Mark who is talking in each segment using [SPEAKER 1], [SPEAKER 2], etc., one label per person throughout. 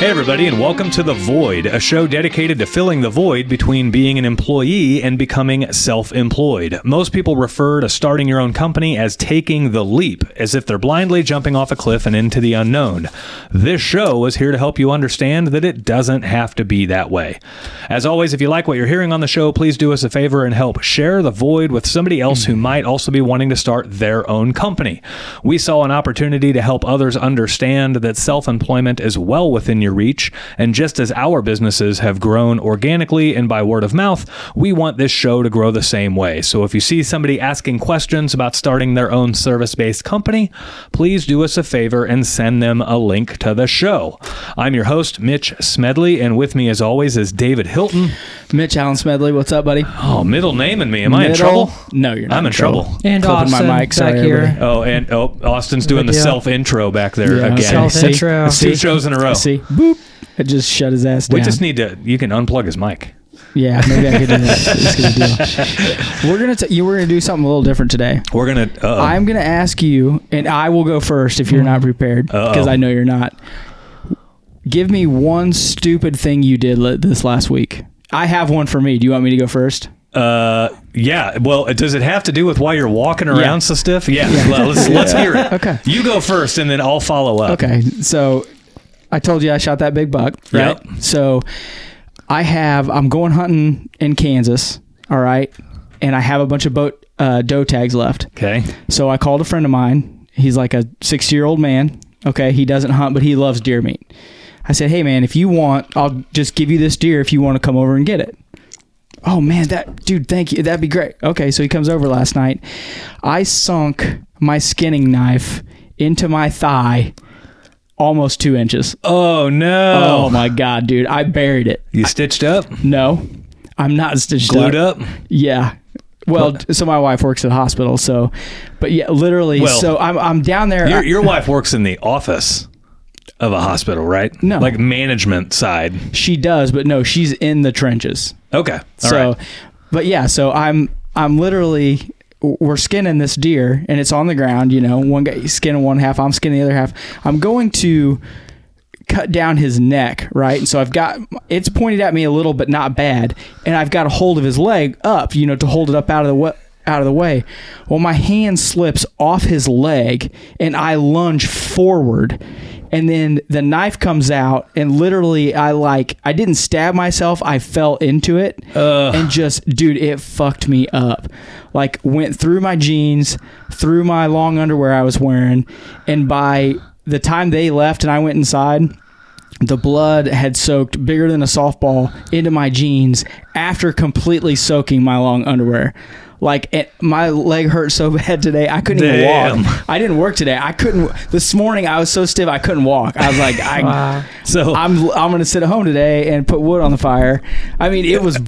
[SPEAKER 1] Hey, everybody, and welcome to The Void, a show dedicated to filling the void between being an employee and becoming self employed. Most people refer to starting your own company as taking the leap, as if they're blindly jumping off a cliff and into the unknown. This show is here to help you understand that it doesn't have to be that way. As always, if you like what you're hearing on the show, please do us a favor and help share The Void with somebody else who might also be wanting to start their own company. We saw an opportunity to help others understand that self employment is well within your reach. And just as our businesses have grown organically and by word of mouth, we want this show to grow the same way. So if you see somebody asking questions about starting their own service based company, please do us a favor and send them a link to the show. I'm your host, Mitch Smedley, and with me as always is David Hilton.
[SPEAKER 2] Mitch Allen Smedley, what's up, buddy?
[SPEAKER 1] Oh, middle naming me. Am I in
[SPEAKER 2] Middle-
[SPEAKER 1] trouble?
[SPEAKER 2] No, you're not.
[SPEAKER 1] I'm in trouble.
[SPEAKER 3] And
[SPEAKER 2] Flipping my
[SPEAKER 3] Austin
[SPEAKER 2] mic,
[SPEAKER 3] back
[SPEAKER 2] sorry,
[SPEAKER 3] here.
[SPEAKER 2] everybody.
[SPEAKER 1] Oh, and oh, Austin's doing the
[SPEAKER 3] Yeah.
[SPEAKER 1] self intro back there
[SPEAKER 2] Yeah,
[SPEAKER 1] again.
[SPEAKER 2] self- See?
[SPEAKER 3] Self-intro.
[SPEAKER 1] Two shows in a row.
[SPEAKER 2] See, boop. It just shut his ass down.
[SPEAKER 1] We just need to. You can unplug his mic.
[SPEAKER 2] yeah, maybe I could do that. It's a good deal. We're gonna t- you were gonna do something a little different today.
[SPEAKER 1] We're gonna. Uh,
[SPEAKER 2] I'm gonna ask you, and I will go first if you're not prepared
[SPEAKER 1] Uh-oh.
[SPEAKER 2] because I know you're not. Give me one stupid thing you did li- this last week. I have one for me. Do you want me to go first?
[SPEAKER 1] Uh, yeah. Well, does it have to do with why you're walking around
[SPEAKER 2] Yeah.
[SPEAKER 1] so stiff? Yeah. Well, let's, let's hear it.
[SPEAKER 2] Okay.
[SPEAKER 1] You go first, and then I'll follow up.
[SPEAKER 2] Okay, so I told you I shot that big buck, right?
[SPEAKER 1] Yep.
[SPEAKER 2] So I have I'm going hunting in Kansas, all right, and I have a bunch of boat uh, doe tags left.
[SPEAKER 1] Okay.
[SPEAKER 2] So I called a friend of mine. He's like a 60 year old man. Okay, he doesn't hunt, but he loves deer meat. I said, hey man, if you want, I'll just give you this deer if you want to come over and get it. Oh man, that dude, thank you. That'd be great. Okay, so he comes over last night. I sunk my skinning knife into my thigh almost two inches.
[SPEAKER 1] Oh no.
[SPEAKER 2] Oh, my god, dude. I buried it.
[SPEAKER 1] You stitched up,
[SPEAKER 2] No. I'm not stitched
[SPEAKER 1] glued up.
[SPEAKER 2] yeah. Well, t- so my wife works at a hospital, so, but yeah, literally.
[SPEAKER 1] Well,
[SPEAKER 2] so I'm I'm down there.
[SPEAKER 1] Your,
[SPEAKER 2] I-
[SPEAKER 1] your wife works in the office of a hospital, right?
[SPEAKER 2] No.
[SPEAKER 1] Like management side.
[SPEAKER 2] she does, but no, she's in the trenches.
[SPEAKER 1] Okay. All
[SPEAKER 2] so,
[SPEAKER 1] right.
[SPEAKER 2] but yeah, so I'm I'm literally we're skinning this deer and it's on the ground. You know, one guy skinning one half, I'm skinning the other half. I'm going to cut down his neck, right? And so I've got it's pointed at me a little, but not bad. And I've got a hold of his leg up, you know, to hold it up out of the way. Out of the way. Well, my hand slips off his leg, and I lunge forward, and then the knife comes out, and literally, I like I didn't stab myself. I fell into it, and just dude, it fucked me up. Like went through my jeans, through my long underwear I was wearing, and by the time they left and I went inside, the blood had soaked bigger than a softball into my jeans after completely soaking my long underwear. Like it, my leg hurt so bad today, I couldn't even
[SPEAKER 1] Damn.
[SPEAKER 2] walk. I didn't work today. I couldn't. This morning, I was so stiff, I couldn't walk. I was like, I,
[SPEAKER 1] So
[SPEAKER 2] I'm I'm gonna sit at home today and put wood on the fire. I mean, it was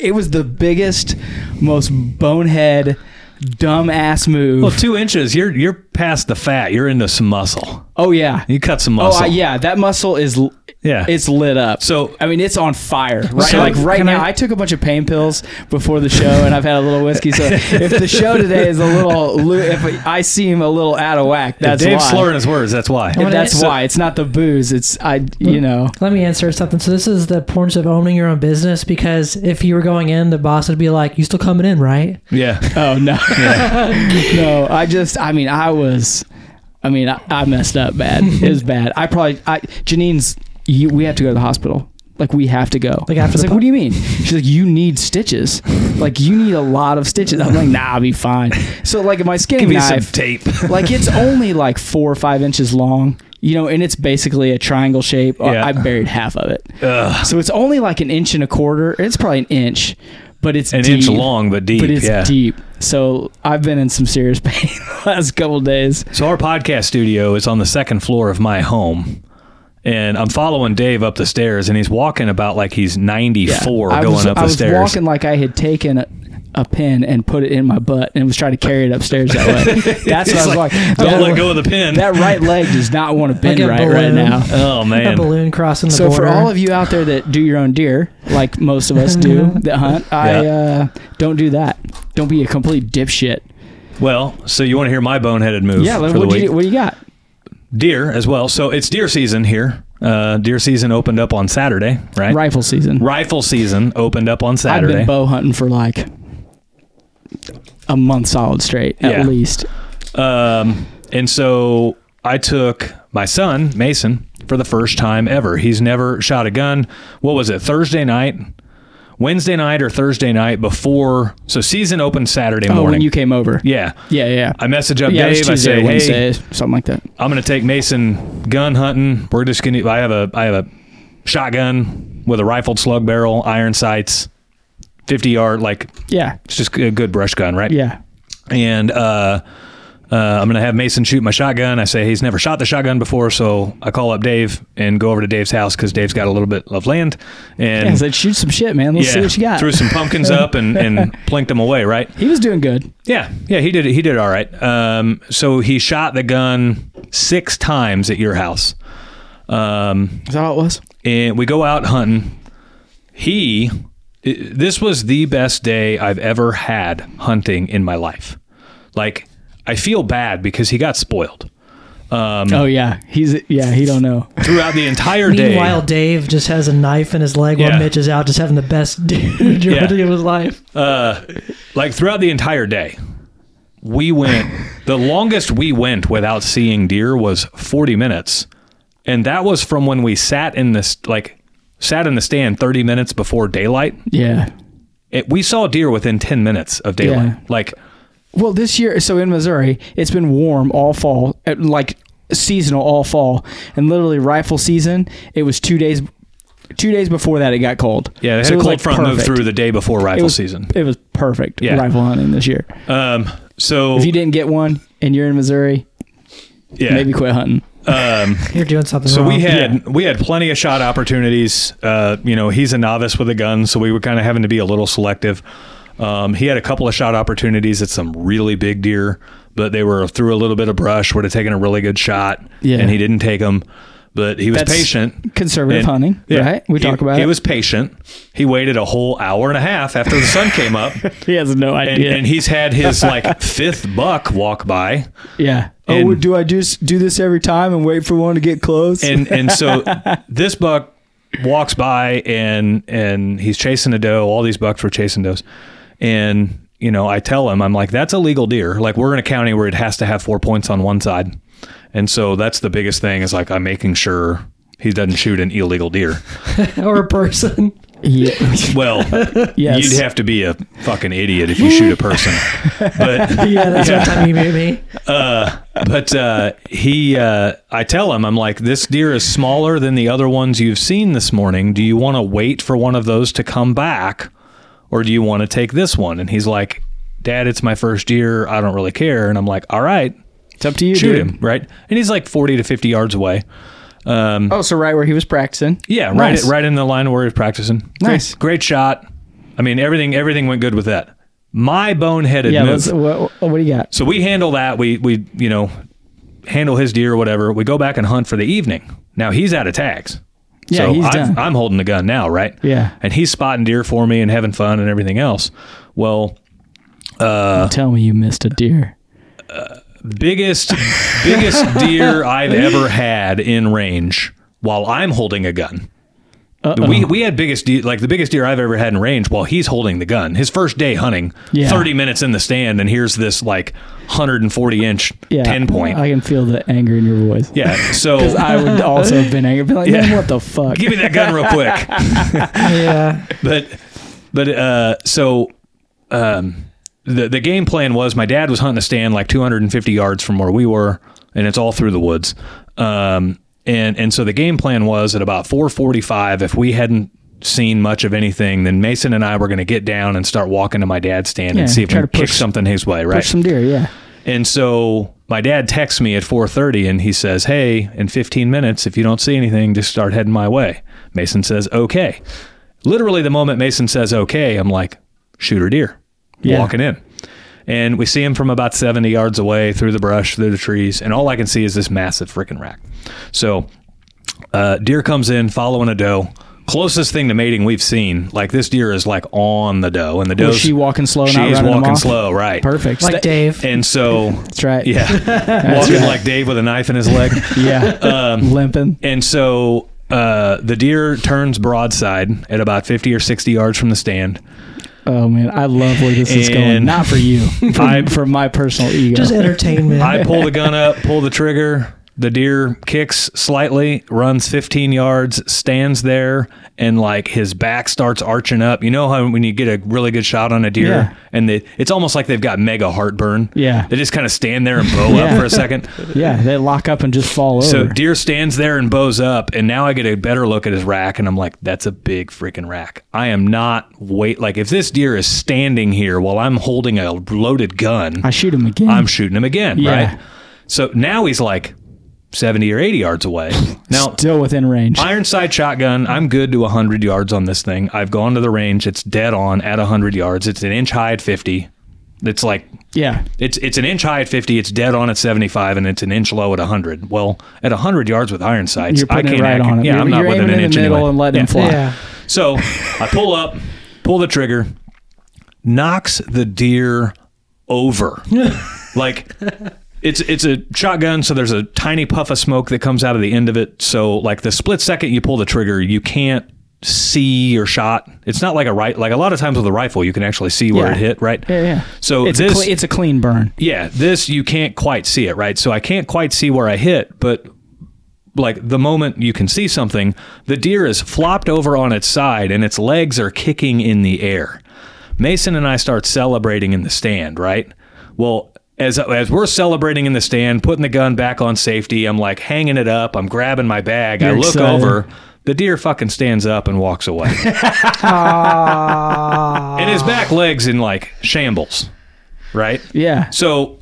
[SPEAKER 2] it was the biggest, most bonehead, dumbass move.
[SPEAKER 1] well, two inches. You're you're past the fat. You're into some muscle.
[SPEAKER 2] oh yeah.
[SPEAKER 1] You cut some
[SPEAKER 2] Oh
[SPEAKER 1] muscle.
[SPEAKER 2] I, yeah, that muscle is l-
[SPEAKER 1] Yeah.
[SPEAKER 2] it's lit up.
[SPEAKER 1] So-
[SPEAKER 2] I mean, it's on fire. Right,
[SPEAKER 1] So,
[SPEAKER 2] like right
[SPEAKER 3] can
[SPEAKER 2] now, I,
[SPEAKER 3] I-
[SPEAKER 2] took a bunch of pain pills before the show, and I've had a little whiskey. So if the show today is a little, lo- if I seem a little out of whack, that's
[SPEAKER 1] Dave's
[SPEAKER 2] why.
[SPEAKER 1] slurring his words. That's why.
[SPEAKER 3] Well,
[SPEAKER 2] That's
[SPEAKER 3] So-
[SPEAKER 2] why it's not the booze. It's I, you know.
[SPEAKER 3] Let me answer something. So this is the importance of owning your own business because if you were going in, the boss would be like, "You still coming in, right?"
[SPEAKER 1] Yeah.
[SPEAKER 2] Oh no, no! I just, I mean, I was, I mean, I, I messed up bad. It was bad. I probably, I Janine's. You, we have to go to the hospital. Like we have to go.
[SPEAKER 3] Like, after
[SPEAKER 2] I was
[SPEAKER 3] the
[SPEAKER 2] like,
[SPEAKER 3] po-
[SPEAKER 2] what do you mean? She's like, you need stitches. Like you need a lot of stitches. I'm like, nah, I'll be fine. So like my skinning
[SPEAKER 1] Give me some
[SPEAKER 2] knife,
[SPEAKER 1] tape.
[SPEAKER 2] like it's only like four or five inches long, you know, and it's basically a triangle shape. I-
[SPEAKER 1] Yeah.
[SPEAKER 2] I buried half of it,
[SPEAKER 1] Ugh.
[SPEAKER 2] so it's only like an inch and a quarter. It's probably an inch, but it's
[SPEAKER 1] An inch
[SPEAKER 2] deep
[SPEAKER 1] long, but deep.
[SPEAKER 2] but it's
[SPEAKER 1] yeah.
[SPEAKER 2] deep. So I've been in some serious pain the last couple days.
[SPEAKER 1] So our podcast studio is on the second floor of my home. And I'm following Dave up the stairs and he's walking about like he's 94
[SPEAKER 2] I
[SPEAKER 1] going
[SPEAKER 2] was,
[SPEAKER 1] up the
[SPEAKER 2] I was
[SPEAKER 1] stairs.
[SPEAKER 2] walking like I had taken a, a pin and put it in my butt and was trying to carry it upstairs that way. That's
[SPEAKER 1] He's
[SPEAKER 2] what I was
[SPEAKER 1] like,
[SPEAKER 2] like.
[SPEAKER 1] Don't
[SPEAKER 2] that,
[SPEAKER 1] let go of the pin.
[SPEAKER 2] that right leg does not want to bend
[SPEAKER 3] a
[SPEAKER 2] right right
[SPEAKER 3] balloon.
[SPEAKER 2] now.
[SPEAKER 1] oh
[SPEAKER 3] A
[SPEAKER 1] man.
[SPEAKER 3] balloon crossing the
[SPEAKER 2] So for
[SPEAKER 3] border.
[SPEAKER 2] all of you out there that do your own deer, like most of us do that hunt, I
[SPEAKER 1] Yeah.
[SPEAKER 2] uh, don't do that. Don't be a complete dipshit.
[SPEAKER 1] Well, so you want to hear my boneheaded move
[SPEAKER 2] Yeah,
[SPEAKER 1] for the
[SPEAKER 2] what do
[SPEAKER 1] week?
[SPEAKER 2] you, what do you got?
[SPEAKER 1] deer as well. So it's deer season here. Uh, deer season opened up on Saturday, right?
[SPEAKER 2] Rifle season.
[SPEAKER 1] Rifle season opened up on
[SPEAKER 2] I've
[SPEAKER 1] Saturday.
[SPEAKER 2] been bow hunting for like a month solid straight, at
[SPEAKER 1] Yeah.
[SPEAKER 2] least.
[SPEAKER 1] Um, and so I took my son, Mason, for the first time ever. He's never shot a gun. What was it, Thursday night? Wednesday night or Thursday night before? So season opened Saturday
[SPEAKER 2] Oh,
[SPEAKER 1] morning.
[SPEAKER 2] when you came over.
[SPEAKER 1] yeah.
[SPEAKER 2] yeah, yeah.
[SPEAKER 1] I message up
[SPEAKER 2] yeah, it was
[SPEAKER 1] Dave. I
[SPEAKER 2] Tuesday
[SPEAKER 1] say,
[SPEAKER 2] or
[SPEAKER 1] hey,
[SPEAKER 2] Wednesday, something like that.
[SPEAKER 1] I'm gonna take Mason gun hunting. We're just gonna. I have a I have a shotgun with a rifled slug barrel, iron sights, 50 yard. Like
[SPEAKER 2] Yeah,
[SPEAKER 1] it's just a good brush gun, right?
[SPEAKER 2] yeah.
[SPEAKER 1] and uh, uh, I'm gonna have Mason shoot my shotgun. I say he's never shot the shotgun before, so I call up Dave and go over to Dave's house because Dave's got a little bit of land, and
[SPEAKER 2] yeah I said, shoot some shit, man. Let's see what you got.
[SPEAKER 1] threw some pumpkins up and and plinked them away, right?
[SPEAKER 2] he was doing good.
[SPEAKER 1] Yeah, yeah, he did. He did all right. Um, so he shot the gun six times at your house. Um,
[SPEAKER 2] Is that all it was?
[SPEAKER 1] and we go out hunting. He, i- this was the best day I've ever had hunting in my life. Like, I feel bad because he got spoiled Um,
[SPEAKER 2] Oh yeah, he's yeah. He don't know.
[SPEAKER 1] throughout the entire day.
[SPEAKER 3] Meanwhile, Dave just has a knife in his leg
[SPEAKER 1] Yeah.
[SPEAKER 3] while Mitch is out just having the best journey
[SPEAKER 1] Yeah.
[SPEAKER 3] of his life.
[SPEAKER 1] like throughout the entire day, we went. the longest we went without seeing deer was 40 minutes, and that was from when we sat in this like sat in the stand 30 minutes before daylight.
[SPEAKER 2] Yeah.
[SPEAKER 1] It, we saw deer within 10 minutes of daylight.
[SPEAKER 2] Yeah.
[SPEAKER 1] Like.
[SPEAKER 2] Well, this year, so in Missouri, it's been warm all fall, uh, like seasonal all fall, and literally rifle season. It was two days, two days before that it got cold.
[SPEAKER 1] Yeah, they had
[SPEAKER 2] So it
[SPEAKER 1] a
[SPEAKER 2] was,
[SPEAKER 1] cold
[SPEAKER 2] like,
[SPEAKER 1] front move
[SPEAKER 2] perfect.
[SPEAKER 1] through the day before
[SPEAKER 2] It
[SPEAKER 1] rifle
[SPEAKER 2] was,
[SPEAKER 1] season.
[SPEAKER 2] It was perfect
[SPEAKER 1] Yeah.
[SPEAKER 2] rifle hunting this year.
[SPEAKER 1] Um, so
[SPEAKER 2] If you didn't get one and you're in Missouri,
[SPEAKER 1] yeah,
[SPEAKER 2] maybe quit hunting.
[SPEAKER 1] um,
[SPEAKER 3] You're doing something
[SPEAKER 1] so
[SPEAKER 3] wrong.
[SPEAKER 1] we had we had plenty of shot opportunities. Uh, you know, he's a novice with a gun, so we were kind of having to be a little selective. Um, he had a couple of shot opportunities at some really big deer, but they were through a little bit of brush. Would have taken a really good shot,
[SPEAKER 2] Yeah.
[SPEAKER 1] and he didn't take them. But he was
[SPEAKER 2] That's
[SPEAKER 1] patient.
[SPEAKER 2] Conservative
[SPEAKER 1] And-
[SPEAKER 2] hunting,
[SPEAKER 1] yeah,
[SPEAKER 2] right? We
[SPEAKER 1] he-
[SPEAKER 2] talk about
[SPEAKER 1] he
[SPEAKER 2] it.
[SPEAKER 1] was patient. He waited a whole hour and a half after the sun came up,
[SPEAKER 2] he has no
[SPEAKER 1] and,
[SPEAKER 2] idea.
[SPEAKER 1] and he's had his like fifth buck walk by.
[SPEAKER 2] yeah.
[SPEAKER 1] and-
[SPEAKER 2] oh, do I just do this every time and wait for one to get close?
[SPEAKER 1] and and so this buck walks by and and he's chasing a doe. All these bucks were chasing does, and you know I tell him I'm like that's a legal deer. Like we're in a county where it has to have four points on one side, and so that's the biggest thing is like I'm making sure he doesn't shoot an illegal deer.
[SPEAKER 3] or a person.
[SPEAKER 2] yeah.
[SPEAKER 1] Well,
[SPEAKER 2] Yes.
[SPEAKER 1] you'd have to be a fucking idiot if you shoot a person, but.
[SPEAKER 3] Yeah, that's one time you made me.
[SPEAKER 1] but uh, he, uh, I tell him, I'm like, this deer is smaller than the other ones you've seen this morning. Do you want to wait for one of those to come back, or do you want to take this one? And he's like, Dad, it's my first year. I don't really care. And I'm like, All right,
[SPEAKER 2] It's up to you,
[SPEAKER 1] shoot
[SPEAKER 2] dude.
[SPEAKER 1] him, right? And he's like 40 to 50 yards away.
[SPEAKER 2] Oh, so right where he was practicing.
[SPEAKER 1] Yeah, right,
[SPEAKER 2] Nice.
[SPEAKER 1] right in the line where he's practicing. Great-
[SPEAKER 2] Nice.
[SPEAKER 1] great, shot. I mean, everything, everything went good with that. My boneheaded
[SPEAKER 2] Yeah.
[SPEAKER 1] move.
[SPEAKER 2] Let's, what, what do you got?
[SPEAKER 1] So we handle that. We we you know handle his deer or whatever. We go back and hunt for the evening. Now he's out of tags.
[SPEAKER 2] Yeah,
[SPEAKER 1] so
[SPEAKER 2] he's
[SPEAKER 1] I've-
[SPEAKER 2] done.
[SPEAKER 1] I'm holding the gun now, right?
[SPEAKER 2] Yeah.
[SPEAKER 1] And he's spotting deer for me and having fun and everything else. Well, Uh,
[SPEAKER 2] Tell me you missed a deer.
[SPEAKER 1] biggest biggest deer I've ever had in range while I'm holding a gun.
[SPEAKER 2] Uh-huh.
[SPEAKER 1] We we had biggest deer like the biggest deer I've ever had in range while he's holding the gun. His first day hunting,
[SPEAKER 2] Yeah.
[SPEAKER 1] thirty minutes in the stand, and here's this like hundred and forty inch
[SPEAKER 2] Yeah.
[SPEAKER 1] ten point.
[SPEAKER 2] I can feel the anger in your voice.
[SPEAKER 1] yeah, so
[SPEAKER 2] Because I would also have been angry. Be like, man, what the fuck?
[SPEAKER 1] give me that gun real quick.
[SPEAKER 3] Yeah.
[SPEAKER 1] but but uh so um the the game plan was my dad was hunting a stand like 250 yards from where we were and it's all through the woods um and and so the game plan was at about 445 if we hadn't seen much of anything then Mason and I were going to get down and start walking to my dad's stand
[SPEAKER 2] Yeah,
[SPEAKER 1] and see if we
[SPEAKER 2] try
[SPEAKER 1] can
[SPEAKER 2] to
[SPEAKER 1] kick
[SPEAKER 2] push-
[SPEAKER 1] something his way right
[SPEAKER 2] Push some deer. Yeah.
[SPEAKER 1] and so my dad texts me at 4:30 and he says, "Hey, in 15 minutes if you don't see anything, just start heading my way." Mason says, "Okay." Literally the moment Mason says "okay," I'm like, "Shooter deer."
[SPEAKER 2] Yeah.
[SPEAKER 1] Walking in. And we see him from about 70 yards away through the brush, through the trees, and all I can see is this massive freaking rack. So, uh, deer comes in following a doe, closest thing to mating we've seen. Like this deer is like on the doe, and the doe
[SPEAKER 2] Was she walking slow?
[SPEAKER 1] She
[SPEAKER 2] not
[SPEAKER 1] is
[SPEAKER 2] running them
[SPEAKER 1] walking
[SPEAKER 2] off?
[SPEAKER 1] slow, right?
[SPEAKER 2] Perfect.
[SPEAKER 3] like
[SPEAKER 2] Sta-
[SPEAKER 3] Dave.
[SPEAKER 1] And so,
[SPEAKER 2] That's right.
[SPEAKER 1] yeah, walking
[SPEAKER 2] right.
[SPEAKER 1] like Dave with a knife in his leg.
[SPEAKER 2] yeah.
[SPEAKER 1] Um,
[SPEAKER 2] Limping.
[SPEAKER 1] and so uh, the deer turns broadside at about 50 or 60 yards from the stand.
[SPEAKER 2] Oh man, I love where this is going.
[SPEAKER 1] And-
[SPEAKER 2] Not for you, for,
[SPEAKER 1] I-
[SPEAKER 2] for my personal ego.
[SPEAKER 3] Just entertainment.
[SPEAKER 1] I pull the gun up, pull the trigger. The deer kicks slightly, runs 15 yards, stands there, and like his back starts arching up. You know how when you get a really good shot on a deer,
[SPEAKER 2] Yeah.
[SPEAKER 1] and they, it's almost like they've got mega heartburn.
[SPEAKER 2] Yeah.
[SPEAKER 1] they just kind of stand there and bow
[SPEAKER 2] Yeah.
[SPEAKER 1] up for a second.
[SPEAKER 2] yeah, they lock up and just fall
[SPEAKER 1] So
[SPEAKER 2] over.
[SPEAKER 1] deer stands there and bows up, and now I get a better look at his rack, and I'm like, that's a big freaking rack. I am not wait like if this deer is standing here while I'm holding a loaded gun,
[SPEAKER 2] I shoot him again.
[SPEAKER 1] I'm shooting him again,
[SPEAKER 2] Yeah.
[SPEAKER 1] right? So now he's like 70 or 80 yards away. Now,
[SPEAKER 2] still within range.
[SPEAKER 1] Ironside shotgun, I'm good to 100 yards on this thing. I've gone to the range. It's dead on at 100 yards. It's an inch high at 50. It's like,
[SPEAKER 2] yeah,
[SPEAKER 1] it's it's an inch high at 50. It's dead on at 75, and it's an inch low at 100. Well, at 100 yards with iron sights,
[SPEAKER 2] you're
[SPEAKER 1] I
[SPEAKER 2] putting
[SPEAKER 1] can't
[SPEAKER 2] it right
[SPEAKER 1] act-
[SPEAKER 2] on him.
[SPEAKER 1] Yeah,
[SPEAKER 2] you're,
[SPEAKER 1] I'm not
[SPEAKER 2] you're
[SPEAKER 1] within
[SPEAKER 2] aiming
[SPEAKER 1] an
[SPEAKER 2] in
[SPEAKER 1] inch
[SPEAKER 2] the middle
[SPEAKER 1] anyway.
[SPEAKER 2] and letting him
[SPEAKER 1] Yeah.
[SPEAKER 2] fly.
[SPEAKER 3] yeah.
[SPEAKER 1] So I pull up, pull the trigger, knocks the deer over. like it's it's a shotgun, so there's a tiny puff of smoke that comes out of the end of it. So like the split second you pull the trigger, you can't see your shot. It's not like a right like a lot of times with a rifle you can actually see where
[SPEAKER 2] Yeah.
[SPEAKER 1] it hit, right?
[SPEAKER 2] Yeah, yeah.
[SPEAKER 1] So
[SPEAKER 2] it's
[SPEAKER 1] this
[SPEAKER 2] a cle- it's a clean burn.
[SPEAKER 1] yeah, this you can't quite see it, right? So I can't quite see where I hit, but like the moment you can see something, the deer is flopped over on its side and its legs are kicking in the air. Mason and I start celebrating in the stand, right? Well, as, as we're celebrating in the stand, putting the gun back on safety, I'm like hanging it up. I'm grabbing my bag. I
[SPEAKER 2] You're
[SPEAKER 1] look
[SPEAKER 2] excited.
[SPEAKER 1] over. The deer fucking stands up and walks away. and his back legs in like shambles, right?
[SPEAKER 2] Yeah.
[SPEAKER 1] So,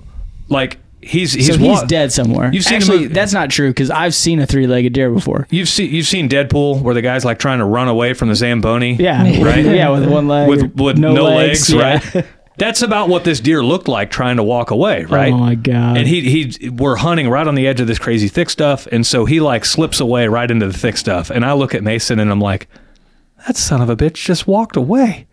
[SPEAKER 1] like, he's he's,
[SPEAKER 2] so he's
[SPEAKER 1] wa-
[SPEAKER 2] dead somewhere.
[SPEAKER 1] You've seen him
[SPEAKER 2] Actually,
[SPEAKER 1] move-
[SPEAKER 2] that's not true because I've seen a three-legged deer before.
[SPEAKER 1] You've seen you've seen Deadpool where the guy's like trying to run away from the zamboni.
[SPEAKER 2] Yeah, with-
[SPEAKER 1] right.
[SPEAKER 2] Yeah, with one leg,
[SPEAKER 1] with
[SPEAKER 2] or
[SPEAKER 1] with no, legs,
[SPEAKER 2] yeah.
[SPEAKER 1] right? That's about what this deer looked like trying to walk away, right?
[SPEAKER 2] Oh my god!
[SPEAKER 1] And he he we're hunting right on the edge of this crazy thick stuff, and so he like slips away right into the thick stuff, and I look at Mason and I'm like, that son of a bitch just walked away.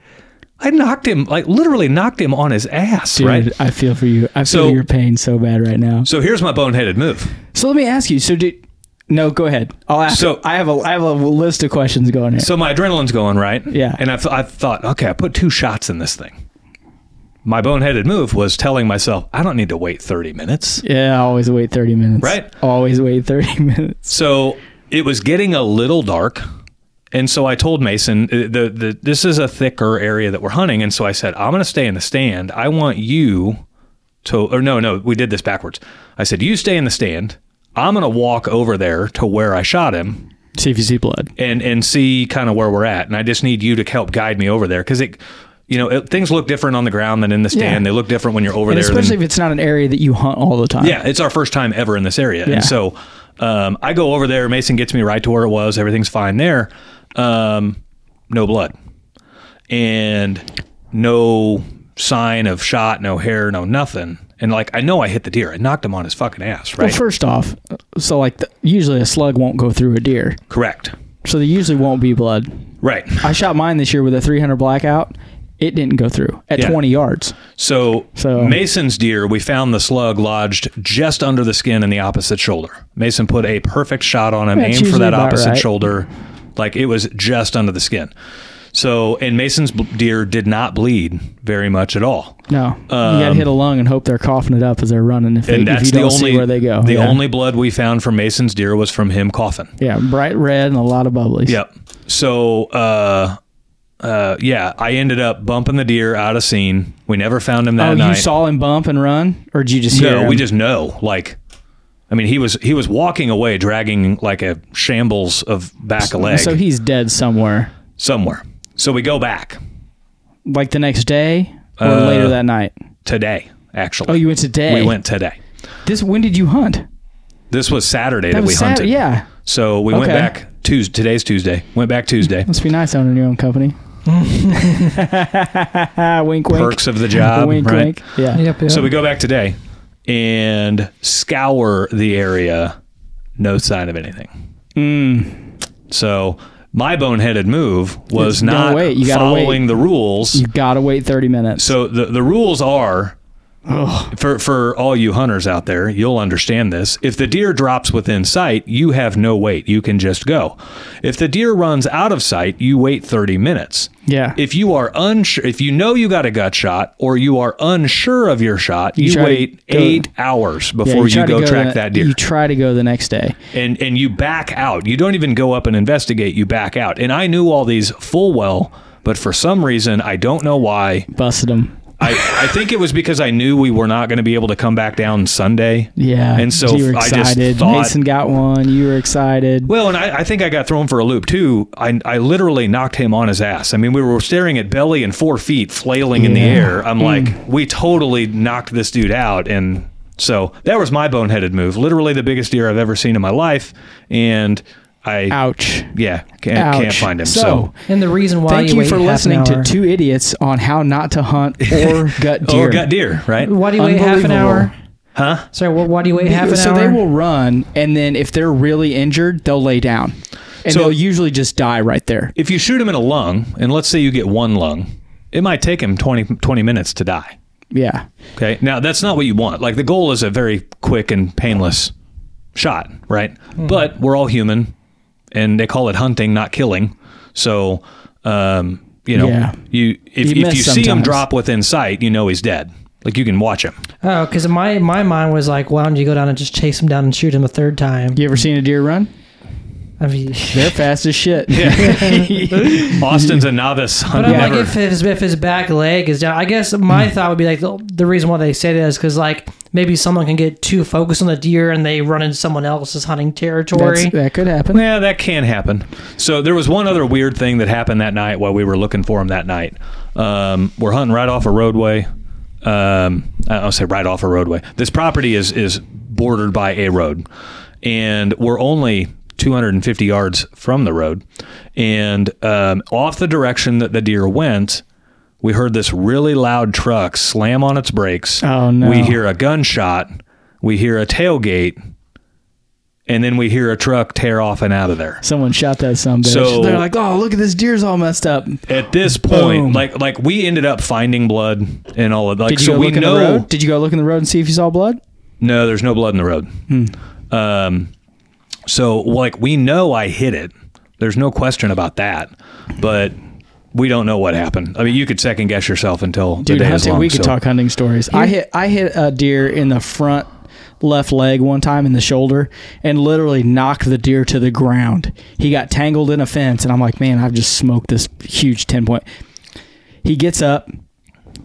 [SPEAKER 1] I knocked him like literally knocked him on his ass,
[SPEAKER 2] Dude,
[SPEAKER 1] right?
[SPEAKER 2] I feel for you. I feel
[SPEAKER 1] So-
[SPEAKER 2] your pain so bad right now.
[SPEAKER 1] So here's my boneheaded move.
[SPEAKER 2] So let me ask you. So did no? Go ahead. I'll ask.
[SPEAKER 1] So-
[SPEAKER 2] I have a I have a list of questions going here.
[SPEAKER 1] So my adrenaline's going right.
[SPEAKER 2] Yeah.
[SPEAKER 1] And I, th- I thought, okay, I put two shots in this thing. My boneheaded move was telling myself, I don't need to wait 30 minutes.
[SPEAKER 2] yeah, I always wait thirty minutes.
[SPEAKER 1] Right.
[SPEAKER 2] Always wait thirty minutes.
[SPEAKER 1] So it was getting a little dark. And so I told Mason, uh, the, the, this is a thicker area that we're hunting. And so I said, I'm going to stay in the stand. I want you to, or no, no, we did this backwards. I said, you stay in the stand. I'm going to walk over there to where I shot him
[SPEAKER 2] See if you see blood.
[SPEAKER 1] and and see kind of where we're at. And I just need you to help guide me over there because it, you know, it, things look different on the ground than in the stand.
[SPEAKER 2] Yeah.
[SPEAKER 1] They look different when you're over
[SPEAKER 2] And
[SPEAKER 1] there.
[SPEAKER 2] especially
[SPEAKER 1] than-
[SPEAKER 2] if it's not an area that you hunt all the time.
[SPEAKER 1] yeah, it's our first time ever in this area,
[SPEAKER 2] Yeah.
[SPEAKER 1] and so um, I go over there. Mason gets me right to where it was. Everything's fine there. Um, no blood and no sign of shot, no hair, no nothing. And like I know I hit the deer. I knocked him on his fucking ass. Right?
[SPEAKER 2] Well, first off, so like the, usually a slug won't go through a deer,
[SPEAKER 1] Correct.
[SPEAKER 2] so there usually won't be blood.
[SPEAKER 1] Right.
[SPEAKER 2] I shot mine this year with a 300 blackout. It didn't go through at
[SPEAKER 1] Yeah.
[SPEAKER 2] 20 yards.
[SPEAKER 1] So,
[SPEAKER 2] So-
[SPEAKER 1] Mason's deer, we found the slug lodged just under the skin in the opposite shoulder. Mason put a perfect shot on him,
[SPEAKER 2] That's
[SPEAKER 1] aimed for
[SPEAKER 2] usually
[SPEAKER 1] that
[SPEAKER 2] about
[SPEAKER 1] opposite
[SPEAKER 2] right.
[SPEAKER 1] shoulder, like it was just under the skin. So, and Mason's bl- deer did not bleed very much at all.
[SPEAKER 2] No, you got to
[SPEAKER 1] Um,
[SPEAKER 2] hit a lung and hope they're coughing it up as they're running. If, they,
[SPEAKER 1] And
[SPEAKER 2] if
[SPEAKER 1] that's
[SPEAKER 2] you
[SPEAKER 1] the
[SPEAKER 2] don't
[SPEAKER 1] only
[SPEAKER 2] see where they go,
[SPEAKER 1] The
[SPEAKER 2] yeah.
[SPEAKER 1] only blood we found from Mason's deer was from him coughing.
[SPEAKER 2] yeah, bright red and a lot of bubblies.
[SPEAKER 1] Yep. So, uh, uh, yeah, I ended up bumping the deer out of scene. We never found him that
[SPEAKER 2] Oh,
[SPEAKER 1] night.
[SPEAKER 2] you saw him bump and run, or did you just hear?
[SPEAKER 1] No,
[SPEAKER 2] him?
[SPEAKER 1] we just know. Like, I mean, he was he was walking away, dragging like a shambles of back a leg
[SPEAKER 2] So he's dead somewhere,
[SPEAKER 1] somewhere. So we go back
[SPEAKER 2] like the next day or
[SPEAKER 1] Uh,
[SPEAKER 2] later that night.
[SPEAKER 1] today. Actually,
[SPEAKER 2] Oh, you went today.
[SPEAKER 1] We went today.
[SPEAKER 2] This. When did you hunt? That,
[SPEAKER 1] This was Saturday that,
[SPEAKER 2] was
[SPEAKER 1] we
[SPEAKER 2] Saturday.
[SPEAKER 1] hunted.
[SPEAKER 2] Yeah,
[SPEAKER 1] So we went
[SPEAKER 2] Okay.
[SPEAKER 1] back Tuesday. Today's Tuesday. Went back Tuesday.
[SPEAKER 2] must be nice owning your own company. wink, wink.
[SPEAKER 1] Perks of the job,
[SPEAKER 2] wink,
[SPEAKER 1] right?
[SPEAKER 2] wink. Yeah.
[SPEAKER 3] Yep, yep.
[SPEAKER 1] So we go back today and scour the area. No sign of anything.
[SPEAKER 2] Mm.
[SPEAKER 1] So My boneheaded move was
[SPEAKER 2] It's- gotta
[SPEAKER 1] not
[SPEAKER 2] wait, you gotta
[SPEAKER 1] following
[SPEAKER 2] wait.
[SPEAKER 1] the rules.
[SPEAKER 2] You gotta wait thirty minutes.
[SPEAKER 1] So the the rules are for for all you hunters out there, you'll understand this. If the deer drops within sight, you have no wait. You can just go. If the deer runs out of sight, you wait 30 minutes.
[SPEAKER 2] Yeah.
[SPEAKER 1] If you are unsure, if you know you got a gut shot or you are unsure of your shot, you,
[SPEAKER 2] try to
[SPEAKER 1] wait
[SPEAKER 2] go-
[SPEAKER 1] 8 hours
[SPEAKER 2] Yeah,
[SPEAKER 1] before
[SPEAKER 2] try
[SPEAKER 1] you
[SPEAKER 2] to
[SPEAKER 1] go, track
[SPEAKER 2] the-
[SPEAKER 1] that deer
[SPEAKER 2] You try to go the next day.
[SPEAKER 1] and and you back out. You don't even go up and investigate. You back out. And I knew all these full well, but for some reason, I don't know why.
[SPEAKER 2] Busted them.
[SPEAKER 1] I, I think it was because I knew we were not going to be able to come back down Sunday.
[SPEAKER 2] Yeah.
[SPEAKER 1] And so
[SPEAKER 2] you were
[SPEAKER 1] I just
[SPEAKER 2] excited.
[SPEAKER 1] thought-
[SPEAKER 2] Mason got one. You were excited.
[SPEAKER 1] Well, and I, I think I got thrown for a loop too. I, I literally knocked him on his ass. I mean, we were staring at belly and four feet flailing in the air. I'm like,
[SPEAKER 2] Mm.
[SPEAKER 1] we totally knocked this dude out. And so that was my boneheaded move. Literally the biggest deer I've ever seen in my life. And I,
[SPEAKER 2] Ouch.
[SPEAKER 1] yeah, can't, can't
[SPEAKER 2] Ouch.
[SPEAKER 1] find him.
[SPEAKER 2] So-
[SPEAKER 1] so
[SPEAKER 3] And the reason why
[SPEAKER 2] Thank
[SPEAKER 3] you,
[SPEAKER 2] you
[SPEAKER 3] wait
[SPEAKER 2] for
[SPEAKER 3] half an
[SPEAKER 2] listening to
[SPEAKER 3] hour-
[SPEAKER 2] two idiots on how not to hunt or gut deer.
[SPEAKER 1] Or got deer, right?
[SPEAKER 3] Why do you wait half an hour?
[SPEAKER 1] Huh?
[SPEAKER 3] Sorry, wh- why do you wait half an
[SPEAKER 2] so
[SPEAKER 3] hour?
[SPEAKER 2] they will run, and then if they're really injured, they'll lay down, and
[SPEAKER 1] So-
[SPEAKER 2] they'll usually just die right there.
[SPEAKER 1] If you shoot him in a lung, and let's say you get one lung, it might take him 20, 20 minutes to die.
[SPEAKER 2] Yeah,
[SPEAKER 1] Okay. Now, that's not what you want. Like, the goal is a very quick and painless shot, right? But we're all human, and they call it hunting, not killing. So, um, you know,
[SPEAKER 2] Yeah.
[SPEAKER 1] you if
[SPEAKER 2] You
[SPEAKER 1] if
[SPEAKER 2] miss
[SPEAKER 1] you see him
[SPEAKER 2] sometimes.
[SPEAKER 1] drop within sight, you know he's dead. Like, you can watch him.
[SPEAKER 3] Oh, because my, my mind was like, why don't you go down and just chase him down and shoot him a third time?
[SPEAKER 2] you ever seen a deer run?
[SPEAKER 3] I mean,
[SPEAKER 2] They're fast as shit.
[SPEAKER 1] Austin's a novice
[SPEAKER 3] but
[SPEAKER 1] hunter.
[SPEAKER 3] I'm like, if his, if his back leg is down, I guess
[SPEAKER 2] Hmm.
[SPEAKER 3] my thought would be like, the, the reason why they say that is because, like, maybe someone can get too focused on the deer and they run into someone else's hunting territory.
[SPEAKER 2] That's- that could happen.
[SPEAKER 1] Yeah, that can happen. So there was one other weird thing that happened that night while we were looking for him that night. Um, we're hunting right off a roadway. Um, I- I'll say right off a roadway. This property is is bordered by a road, and we're only 250 yards from the road. And um, off the direction that the deer went, we heard this really loud truck slam on its brakes.
[SPEAKER 2] Oh, no.
[SPEAKER 1] We hear a gunshot. We hear a tailgate. And then we hear a truck tear off and out of there.
[SPEAKER 2] Someone shot that some bitch.
[SPEAKER 1] So-
[SPEAKER 2] they're like, "Oh, look at this deer's all messed up."
[SPEAKER 1] At this point,
[SPEAKER 2] Boom.
[SPEAKER 1] like like we ended up finding blood and all of like
[SPEAKER 2] Did you
[SPEAKER 1] so
[SPEAKER 2] go
[SPEAKER 1] we
[SPEAKER 2] look in
[SPEAKER 1] know
[SPEAKER 2] the road? Did you go look in the road and see if you saw blood?
[SPEAKER 1] no, there's no blood in the road.
[SPEAKER 2] Hmm.
[SPEAKER 1] Um, so like we know I hit it. There's no question about that. But we don't know what happened. I mean, you could second guess yourself until
[SPEAKER 2] Dude,
[SPEAKER 1] the day is
[SPEAKER 2] hunting,
[SPEAKER 1] long,
[SPEAKER 2] we could
[SPEAKER 1] so-
[SPEAKER 2] talk hunting stories. I hit I hit a deer in the front left leg one time in the shoulder and literally knocked the deer to the ground. He got tangled in a fence and I'm like, "Man, I've just smoked this huge 10 point." He gets up,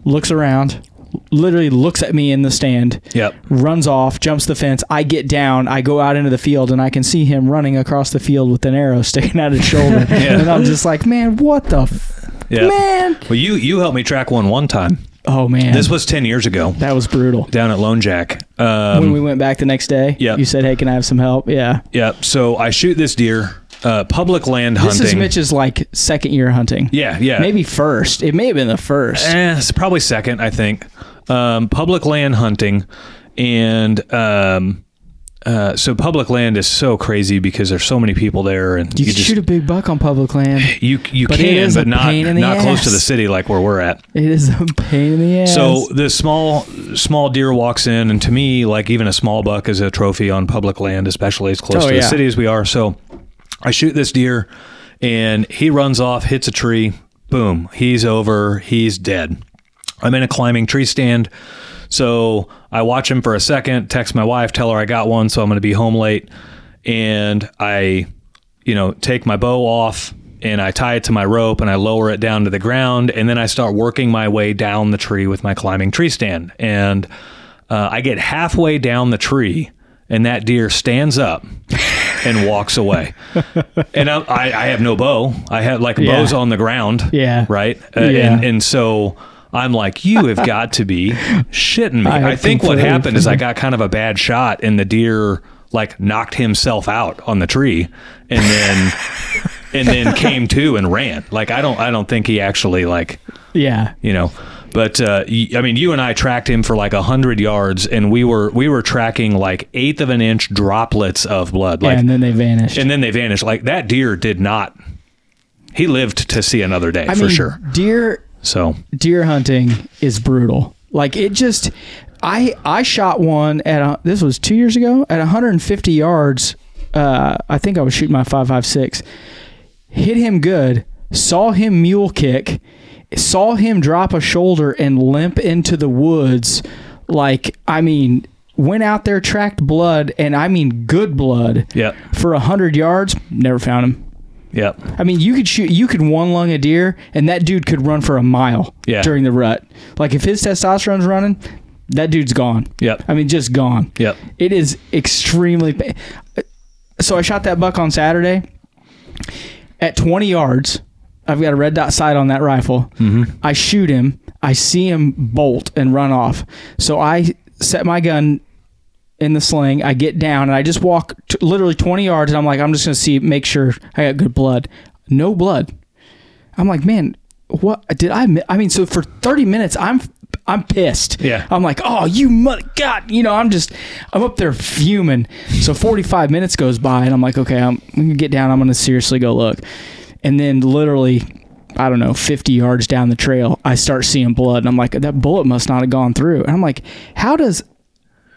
[SPEAKER 2] looks around, literally looks at me in the stand.
[SPEAKER 1] Yep.
[SPEAKER 2] Runs off, jumps the fence. I get down. I go out into the field, and I can see him running across the field with an arrow sticking out his shoulder.
[SPEAKER 1] Yeah.
[SPEAKER 2] And I'm just like, man, what the f-
[SPEAKER 1] Yeah.
[SPEAKER 2] man?
[SPEAKER 1] Well, you you helped me track one one time.
[SPEAKER 2] Oh man,
[SPEAKER 1] This was ten years ago
[SPEAKER 2] that was brutal.
[SPEAKER 1] down at Lone Jack. Um,
[SPEAKER 2] when we went back the next day,
[SPEAKER 1] Yeah.
[SPEAKER 2] you said, "Hey, can I have some help?" Yeah.
[SPEAKER 1] Yeah. So I shoot this deer, uh, public land hunting.
[SPEAKER 2] This is Mitch's like second year hunting.
[SPEAKER 1] Yeah, yeah.
[SPEAKER 2] Maybe first. It may have been the first.
[SPEAKER 1] Eh, it's probably second, I think. Um, public land hunting, and um, uh, so public land is so crazy because there's so many people there, and
[SPEAKER 2] you
[SPEAKER 1] you,
[SPEAKER 2] could
[SPEAKER 1] just
[SPEAKER 2] shoot a big buck on public land.
[SPEAKER 1] you you
[SPEAKER 2] but it
[SPEAKER 1] can,
[SPEAKER 2] is a
[SPEAKER 1] but not
[SPEAKER 2] pain in the
[SPEAKER 1] not close
[SPEAKER 2] ass.
[SPEAKER 1] to the city like where we're at.
[SPEAKER 2] It is a pain in the ass.
[SPEAKER 1] So this small small deer walks in, and to me, like even a small buck is a trophy on public land, especially as close
[SPEAKER 2] Oh,
[SPEAKER 1] to
[SPEAKER 2] yeah.
[SPEAKER 1] the city as we are. So I shoot this deer, and he runs off, hits a tree, boom, he's over, he's dead. I'm in a climbing tree stand, so I watch him for a second, text my wife, tell her I got one, so I'm going to be home late, and I, you know, take my bow off. And I tie it to my rope and I lower it down to the ground. And then I start working my way down the tree with my climbing tree stand. And uh, I get halfway down the tree, and that deer stands up and walks away. and I, I, I have no bow. I have like
[SPEAKER 2] Yeah.
[SPEAKER 1] bows on the ground.
[SPEAKER 2] Yeah.
[SPEAKER 1] Right. Uh,
[SPEAKER 2] Yeah.
[SPEAKER 1] And and so I'm like, you have got to be shitting me.
[SPEAKER 2] I
[SPEAKER 1] I,
[SPEAKER 2] have
[SPEAKER 1] think what
[SPEAKER 2] completely
[SPEAKER 1] happened is I got kind of a bad shot, and the deer like knocked himself out on the tree, and then. and then came to and ran. Like I don't, I don't think he actually like
[SPEAKER 2] yeah,
[SPEAKER 1] you know but uh, y- i mean you and i tracked him for like 100 yards and we were we were tracking like eighth of an inch droplets of blood like
[SPEAKER 2] and then they vanished.
[SPEAKER 1] and then they vanished like that deer did not he lived to see another day
[SPEAKER 2] I
[SPEAKER 1] for
[SPEAKER 2] mean,
[SPEAKER 1] sure.
[SPEAKER 2] deer
[SPEAKER 1] So
[SPEAKER 2] deer hunting is brutal. Like it just, I I shot one at a, this was two years ago at 150 yards. Uh, I think I was shooting my 5.56. Hit him good. Saw him mule kick. Saw him drop a shoulder and limp into the woods. Like I mean, went out there tracked blood and I mean good blood.
[SPEAKER 1] yeah,
[SPEAKER 2] For a hundred yards, never found him.
[SPEAKER 1] yeah,
[SPEAKER 2] I mean, you could shoot, you could one lung a deer, and that dude could run for a mile
[SPEAKER 1] Yeah.
[SPEAKER 2] during the rut. Like if his testosterone's running, that dude's gone.
[SPEAKER 1] yeah,
[SPEAKER 2] I mean, just gone.
[SPEAKER 1] yeah.
[SPEAKER 2] It is extremely. Pa- so I shot that buck on Saturday at 20 yards. I've got a red dot sight on that rifle. I shoot him. I see him bolt and run off. So I set my gun in the sling. I get down and I just walk t- literally 20 yards. And I'm like, I'm just going to see, make sure I got good blood. No blood. I'm like, man, what did I? mi- I mean, so for 30 minutes, I'm I'm pissed.
[SPEAKER 1] Yeah.
[SPEAKER 2] I'm like, oh, you mother, God, you know, I'm just, I'm up there fuming. So 45 minutes goes by, and I'm like, okay, I'm, I'm gonna get down. I'm gonna seriously go look, and then literally. I don't know, 50 yards down the trail, I start seeing blood. And I'm like, that bullet must not have gone through. And I'm like, how does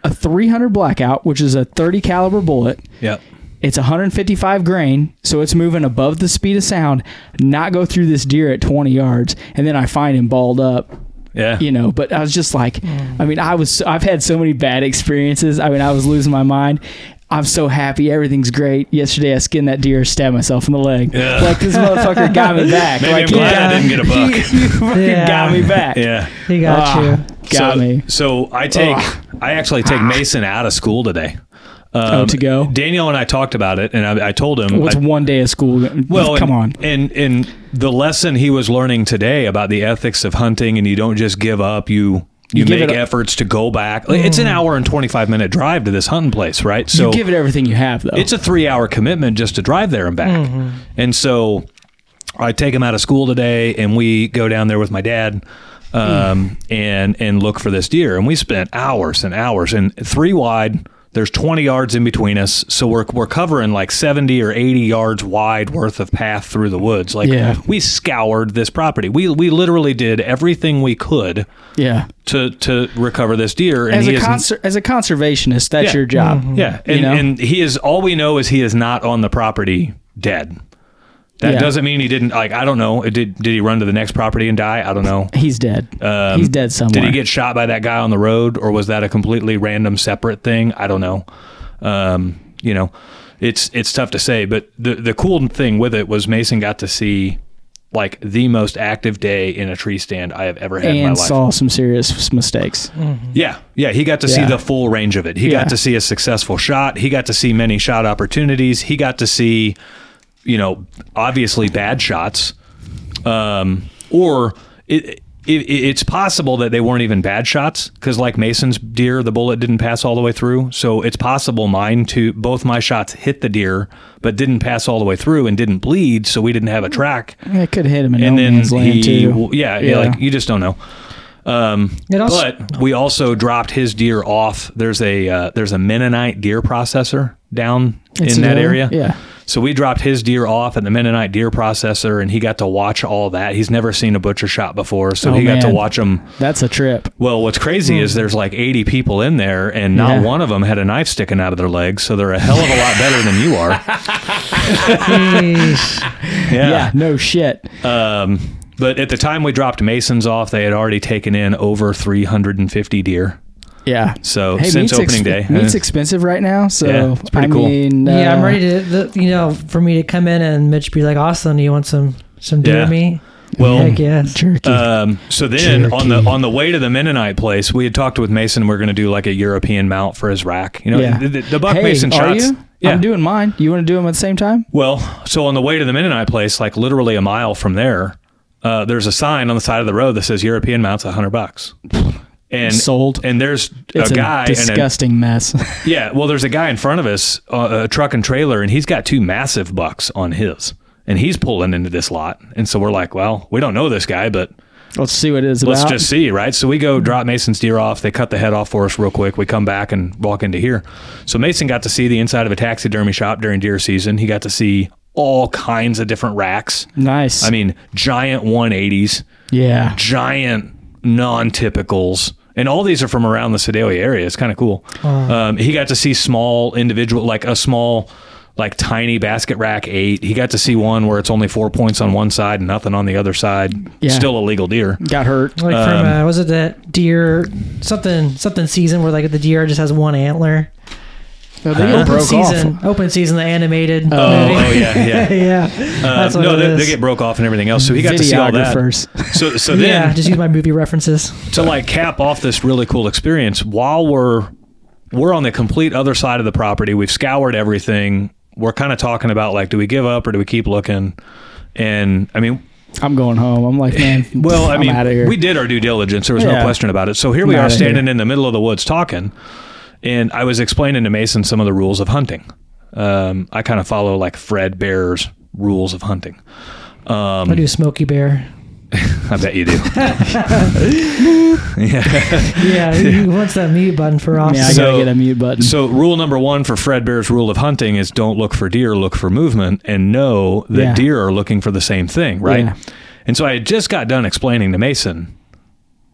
[SPEAKER 2] a 300 blackout, which is a 30 caliber bullet,
[SPEAKER 1] Yeah.
[SPEAKER 2] it's 155 grain, so it's moving above the speed of sound, not go through this deer at 20 yards, and then I find him balled up,
[SPEAKER 1] Yeah.
[SPEAKER 2] you know. But I was just like,
[SPEAKER 3] Hmm.
[SPEAKER 2] I mean, I was, I've had so many bad experiences. I mean, I was losing my mind. I'm so happy. Everything's great. Yesterday, I skinned that deer, stabbed myself in the leg.
[SPEAKER 1] Yeah.
[SPEAKER 2] Like this motherfucker got me back.
[SPEAKER 1] Maybe
[SPEAKER 2] like
[SPEAKER 1] I'm glad I didn't get a buck.
[SPEAKER 2] You, fucking
[SPEAKER 3] Yeah.
[SPEAKER 2] got me back.
[SPEAKER 1] Yeah.
[SPEAKER 3] He got
[SPEAKER 2] Ah,
[SPEAKER 3] you.
[SPEAKER 2] Got
[SPEAKER 1] so,
[SPEAKER 2] me. Ah.
[SPEAKER 1] So I take, I actually take Mason out of school today. Um,
[SPEAKER 2] to go?
[SPEAKER 1] Daniel and I talked about it, and I, I told him.
[SPEAKER 2] What's
[SPEAKER 1] I-
[SPEAKER 2] one day of school?
[SPEAKER 1] well,
[SPEAKER 2] come on.
[SPEAKER 1] and, And and the lesson he was learning today about the ethics of hunting, and you don't just give up. You you,
[SPEAKER 2] give
[SPEAKER 1] make
[SPEAKER 2] it a-
[SPEAKER 1] efforts to go back. Like, It's an hour and twenty five minute drive to this hunting place, right? So
[SPEAKER 2] you give it everything you have, though.
[SPEAKER 1] it's a three hour commitment just to drive there and back.
[SPEAKER 2] Mm-hmm.
[SPEAKER 1] And so I take him out of school today and we go down there with my dad
[SPEAKER 2] Mm.
[SPEAKER 1] um, and and look for this deer. And we spent hours and hours and three wide. There's 20 yards in between us, so we're we're covering like 70 or 80 yards wide worth of path through the woods. Like
[SPEAKER 2] Yeah.
[SPEAKER 1] we scoured this property. We we literally did everything we could
[SPEAKER 2] yeah.
[SPEAKER 1] to to recover this deer. And
[SPEAKER 2] as
[SPEAKER 1] he
[SPEAKER 2] a
[SPEAKER 1] is
[SPEAKER 2] conser- as a conservationist,
[SPEAKER 1] Yeah.
[SPEAKER 2] that's your job.
[SPEAKER 3] Mm-hmm.
[SPEAKER 1] yeah,
[SPEAKER 2] You
[SPEAKER 1] and,
[SPEAKER 2] know?
[SPEAKER 1] and he is all we know is he is not on the property dead. That
[SPEAKER 2] Yeah.
[SPEAKER 1] doesn't mean he didn't like I don't know. Did did he run to the next property and die? I don't know.
[SPEAKER 2] He's dead.
[SPEAKER 1] Um,
[SPEAKER 2] He's dead somewhere.
[SPEAKER 1] Did he get shot by that guy on the road, or was that a completely random separate thing? I don't know. Um, you know, it's it's tough to say. But the the cool thing with it was Mason got to see like the most active day in a tree stand I have ever had in my
[SPEAKER 2] and
[SPEAKER 1] life.
[SPEAKER 2] saw some serious mistakes.
[SPEAKER 3] Mm-hmm.
[SPEAKER 1] Yeah, yeah, he got to see
[SPEAKER 2] Yeah.
[SPEAKER 1] the full range of it. He
[SPEAKER 2] Yeah.
[SPEAKER 1] got to see a successful shot. He got to see many shot opportunities. He got to see, you know, obviously bad shots, um, or it, it, it's possible that they weren't even bad shots because, like Mason's deer, the bullet didn't pass all the way through. So it's possible mine to both my shots hit the deer, but didn't pass all the way through and didn't bleed, so we didn't have a track.
[SPEAKER 2] It could hit him in
[SPEAKER 1] And
[SPEAKER 2] no
[SPEAKER 1] then
[SPEAKER 2] man's land
[SPEAKER 1] he,
[SPEAKER 2] too.
[SPEAKER 1] yeah, yeah, like you just don't know.
[SPEAKER 3] It also,
[SPEAKER 1] But we also dropped his deer off. There's a uh, there's a Mennonite deer processor down in that
[SPEAKER 2] Incidental?
[SPEAKER 1] area.
[SPEAKER 2] Yeah.
[SPEAKER 1] So we dropped his deer off at the Mennonite deer processor, and he got to watch all that. He's never seen a butcher shop before, so
[SPEAKER 2] Oh,
[SPEAKER 1] he got to
[SPEAKER 2] man.
[SPEAKER 1] watch them.
[SPEAKER 2] that's a trip.
[SPEAKER 1] Well, what's crazy is there's like 80 people in there, and not
[SPEAKER 2] Yeah.
[SPEAKER 1] one of them had a knife sticking out of their leg, so they're a hell of a lot better than you are.
[SPEAKER 3] Jeez.
[SPEAKER 2] Yeah. no shit.
[SPEAKER 1] Um, but at the time we dropped Mason's off, they had already taken in over 350 deer.
[SPEAKER 2] Yeah.
[SPEAKER 1] So
[SPEAKER 2] Hey,
[SPEAKER 1] since
[SPEAKER 2] meat's
[SPEAKER 1] opening
[SPEAKER 2] exp-
[SPEAKER 1] day, eh.
[SPEAKER 2] meat's expensive right now. So
[SPEAKER 1] Yeah, it's pretty
[SPEAKER 2] I
[SPEAKER 1] cool.
[SPEAKER 2] mean,
[SPEAKER 3] yeah, I'm
[SPEAKER 2] uh,
[SPEAKER 3] ready to, the, you know, for me to come in and Mitch be like, Austin, do you want some some deer
[SPEAKER 1] Yeah.
[SPEAKER 3] meat?
[SPEAKER 1] well,
[SPEAKER 3] Heck yes.
[SPEAKER 2] Jerky.
[SPEAKER 1] Um, so then on the
[SPEAKER 2] Jerky.
[SPEAKER 1] on the way to the Mennonite place, we had talked with Mason. We're going to do like a European mount for his rack. You know,
[SPEAKER 2] Yeah.
[SPEAKER 1] the, the, the Buck
[SPEAKER 2] hey,
[SPEAKER 1] Mason
[SPEAKER 2] are
[SPEAKER 1] shots.
[SPEAKER 2] you? I'm doing mine. You want to do them at the same time?
[SPEAKER 1] well, so on the way to the Mennonite place, like literally a mile from there, uh, there's a sign on the side of the road that says European mounts a hundred bucks. And
[SPEAKER 2] Sold.
[SPEAKER 1] And there's
[SPEAKER 2] It's
[SPEAKER 1] a
[SPEAKER 2] a,
[SPEAKER 1] guy and a,
[SPEAKER 2] disgusting mess.
[SPEAKER 1] yeah, well, there's a guy in front of us, uh, a truck and trailer, and he's got two massive bucks on his, and he's pulling into this lot, and so we're like, well, we don't know this guy, but
[SPEAKER 2] Let's see what it is
[SPEAKER 1] let's
[SPEAKER 2] about.
[SPEAKER 1] just see, right? So we go drop Mason's deer off. They cut the head off for us real quick. We come back and walk into here. So Mason got to see the inside of a taxidermy shop during deer season. He got to see all kinds of different racks.
[SPEAKER 2] Nice.
[SPEAKER 1] I mean, giant 180s,
[SPEAKER 2] yeah.
[SPEAKER 1] giant non-typicals. And all these are from around the Sedalia area. It's kind of cool. Um, he got to see small individual, like a small, like tiny basket rack eight. He got to see one where it's only four points on one side and nothing on the other side.
[SPEAKER 2] Yeah.
[SPEAKER 1] Still a legal deer.
[SPEAKER 2] Got hurt.
[SPEAKER 3] Like
[SPEAKER 1] um,
[SPEAKER 3] from uh, was it that deer something something season where like the deer just has one antler?
[SPEAKER 2] No,
[SPEAKER 1] Huh?
[SPEAKER 2] they
[SPEAKER 1] Open
[SPEAKER 2] broke
[SPEAKER 3] season,
[SPEAKER 2] off.
[SPEAKER 3] open season, the animated.
[SPEAKER 1] Oh,
[SPEAKER 3] movie.
[SPEAKER 1] oh, yeah, yeah.
[SPEAKER 3] yeah. That's
[SPEAKER 1] Um,
[SPEAKER 3] what
[SPEAKER 1] no,
[SPEAKER 3] it
[SPEAKER 1] they,
[SPEAKER 3] is.
[SPEAKER 1] they get broke off and everything else. So he got to see all that.
[SPEAKER 2] Videographers.
[SPEAKER 1] So, so then
[SPEAKER 3] yeah, just use my movie references.
[SPEAKER 1] to like cap off this really cool experience while we're we're on the complete other side of the property we've scoured everything we're kind of talking about like do we give up or do we keep looking and i mean
[SPEAKER 2] I'm going home. I'm like, man.
[SPEAKER 1] well i
[SPEAKER 2] I'm
[SPEAKER 1] mean
[SPEAKER 2] out of here.
[SPEAKER 1] we did our due diligence there was no
[SPEAKER 2] Yeah.
[SPEAKER 1] question about it so here we
[SPEAKER 2] I'm
[SPEAKER 1] are
[SPEAKER 2] outta
[SPEAKER 1] standing
[SPEAKER 2] here.
[SPEAKER 1] in the middle of the woods talking and i was explaining to mason some of the rules of hunting um, i kind of follow like fred bear's rules of hunting um,
[SPEAKER 3] I do Smokey Bear.
[SPEAKER 1] i bet you do yeah
[SPEAKER 3] Yeah, who wants that mute button for us?
[SPEAKER 2] yeah, I
[SPEAKER 1] So-
[SPEAKER 2] gotta get a mute button.
[SPEAKER 1] So rule number one for Fred Bear's rule of hunting is don't look for deer, look for movement, and know that
[SPEAKER 2] Yeah.
[SPEAKER 1] deer are looking for the same thing, right?
[SPEAKER 2] Yeah.
[SPEAKER 1] And so I had just got done explaining to Mason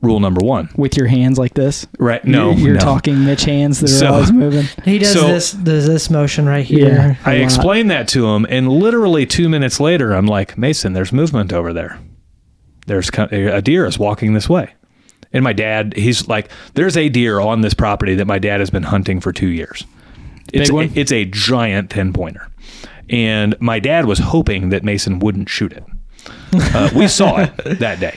[SPEAKER 1] rule number one.
[SPEAKER 2] With your hands like this.
[SPEAKER 1] Right? No,
[SPEAKER 2] You're, you're
[SPEAKER 1] no.
[SPEAKER 2] talking Mitch hands that are
[SPEAKER 1] So-
[SPEAKER 2] always moving.
[SPEAKER 3] He does
[SPEAKER 1] So-
[SPEAKER 3] this does this motion right
[SPEAKER 2] Yeah.
[SPEAKER 3] here.
[SPEAKER 1] I
[SPEAKER 2] a lot.
[SPEAKER 1] explained that to him, and literally two minutes later, I'm like, Mason, there's movement over there. There's co- a deer is walking this way. And my dad, he's like, there's a deer on this property that my dad has been hunting for two years. It's,
[SPEAKER 2] Big one?
[SPEAKER 1] it's a giant 10 pointer. And my dad was hoping that Mason wouldn't shoot it. Uh, we saw it that day.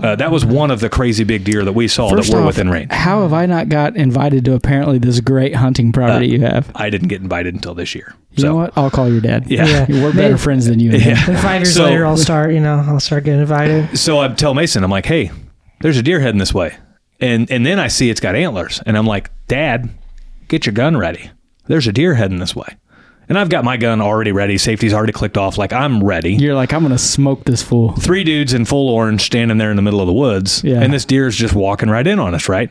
[SPEAKER 1] Uh, that was one of the crazy big deer that we saw that were
[SPEAKER 2] off,
[SPEAKER 1] within range.
[SPEAKER 2] How have I not got invited to apparently this great hunting property you have?
[SPEAKER 1] I didn't get invited until this year.
[SPEAKER 2] You
[SPEAKER 1] Uh, so,
[SPEAKER 2] know what? I'll call your dad.
[SPEAKER 1] Yeah.
[SPEAKER 3] Yeah.
[SPEAKER 2] We're better
[SPEAKER 3] Maybe-
[SPEAKER 2] friends than you and him.
[SPEAKER 3] And five years
[SPEAKER 1] So-
[SPEAKER 3] later, I'll start. You know, I'll start getting invited.
[SPEAKER 1] so I tell Mason, I'm like, hey, there's a deer heading this way. And and then I see it's got antlers. And I'm like, Dad, get your gun ready. There's a deer heading this way. And I've got my gun already ready. Safety's already clicked off. Like I'm ready.
[SPEAKER 2] You're like, I'm gonna smoke this fool.
[SPEAKER 1] Three dudes in full orange standing there in the middle of the woods.
[SPEAKER 2] Yeah.
[SPEAKER 1] And this deer is just walking right in on us, right?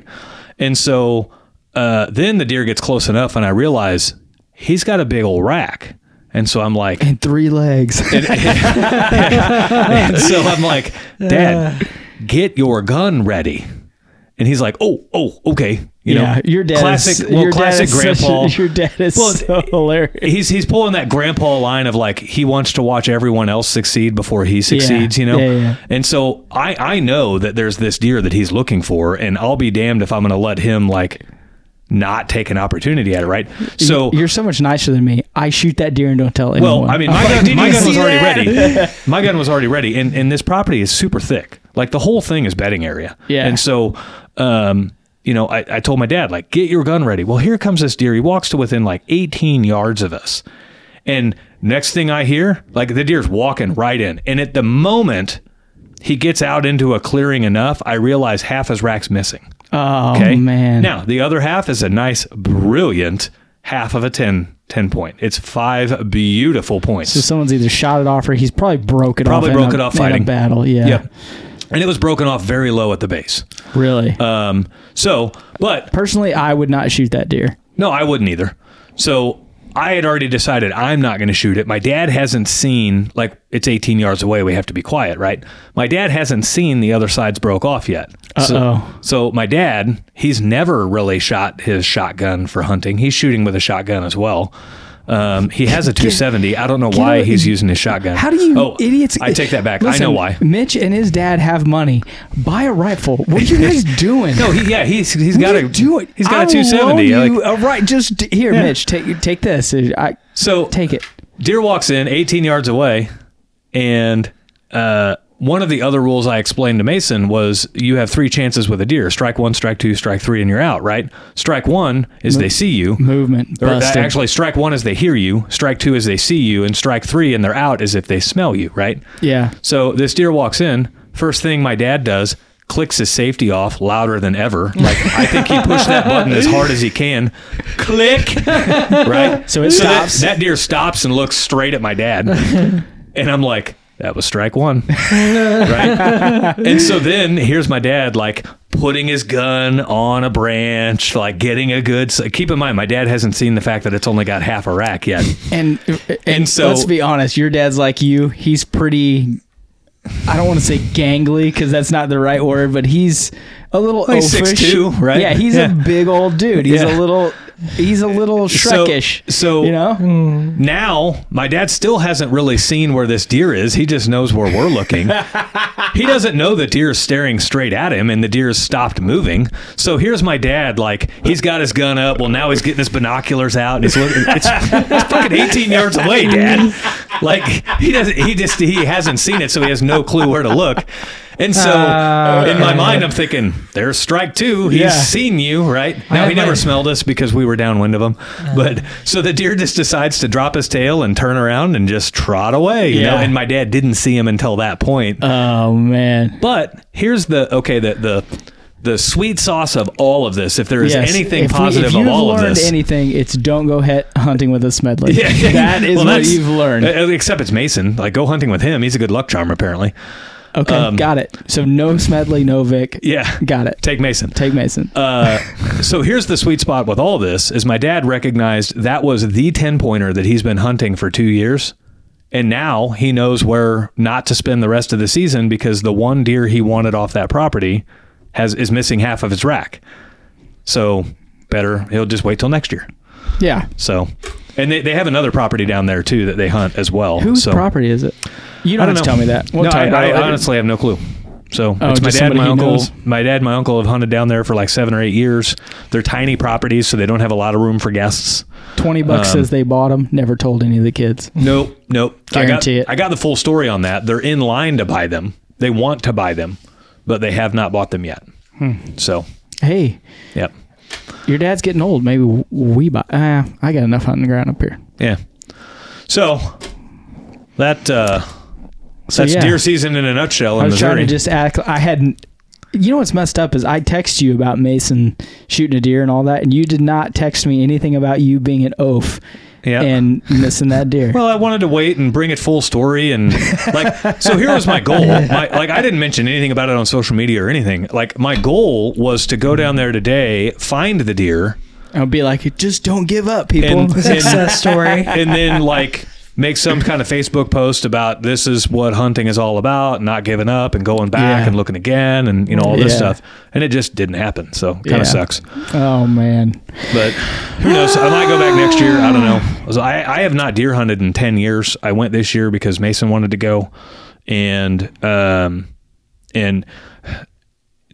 [SPEAKER 1] And so uh, then the deer gets close enough and I realize he's got a big old rack. And so I'm like,
[SPEAKER 2] And three legs.
[SPEAKER 1] And so I'm like, Dad, get your gun ready. And he's like, Oh, oh, okay. You know,
[SPEAKER 2] yeah, your dad.
[SPEAKER 1] classic,
[SPEAKER 2] Is,
[SPEAKER 1] well,
[SPEAKER 2] your
[SPEAKER 1] classic
[SPEAKER 2] dad is such
[SPEAKER 1] grandpa.
[SPEAKER 2] a- your dad is
[SPEAKER 1] Well,
[SPEAKER 2] so hilarious.
[SPEAKER 1] he's he's pulling that grandpa line of like he wants to watch everyone else succeed before he succeeds, you know.
[SPEAKER 2] Yeah, yeah.
[SPEAKER 1] And so I I know that there's this deer that he's looking for, and I'll be damned if I'm going to let him like not take an opportunity at it, right? So
[SPEAKER 2] You're so much nicer than me. I shoot that deer and don't tell anyone.
[SPEAKER 1] Well, I mean,
[SPEAKER 2] I'm
[SPEAKER 1] my
[SPEAKER 2] like,
[SPEAKER 1] gun,
[SPEAKER 2] "Did
[SPEAKER 1] my
[SPEAKER 2] you
[SPEAKER 1] gun was
[SPEAKER 2] see
[SPEAKER 1] already
[SPEAKER 2] that?"
[SPEAKER 1] ready. My gun was already ready, and and this property is super thick. Like the whole thing is bedding area.
[SPEAKER 2] Yeah.
[SPEAKER 1] And so, um, you know, I, I told my dad like, get your gun ready. Well, here comes this deer. He walks to within like 18 yards of us, and next thing I hear, like the deer's walking right in, and at the moment. He gets out into a clearing enough. I realize half his rack's missing.
[SPEAKER 2] Oh
[SPEAKER 1] Okay.
[SPEAKER 2] man.
[SPEAKER 1] Now, the other half is a nice, brilliant half of a 10, 10 point. It's five beautiful points.
[SPEAKER 2] So someone's either shot it off or he's probably broke it
[SPEAKER 1] Probably
[SPEAKER 2] off. in
[SPEAKER 1] broke
[SPEAKER 2] a-
[SPEAKER 1] it off
[SPEAKER 2] in
[SPEAKER 1] fighting.
[SPEAKER 2] a battle. Yeah.
[SPEAKER 1] Yep. And it was broken off very low at the base.
[SPEAKER 2] Really.
[SPEAKER 1] Um, so, but
[SPEAKER 2] Personally, I would not shoot that deer.
[SPEAKER 1] no, I wouldn't either. So I had already decided I'm not going to shoot it. My dad hasn't seen, like, it's 18 yards away. We have to be quiet, right? My dad hasn't seen the other side's broke off yet. So,
[SPEAKER 2] Uh-oh.
[SPEAKER 1] so my dad, he's never really shot his shotgun for hunting. He's shooting with a shotgun as well. Um, he has a 270. I don't know why
[SPEAKER 2] out-
[SPEAKER 1] he's using his shotgun.
[SPEAKER 2] How do you
[SPEAKER 1] oh,
[SPEAKER 2] idiots?
[SPEAKER 1] I take that back. I
[SPEAKER 2] Listen,
[SPEAKER 1] know why.
[SPEAKER 2] Mitch and his dad have money. Buy a rifle. What are you guys doing?
[SPEAKER 1] No, he, yeah, he's he's got a
[SPEAKER 2] do it.
[SPEAKER 1] He's got
[SPEAKER 2] I
[SPEAKER 1] a
[SPEAKER 2] will
[SPEAKER 1] 270.
[SPEAKER 2] loan
[SPEAKER 1] like-
[SPEAKER 2] You, uh, right, just d- here, Mitch. Take take this. I
[SPEAKER 1] so
[SPEAKER 2] take it.
[SPEAKER 1] Deer walks in 18 yards away, and uh, one of the other rules I explained to Mason was you have three chances with a deer: strike one, strike two, strike three, and you're out. Right? Strike one is they see you.
[SPEAKER 2] Movement.
[SPEAKER 1] Or that-
[SPEAKER 2] busted.
[SPEAKER 1] actually, strike one is they hear you. Strike two is they see you, and strike three and they're out is if they smell you. Right?
[SPEAKER 2] yeah.
[SPEAKER 1] So this deer walks in. First thing my dad does, clicks his safety off louder than ever. Like I think he pushed that button as hard as he can. Click. Right.
[SPEAKER 2] So it
[SPEAKER 1] that-
[SPEAKER 2] stops.
[SPEAKER 1] That, deer stops and looks straight at my dad, and I'm like, "That was strike one." right. And so then here's my dad like putting his gun on a branch, like getting a good. s- Keep in mind, my dad hasn't seen the fact that it's only got half a rack yet.
[SPEAKER 2] And, uh, and
[SPEAKER 1] And so-
[SPEAKER 2] let's be honest, your dad's like you. He's pretty. I don't want to say gangly because that's not the right word, but he's a little
[SPEAKER 1] Well, he's
[SPEAKER 2] oafish.
[SPEAKER 1] 6'2", right?
[SPEAKER 2] Yeah, he's
[SPEAKER 1] Yeah.
[SPEAKER 2] a big old dude. He's
[SPEAKER 1] Yeah.
[SPEAKER 2] a little. He's a little
[SPEAKER 1] So-
[SPEAKER 2] Shrekish.
[SPEAKER 1] so-
[SPEAKER 2] you know,
[SPEAKER 1] Now, my dad still hasn't really seen where this deer is. He just knows where we're looking. he doesn't know the deer's staring straight at him and the deer's stopped moving. So here's my dad, like, he's got his gun up. Well, now he's getting his binoculars out and he's looking. It's, it's fucking 18 yards away, dad. Like, he doesn't, he just, he hasn't seen it, so he has no clue where to look. And so
[SPEAKER 3] Ah,
[SPEAKER 1] in my
[SPEAKER 3] okay.
[SPEAKER 1] mind, I'm thinking, there's strike two. He's
[SPEAKER 2] Yeah.
[SPEAKER 1] seen you, right? Now,
[SPEAKER 3] have
[SPEAKER 1] he never
[SPEAKER 3] my-
[SPEAKER 1] smelled us because we were downwind of him. But so the deer just decides to drop his tail and turn around and just trot away. You know,
[SPEAKER 2] Yeah.
[SPEAKER 1] and my dad didn't see him until that point.
[SPEAKER 2] oh man,
[SPEAKER 1] but here's the okay the the the sweet sauce of all of this. If there is
[SPEAKER 2] Yes.
[SPEAKER 1] anything
[SPEAKER 2] If we-
[SPEAKER 1] positive
[SPEAKER 2] if you've
[SPEAKER 1] of all of
[SPEAKER 2] learned
[SPEAKER 1] this.
[SPEAKER 2] anything, it's don't go he- hunting with a Smedley.
[SPEAKER 1] Yeah.
[SPEAKER 2] that is
[SPEAKER 1] Well,
[SPEAKER 2] what
[SPEAKER 1] that's-
[SPEAKER 2] you've learned.
[SPEAKER 1] uh, Except it's Mason. Like, go hunting with him. He's a good luck charm, apparently.
[SPEAKER 2] Okay,
[SPEAKER 1] um,
[SPEAKER 2] got it. So no Smedley, no Vic.
[SPEAKER 1] Yeah.
[SPEAKER 2] Got it.
[SPEAKER 1] Take Mason.
[SPEAKER 2] Take Mason.
[SPEAKER 1] Uh, so here's the sweet spot with all this is my dad recognized that was the 10 pointer that he's been hunting for two years and now he knows where not to spend the rest of the season because the one deer he wanted off that property has is missing half of his rack so better he'll just wait till next year
[SPEAKER 2] yeah.
[SPEAKER 1] so and they, they have another property down there too that they hunt as well
[SPEAKER 2] Whose
[SPEAKER 1] so
[SPEAKER 2] property is it? You
[SPEAKER 1] I don't
[SPEAKER 2] don't, have
[SPEAKER 1] know.
[SPEAKER 2] to tell me that. We'll
[SPEAKER 1] no,
[SPEAKER 2] talk
[SPEAKER 1] I,
[SPEAKER 2] about
[SPEAKER 1] I
[SPEAKER 2] it later.
[SPEAKER 1] honestly have no clue. So
[SPEAKER 2] Oh,
[SPEAKER 1] it's my
[SPEAKER 2] just
[SPEAKER 1] dad, and my
[SPEAKER 2] somebody who
[SPEAKER 1] uncle.
[SPEAKER 2] knows.
[SPEAKER 1] My dad, and my uncle have hunted down there for like seven or eight years. They're tiny properties, so they don't have a lot of room for guests.
[SPEAKER 2] 20 bucks
[SPEAKER 1] Um,
[SPEAKER 2] says they bought them. Never told any of the kids.
[SPEAKER 1] Nope, nope. I
[SPEAKER 2] Guarantee it.
[SPEAKER 1] got, I got the full story on that. They're in line to buy them. They want to buy them, but they have not bought them yet.
[SPEAKER 2] Hmm.
[SPEAKER 1] So,
[SPEAKER 2] Hey,
[SPEAKER 1] yep,
[SPEAKER 2] your dad's getting old. Maybe w- we buy. Uh, I got enough hunting ground up here.
[SPEAKER 1] yeah. So that uh, that's
[SPEAKER 2] yeah.
[SPEAKER 1] deer season in a nutshell in
[SPEAKER 2] I was
[SPEAKER 1] Missouri.
[SPEAKER 2] trying to just act. I hadn't. You know what's messed up is I text you about Mason shooting a deer and all that, and you did not text me anything about you being an oaf
[SPEAKER 1] Yeah.
[SPEAKER 2] and missing that deer.
[SPEAKER 1] Well, I wanted to wait and bring it full story and like so here was my goal. My, like I didn't mention anything about it on social media or anything. Like my goal was to go down there today, find the deer,
[SPEAKER 2] I'll be like, just don't give up, people.
[SPEAKER 1] and and,
[SPEAKER 3] Success story.
[SPEAKER 1] and then like make some kind of Facebook post about this is what hunting is all about, not giving up and going back
[SPEAKER 2] Yeah.
[SPEAKER 1] and looking again and you know all this
[SPEAKER 2] Yeah.
[SPEAKER 1] stuff. And it just didn't happen. So kind of
[SPEAKER 2] Yeah.
[SPEAKER 1] sucks.
[SPEAKER 2] oh man,
[SPEAKER 1] But who knows? I might go back next year. I don't know. So I, I have not deer hunted in 10 years. I went this year because Mason wanted to go. And, um, and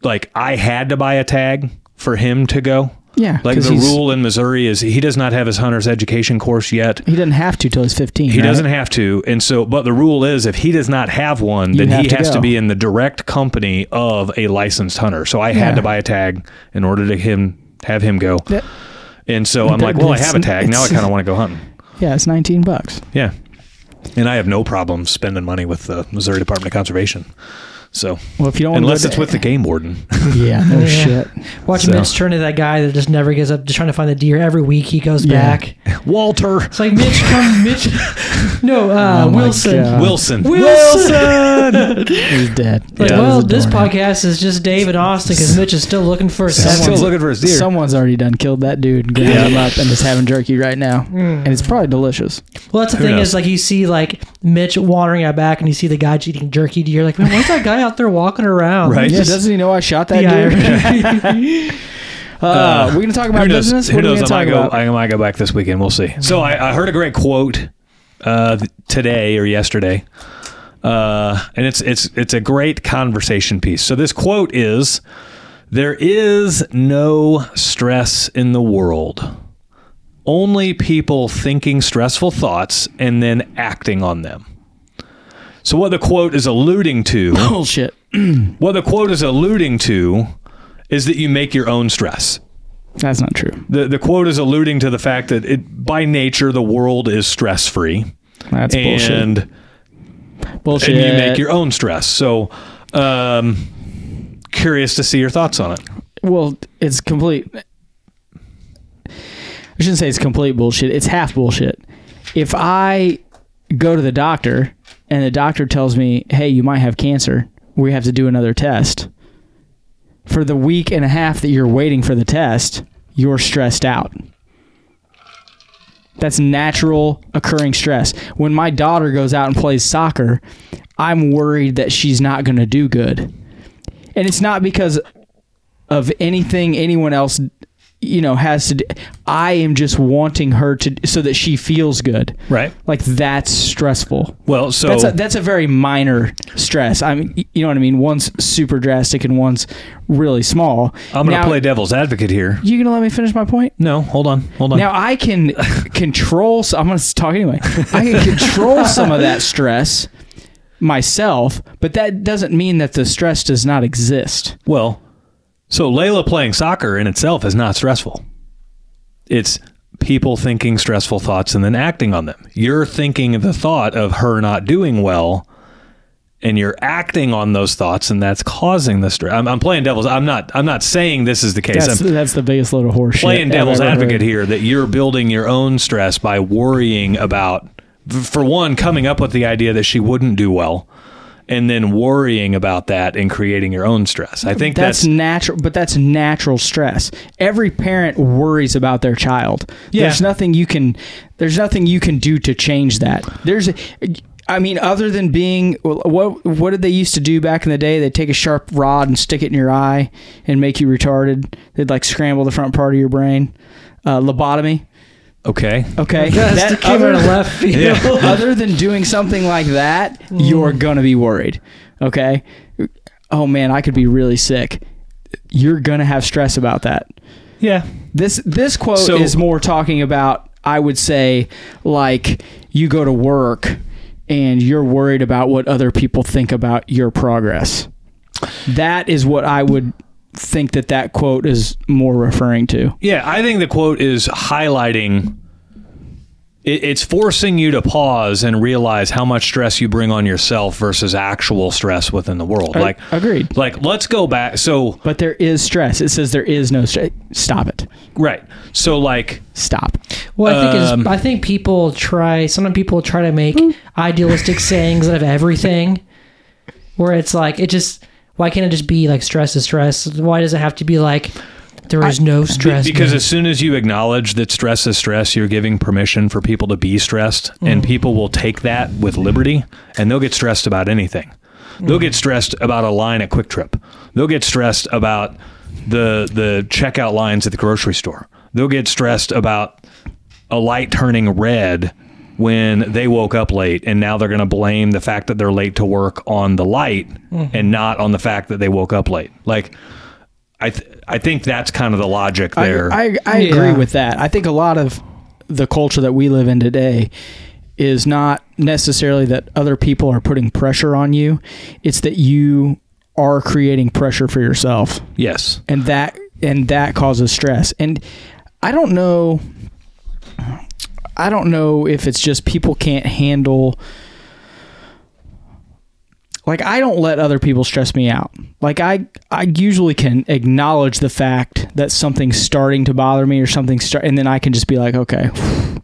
[SPEAKER 1] like I had to buy a tag for him to go.
[SPEAKER 2] yeah.
[SPEAKER 1] Like
[SPEAKER 2] 'cause
[SPEAKER 1] the
[SPEAKER 2] he's-
[SPEAKER 1] rule in Missouri is he does not have his hunter's education course yet.
[SPEAKER 2] he doesn't have to till he's fifteen.
[SPEAKER 1] He
[SPEAKER 2] right?
[SPEAKER 1] doesn't have to. And so, but the rule is if he does not have one, then
[SPEAKER 2] have
[SPEAKER 1] he
[SPEAKER 2] to
[SPEAKER 1] has to
[SPEAKER 2] go.
[SPEAKER 1] be in the direct company of a licensed hunter. So I had
[SPEAKER 2] Yeah.
[SPEAKER 1] to buy a tag in order to him have him go.
[SPEAKER 2] That-
[SPEAKER 1] and so I'm
[SPEAKER 2] that-
[SPEAKER 1] like, well, I have a
[SPEAKER 2] it's-
[SPEAKER 1] tag. Now I
[SPEAKER 2] it's-
[SPEAKER 1] kind of want to go hunting.
[SPEAKER 2] Yeah, it's nineteen bucks.
[SPEAKER 1] Yeah. And I have no problem spending money with the Missouri Department of Conservation. So,
[SPEAKER 2] Well, if you don't, wanna
[SPEAKER 1] unless
[SPEAKER 2] go
[SPEAKER 1] it's
[SPEAKER 2] to-
[SPEAKER 1] with the game warden.
[SPEAKER 2] yeah, no
[SPEAKER 3] Yeah.
[SPEAKER 2] Oh, shit.
[SPEAKER 3] Watch
[SPEAKER 1] So-
[SPEAKER 3] Mitch turn into that guy that just never gives up, just trying to find the deer. Every week he goes
[SPEAKER 2] Yeah.
[SPEAKER 3] back.
[SPEAKER 1] Walter
[SPEAKER 3] It's like Mitch, come, Mitch. No, uh,
[SPEAKER 2] Oh my
[SPEAKER 3] Wilson.
[SPEAKER 2] God.
[SPEAKER 1] Wilson.
[SPEAKER 3] Wilson.
[SPEAKER 2] He's dead.
[SPEAKER 3] like,
[SPEAKER 1] Yeah.
[SPEAKER 3] well,
[SPEAKER 2] That
[SPEAKER 3] this
[SPEAKER 2] was adorable.
[SPEAKER 3] podcast is just David Austin because Mitch is still looking for
[SPEAKER 1] He's still
[SPEAKER 3] someone.
[SPEAKER 1] looking for his deer.
[SPEAKER 2] Someone's already done killed that dude, ground him up, and is having jerky right now,
[SPEAKER 3] Hmm.
[SPEAKER 2] and it's probably delicious.
[SPEAKER 3] Well, that's the
[SPEAKER 1] Who
[SPEAKER 3] thing
[SPEAKER 1] knows?
[SPEAKER 3] is like you see like Mitch wandering out back and you see the guy eating jerky deer. Like, man, why's that guy out there walking around?
[SPEAKER 1] Right.
[SPEAKER 2] yeah,
[SPEAKER 1] just-
[SPEAKER 2] doesn't he know I shot that
[SPEAKER 3] The
[SPEAKER 2] dude?
[SPEAKER 3] irony.
[SPEAKER 2] Uh, we're gonna talk
[SPEAKER 1] who
[SPEAKER 2] about
[SPEAKER 1] knows?
[SPEAKER 2] business.
[SPEAKER 1] Who
[SPEAKER 2] What are we
[SPEAKER 1] knows?
[SPEAKER 2] gonna
[SPEAKER 1] I
[SPEAKER 2] talk
[SPEAKER 1] might go.
[SPEAKER 2] about?
[SPEAKER 1] I might go back this weekend. We'll see. So I, I heard a great quote uh, th- today or yesterday, uh, and it's it's it's a great conversation piece. So this quote is: "There is no stress in the world." Only people thinking stressful thoughts and then acting on them. So, what the quote is alluding to
[SPEAKER 2] Bullshit.
[SPEAKER 1] what the quote is alluding to is that you make your own stress.
[SPEAKER 2] That's not true.
[SPEAKER 1] The the quote is alluding to the fact that it by nature the world is stress free
[SPEAKER 2] That's bullshit.
[SPEAKER 1] and,
[SPEAKER 2] Bullshit.
[SPEAKER 1] and you make your own stress. So um curious to see your thoughts on it.
[SPEAKER 2] well, it's complete. I shouldn't say it's complete bullshit. It's half bullshit. If I go to the doctor and the doctor tells me, "Hey, you might have cancer. We have to do another test." for the week and a half that you're waiting for the test, you're stressed out. That's natural occurring stress. When my daughter goes out and plays soccer, I'm worried that she's not going to do good. And it's not because of anything anyone else you know has to do. I am just wanting her to so that she feels good.
[SPEAKER 1] Right.
[SPEAKER 2] Like that's stressful.
[SPEAKER 1] Well, so
[SPEAKER 2] That's a, that's a very minor stress. I mean, you know what I mean. One's super drastic and one's really small.
[SPEAKER 1] I'm going
[SPEAKER 2] Now-
[SPEAKER 1] to play devil's advocate here.
[SPEAKER 2] You gonna let me finish my point?
[SPEAKER 1] No, hold on, hold on.
[SPEAKER 2] Now I can control. s- I'm gonna s- talk anyway. I can control some of that stress myself, but that doesn't mean that the stress does not exist.
[SPEAKER 1] well, so Layla playing soccer in itself is not stressful. It's people thinking stressful thoughts and then acting on them. You're thinking the thought of her not doing well, and you're acting on those thoughts, and that's causing the stress. I'm, I'm playing devil's. I'm not. I'm not saying this is the case.
[SPEAKER 2] That's
[SPEAKER 1] I'm
[SPEAKER 2] that's the biggest little horseshit.
[SPEAKER 1] playing
[SPEAKER 2] I've
[SPEAKER 1] devil's
[SPEAKER 2] ever heard.
[SPEAKER 1] advocate here that you're building your own stress by worrying about for one coming up with the idea that she wouldn't do well and then worrying about that and creating your own stress i think
[SPEAKER 2] that's,
[SPEAKER 1] that's,
[SPEAKER 2] natural but that's natural stress every parent worries about their child
[SPEAKER 1] Yeah.
[SPEAKER 2] there's nothing you can there's nothing you can do to change that there's i mean other than being what what did they used to do back in the day they'd take a sharp rod and stick it in your eye and make you retarded they'd like scramble the front part of your brain uh, lobotomy
[SPEAKER 1] okay
[SPEAKER 2] okay
[SPEAKER 3] That's the
[SPEAKER 2] That
[SPEAKER 3] came out
[SPEAKER 2] other-
[SPEAKER 3] of left field.
[SPEAKER 2] other than doing something like that, you're gonna be worried. Okay. Oh man, I could be really sick. You're gonna have stress about that.
[SPEAKER 1] yeah
[SPEAKER 2] This this quote
[SPEAKER 1] So-
[SPEAKER 2] is more talking about, I would say, like you go to work and you're worried about what other people think about your progress. That is what I would think that that quote is more referring to.
[SPEAKER 1] yeah i think the quote is highlighting it, it's forcing you to pause and realize how much stress you bring on yourself versus actual stress within the world like
[SPEAKER 2] agreed.
[SPEAKER 1] like let's go back so
[SPEAKER 2] But there is stress. It says there is no stress. Stop it.
[SPEAKER 1] right so like
[SPEAKER 2] Stop.
[SPEAKER 3] Well, I think is
[SPEAKER 1] Um,
[SPEAKER 3] I think people try. Sometimes people try to make
[SPEAKER 2] Hmm.
[SPEAKER 3] idealistic sayings out of everything, where it's like it just. Why can't it just be like stress is stress? Why does it have to be like there is no stress?
[SPEAKER 1] Because
[SPEAKER 3] man?
[SPEAKER 1] as soon as you acknowledge that stress is stress, you're giving permission for people to be stressed, and
[SPEAKER 3] Mm.
[SPEAKER 1] people will take that with liberty, and they'll get stressed about anything. They'll
[SPEAKER 3] Mm.
[SPEAKER 1] get stressed about a line at Quick Trip. They'll get stressed about the the checkout lines at the grocery store. They'll get stressed about a light turning red when they woke up late and now they're going to blame the fact that they're late to work on the light
[SPEAKER 2] Mm-hmm.
[SPEAKER 1] and not on the fact that they woke up late. Like I th- I think that's kind of the logic
[SPEAKER 2] I-
[SPEAKER 1] there.
[SPEAKER 2] I, I agree
[SPEAKER 3] Yeah.
[SPEAKER 2] with that. I think a lot of the culture that we live in today is not necessarily that other people are putting pressure on you, it's that you are creating pressure for yourself
[SPEAKER 1] yes.
[SPEAKER 2] and that and that causes stress and i don't know i don't know if it's just people can't handle like i don't let other people stress me out like i i usually can acknowledge the fact that something's starting to bother me or something start and then i can just be like okay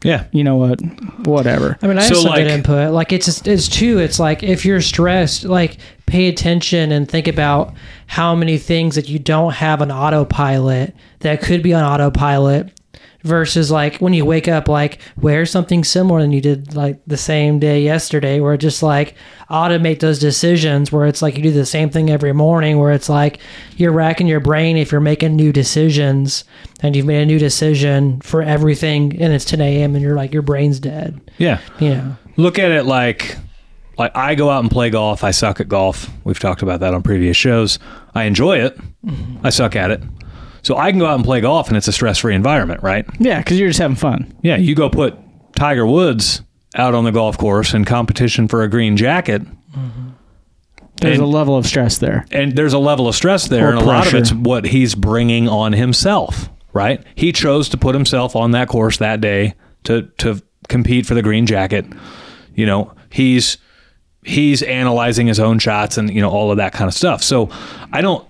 [SPEAKER 1] Yeah.
[SPEAKER 2] you know what whatever
[SPEAKER 3] I mean, I
[SPEAKER 1] So,
[SPEAKER 3] have some
[SPEAKER 1] like-
[SPEAKER 3] good input. Like it's just, it's too. It's like if you're stressed, like pay attention and think about how many things that you don't have on autopilot that could be on autopilot versus like when you wake up like wear something similar than you did like the same day yesterday where just like automate those decisions where it's like you do the same thing every morning where it's like you're racking your brain if you're making new decisions and you've made a new decision for everything and it's 10 a.m and you're like your brain's dead
[SPEAKER 1] Yeah.
[SPEAKER 3] yeah.
[SPEAKER 1] Look at it like like I go out and play golf. I suck at golf. We've talked about that on previous shows. I enjoy it.
[SPEAKER 2] Mm-hmm.
[SPEAKER 1] I suck at it. So I can go out and play golf and it's a stress-free environment, right?
[SPEAKER 2] yeah because you're just having fun
[SPEAKER 1] Yeah, you go put Tiger Woods out on the golf course in competition for a green jacket,
[SPEAKER 2] there's
[SPEAKER 1] And-
[SPEAKER 2] a level of stress there
[SPEAKER 1] and there's a level of stress there,
[SPEAKER 2] Or
[SPEAKER 1] and a lot of
[SPEAKER 2] pressure.
[SPEAKER 1] it's what he's bringing on himself. Right? He chose to put himself on that course that day to to compete for the green jacket. You know, he's he's analyzing his own shots and you know all of that kind of stuff. So I don't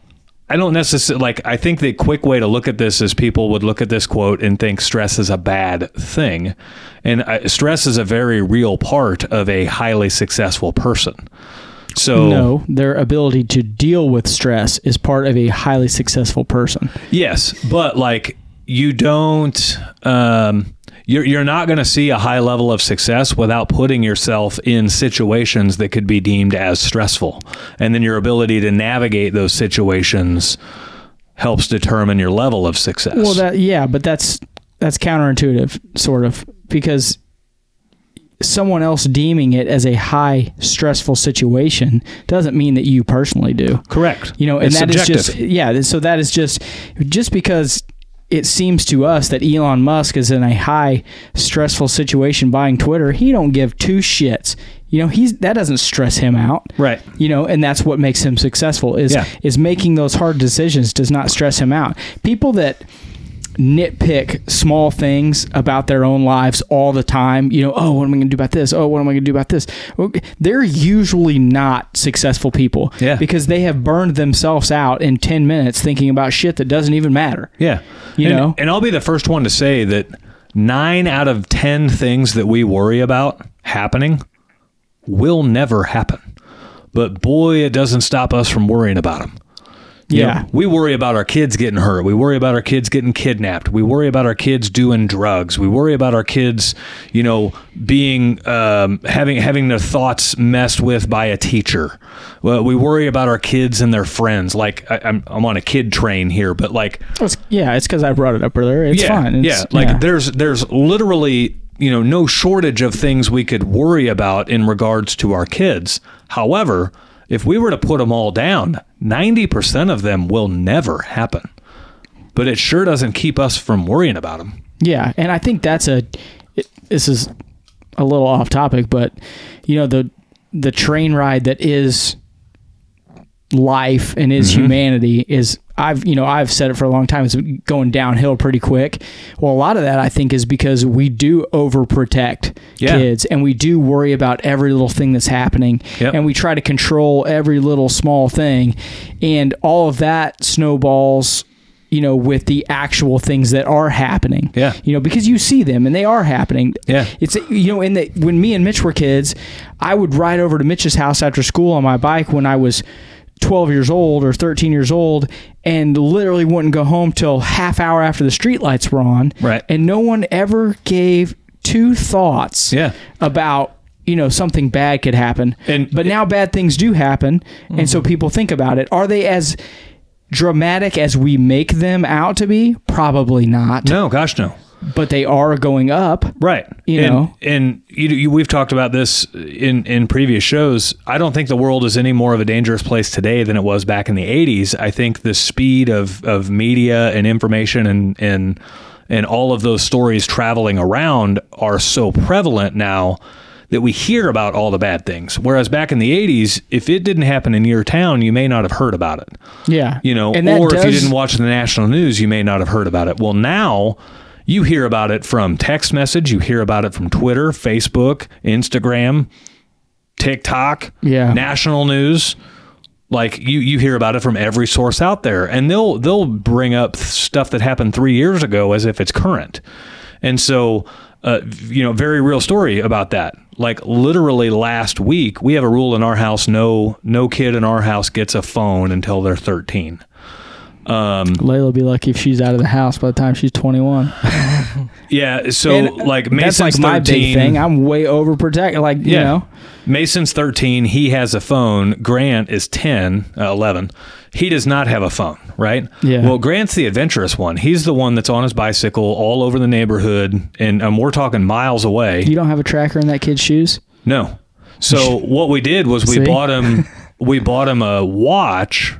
[SPEAKER 1] I don't necessarily like I think the quick way to look at this is people would look at this quote and think stress is a bad thing. And uh, stress is a very real part of a highly successful person. So
[SPEAKER 2] No, their ability to deal with stress is part of a highly successful person.
[SPEAKER 1] Yes, but like you don't um you're you're not going to see a high level of success without putting yourself in situations that could be deemed as stressful. And then your ability to navigate those situations helps determine your level of success.
[SPEAKER 2] Well, that yeah, but that's that's counterintuitive, sort of, because someone else deeming it as a high stressful situation doesn't mean that you personally do.
[SPEAKER 1] correct.
[SPEAKER 2] You know, and
[SPEAKER 1] it's
[SPEAKER 2] that is
[SPEAKER 1] subjective.
[SPEAKER 2] just yeah. So that is just just because it seems to us that Elon Musk is in a high stressful situation buying Twitter. He don't give two shits. You know, he's that doesn't stress him out.
[SPEAKER 1] right.
[SPEAKER 2] You know, and that's what makes him successful is
[SPEAKER 1] Yeah.
[SPEAKER 2] is making those hard decisions does not stress him out. People that nitpick small things about their own lives all the time, you know, oh, what am I going to do about this? Oh, what am I going to do about this? Well, They're usually not successful people
[SPEAKER 1] Yeah.
[SPEAKER 2] because they have burned themselves out in 10 minutes thinking about shit that doesn't even matter.
[SPEAKER 1] Yeah.
[SPEAKER 2] You
[SPEAKER 1] and,
[SPEAKER 2] know?
[SPEAKER 1] and I'll be the first one to say that 9 out of 10 things that we worry about happening will never happen. But boy, it doesn't stop us from worrying about them. You know, we worry about our kids getting hurt. We worry about our kids getting kidnapped. We worry about our kids doing drugs. We worry about our kids, you know, being um, having having their thoughts messed with by a teacher. Well, we worry about our kids and their friends. Like I, I'm, I'm on a kid train here, but like
[SPEAKER 2] It's, yeah, it's cuz I brought it up earlier. It's
[SPEAKER 1] yeah,
[SPEAKER 2] fine. It's-
[SPEAKER 1] yeah, like
[SPEAKER 2] yeah.
[SPEAKER 1] there's there's literally you know no shortage of things we could worry about in regards to our kids. However, if we were to put them all down, ninety percent of them will never happen. But it sure doesn't keep us from worrying about them.
[SPEAKER 2] Yeah, and I think that's a. it- This is a little off topic, but you know the the train ride that is life and is
[SPEAKER 1] Mm-hmm.
[SPEAKER 2] humanity is I've you know I've said it for a long time. It's going downhill pretty quick. Well, a lot of that I think is because we do overprotect
[SPEAKER 1] Yeah.
[SPEAKER 2] kids and we do worry about every little thing that's happening
[SPEAKER 1] Yep.
[SPEAKER 2] and we try to control every little small thing and all of that snowballs you know with the actual things that are happening
[SPEAKER 1] Yeah.
[SPEAKER 2] you know because you see them and they are happening
[SPEAKER 1] Yeah.
[SPEAKER 2] it's you know in the when me and mitch were kids i would ride over to mitch's house after school on my bike when i was 12 years old or 13 years old and literally wouldn't go home till half hour after the streetlights were on
[SPEAKER 1] Right.
[SPEAKER 2] and no one ever gave two thoughts
[SPEAKER 1] Yeah.
[SPEAKER 2] about you know something bad could happen
[SPEAKER 1] And- Mm-hmm.
[SPEAKER 2] but now bad things do happen and so people think about it are they as dramatic as we make them out to be probably not
[SPEAKER 1] No, gosh, no.
[SPEAKER 2] but they are going up
[SPEAKER 1] Right.
[SPEAKER 2] You
[SPEAKER 1] and,
[SPEAKER 2] know?
[SPEAKER 1] and you, you, we've talked about this in, in previous shows. I don't think the world is any more of a dangerous place today than it was back in the 80s. I think the speed of, of media and information and, and, and all of those stories traveling around are so prevalent now that we hear about all the bad things. Whereas back in the 80s, if it didn't happen in your town, you may not have heard about it
[SPEAKER 2] yeah
[SPEAKER 1] you know,
[SPEAKER 2] and that
[SPEAKER 1] or if you
[SPEAKER 2] does-
[SPEAKER 1] didn't watch the national news, you may not have heard about it. Well, now you hear about it from text message, you hear about it from Twitter, Facebook, Instagram, TikTok,
[SPEAKER 2] Yeah.
[SPEAKER 1] national news. Like you, you hear about it from every source out there, and they'll they'll bring up stuff that happened three years ago as if it's current. And so, uh, you know, very real story about that. Like literally last week, we have a rule in our house: no, no kid in our house gets a phone until they're thirteen.
[SPEAKER 2] layla will be lucky if she's out of the house by the time she's 21
[SPEAKER 1] Yeah. So
[SPEAKER 2] And
[SPEAKER 1] like
[SPEAKER 2] that's
[SPEAKER 1] Mason's
[SPEAKER 2] like my big
[SPEAKER 1] thirteen.
[SPEAKER 2] thing i'm way overprotected like you know
[SPEAKER 1] Mason's 13. He has a phone. Grant is 10, uh, 11. He does not have a phone, right?
[SPEAKER 2] Yeah.
[SPEAKER 1] Well, Grant's the adventurous one. He's the one that's on his bicycle all over the neighborhood, and um, we're talking miles away.
[SPEAKER 2] you don't have a tracker in that kid's shoes
[SPEAKER 1] No. So what we did was we
[SPEAKER 2] See?
[SPEAKER 1] bought him we bought him a watch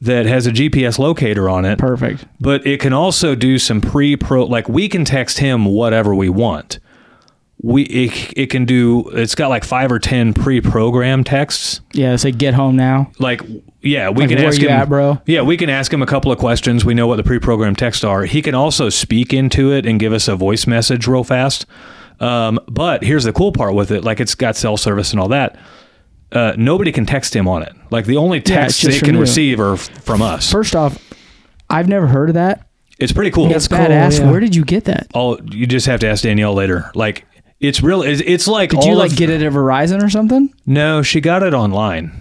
[SPEAKER 1] that has a GPS locator on it,
[SPEAKER 2] perfect
[SPEAKER 1] but it can also do some pre-pro like we can text him whatever we want. We it, it can do it's got like 5 or 10 pre-programmed texts.
[SPEAKER 2] yeah say get home now
[SPEAKER 1] Like yeah, we
[SPEAKER 2] Like,
[SPEAKER 1] can
[SPEAKER 2] where
[SPEAKER 1] ask
[SPEAKER 2] you
[SPEAKER 1] him
[SPEAKER 2] at, bro?
[SPEAKER 1] Yeah, we can ask him a couple of questions. We know what the pre-programmed texts are. He can also speak into it and give us a voice message real fast. Um, but here's the cool part with it: like it's got cell service and all that. Uh, nobody can text him on it. Like the only
[SPEAKER 2] it's
[SPEAKER 1] texts
[SPEAKER 2] just
[SPEAKER 1] they
[SPEAKER 2] from
[SPEAKER 1] can
[SPEAKER 2] you.
[SPEAKER 1] receive are f- from us.
[SPEAKER 2] first off i've never heard of that
[SPEAKER 1] it's pretty cool.
[SPEAKER 2] that's
[SPEAKER 3] cool,
[SPEAKER 2] badass
[SPEAKER 3] yeah.
[SPEAKER 2] where did you get that
[SPEAKER 1] All you just have to ask Danielle later. Like It's real. It's, it's like
[SPEAKER 2] Did
[SPEAKER 1] all
[SPEAKER 2] you like
[SPEAKER 1] of-
[SPEAKER 2] get it at Verizon or something?
[SPEAKER 1] No, she got it online.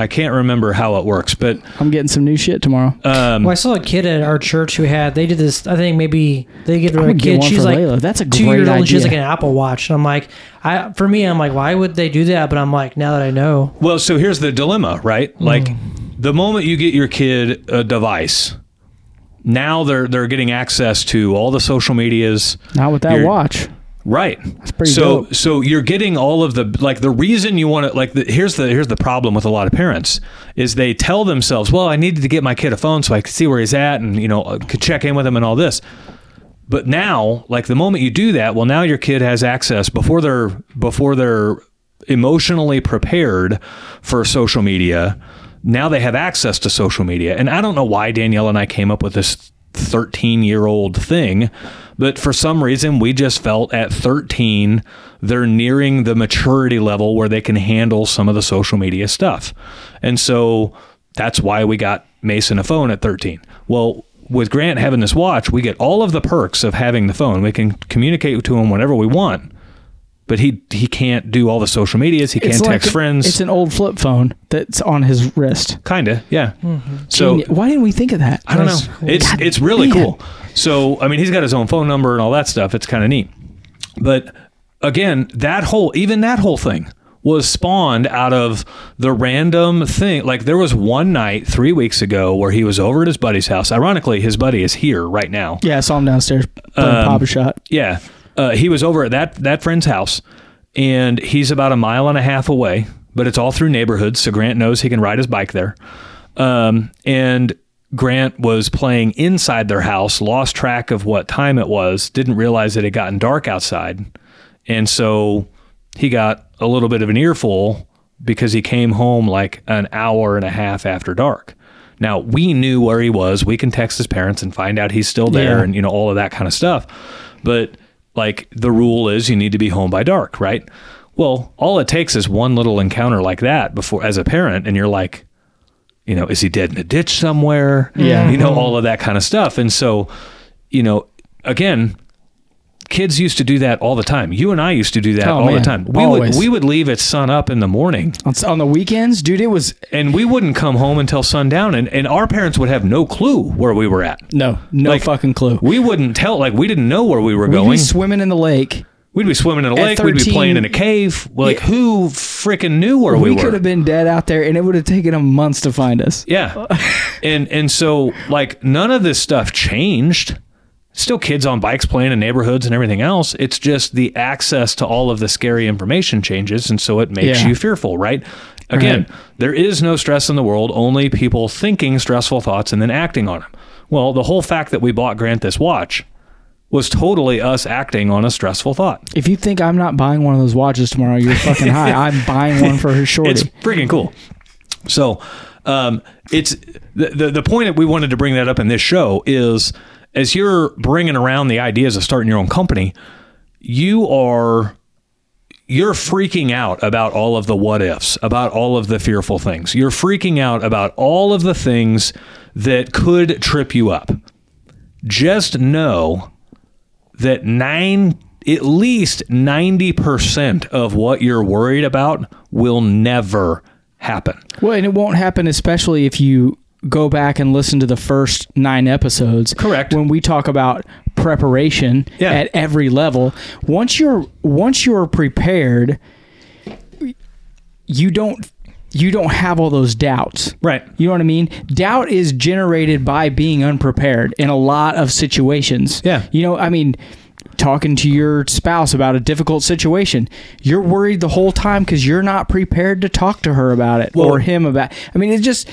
[SPEAKER 1] I can't remember how it works, but
[SPEAKER 2] I'm getting some new shit tomorrow.
[SPEAKER 1] um,
[SPEAKER 3] Well, I saw a kid at our church who had. They did this. I think maybe they get her
[SPEAKER 2] gonna
[SPEAKER 3] a
[SPEAKER 2] get
[SPEAKER 3] kid.
[SPEAKER 2] one
[SPEAKER 3] She's
[SPEAKER 2] for
[SPEAKER 3] like
[SPEAKER 2] Layla. That's a
[SPEAKER 3] two
[SPEAKER 2] great
[SPEAKER 3] years old. She has
[SPEAKER 2] idea.
[SPEAKER 3] like an Apple Watch, and I'm like, I for me, I'm like, why would they do that? But I'm like, now that I know,
[SPEAKER 1] well, so here's the dilemma,
[SPEAKER 2] Hmm.
[SPEAKER 1] right? Like the moment you get your kid a device, now they're they're getting access to all the social medias,
[SPEAKER 2] Not with that
[SPEAKER 1] you're-
[SPEAKER 2] watch.
[SPEAKER 1] Right.
[SPEAKER 2] pretty
[SPEAKER 1] so
[SPEAKER 2] dope.
[SPEAKER 1] so you're getting all of the like the reason you want to like the, here's the here's the problem with a lot of parents is they tell themselves, "Well, I needed to get my kid a phone so I could see where he's at and you know uh, could check in with him and all this." But now, like the moment you do that, well now your kid has access before they're before they're emotionally prepared for social media. Now they have access to social media. And I don't know why Danielle and I came up with this 13 year old thing. But for some reason, we just felt at 13, they're nearing the maturity level where they can handle some of the social media stuff. And so that's why we got Mason a phone at 13. Well, with Grant having this watch, we get all of the perks of having the phone. We can communicate to him whenever we want, but he he can't do all the social medias. He can't text
[SPEAKER 2] like- It's
[SPEAKER 1] friends.
[SPEAKER 2] an old flip phone that's on his wrist.
[SPEAKER 1] Kinda, yeah.
[SPEAKER 2] Mm-hmm.
[SPEAKER 1] So
[SPEAKER 2] Geni- why didn't we think of that?
[SPEAKER 1] I don't know.
[SPEAKER 3] That's cool.
[SPEAKER 1] It's
[SPEAKER 2] God
[SPEAKER 1] it's really
[SPEAKER 2] damn.
[SPEAKER 1] cool. So I mean, he's got his own phone number and all that stuff. It's kind of neat. But again, that whole even that whole thing was spawned out of the random thing. Like there was one night three weeks ago where he was over at his buddy's house. Ironically, his buddy is here right now.
[SPEAKER 2] Yeah, I saw him downstairs playing
[SPEAKER 1] Um,
[SPEAKER 2] Papa Shot.
[SPEAKER 1] Yeah. Uh, he was over at that that friend's house, and he's about a mile and a half away. But it's all through neighborhoods, so Grant knows he can ride his bike there. Um, and Grant was playing inside their house, lost track of what time it was, didn't realize it had gotten dark outside, and so he got a little bit of an earful because he came home like an hour and a half after dark. Now we knew where he was. We can text his parents and find out he's still there,
[SPEAKER 2] Yeah.
[SPEAKER 1] and you know all of that kind of stuff. But like the rule is, you need to be home by dark, right? Well, all it takes is one little encounter like that before, as a parent, and you're like, you know, is he dead in a ditch somewhere?
[SPEAKER 2] Yeah.
[SPEAKER 1] You know, all of that kind of stuff. And so, you know, again, kids used to do that all the time. You and I used to do that
[SPEAKER 2] Oh,
[SPEAKER 1] all the
[SPEAKER 2] man.
[SPEAKER 1] time. We
[SPEAKER 2] Always.
[SPEAKER 1] would we would leave at sun up in the morning
[SPEAKER 2] On, s- on the weekends, dude, it was
[SPEAKER 1] and we wouldn't come home until sundown and, and our parents would have no clue where we were at.
[SPEAKER 2] no, no
[SPEAKER 1] Like,
[SPEAKER 2] fucking clue.
[SPEAKER 1] We wouldn't tell like we didn't know where we were
[SPEAKER 2] We'd
[SPEAKER 1] going.
[SPEAKER 2] be swimming in the lake.
[SPEAKER 1] we'd be swimming in a
[SPEAKER 2] at
[SPEAKER 1] lake, we'd be
[SPEAKER 2] 13
[SPEAKER 1] playing in a cave. Like who freaking knew where we,
[SPEAKER 2] We,
[SPEAKER 1] were?
[SPEAKER 2] could have been dead out there, and it would have taken them months to find us.
[SPEAKER 1] Yeah. and and so like none of this stuff changed. Still kids on bikes playing in neighborhoods and everything else. It's just the access to all of the scary information changes and so it makes
[SPEAKER 2] Yeah.
[SPEAKER 1] you fearful, right? Again,
[SPEAKER 2] Right.
[SPEAKER 1] there is no stress in the world, only people thinking stressful thoughts and then acting on them. Well, the whole fact that we bought Grant this watch was totally us acting on a stressful thought.
[SPEAKER 2] If you think I'm not buying one of those watches tomorrow, you're fucking high. I'm buying one for her
[SPEAKER 1] It's
[SPEAKER 2] shorty.
[SPEAKER 1] freaking cool. So, um, it's the, the the point that we wanted to bring that up in this show is as you're bringing around the ideas of starting your own company, you are you're freaking out about all of the what ifs, about all of the fearful things. You're freaking out about all of the things that could trip you up. Just know that nine at least 90% of what you're worried about will never happen.
[SPEAKER 2] Well, and it won't happen, especially if you go back and listen to the first nine episodes.
[SPEAKER 1] Correct.
[SPEAKER 2] When we talk about preparation
[SPEAKER 1] Yeah.
[SPEAKER 2] at every level, once you're once you're prepared, you don't you don't have all those doubts.
[SPEAKER 1] Right.
[SPEAKER 2] You know what I mean? Doubt is generated by being unprepared in a lot of situations.
[SPEAKER 1] Yeah.
[SPEAKER 2] You know, I mean, talking to your spouse about a difficult situation, you're worried the whole time because you're not prepared to talk to her about it
[SPEAKER 1] Well-
[SPEAKER 2] or him about. I mean, it's just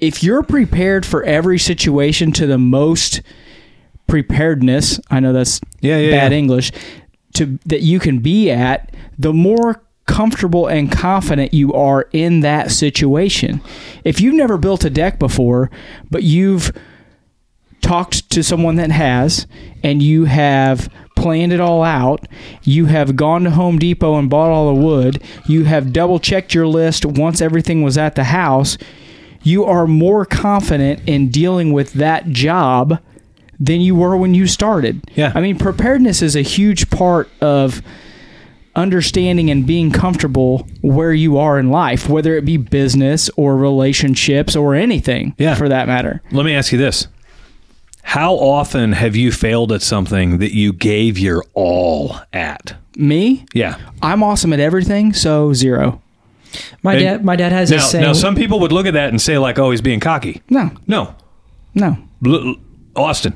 [SPEAKER 2] if you're prepared for every situation to the most preparedness. I know that's
[SPEAKER 1] Yeah, yeah,
[SPEAKER 2] bad
[SPEAKER 1] yeah.
[SPEAKER 2] English to that you can be at, the more comfortable and confident you are in that situation. If you've never built a deck before, but you've talked to someone that has and you have planned it all out, you have gone to Home Depot and bought all the wood, you have double checked your list once everything was at the house, you are more confident in dealing with that job than you were when you started.
[SPEAKER 1] Yeah.
[SPEAKER 2] I mean, preparedness is a huge part of understanding and being comfortable where you are in life, whether it be business or relationships or anything
[SPEAKER 1] Yeah.
[SPEAKER 2] for that matter.
[SPEAKER 1] Let me ask you this. How often have you failed at something that you gave your all at?
[SPEAKER 2] Me,
[SPEAKER 1] Yeah.
[SPEAKER 2] I'm awesome at everything, so zero.
[SPEAKER 3] My
[SPEAKER 1] And-
[SPEAKER 3] dad, my dad has
[SPEAKER 1] Now,
[SPEAKER 3] this saying.
[SPEAKER 1] now, some people would look at that and say, like, oh, he's being cocky.
[SPEAKER 2] No,
[SPEAKER 1] No.
[SPEAKER 2] no.
[SPEAKER 1] L- l- Austin,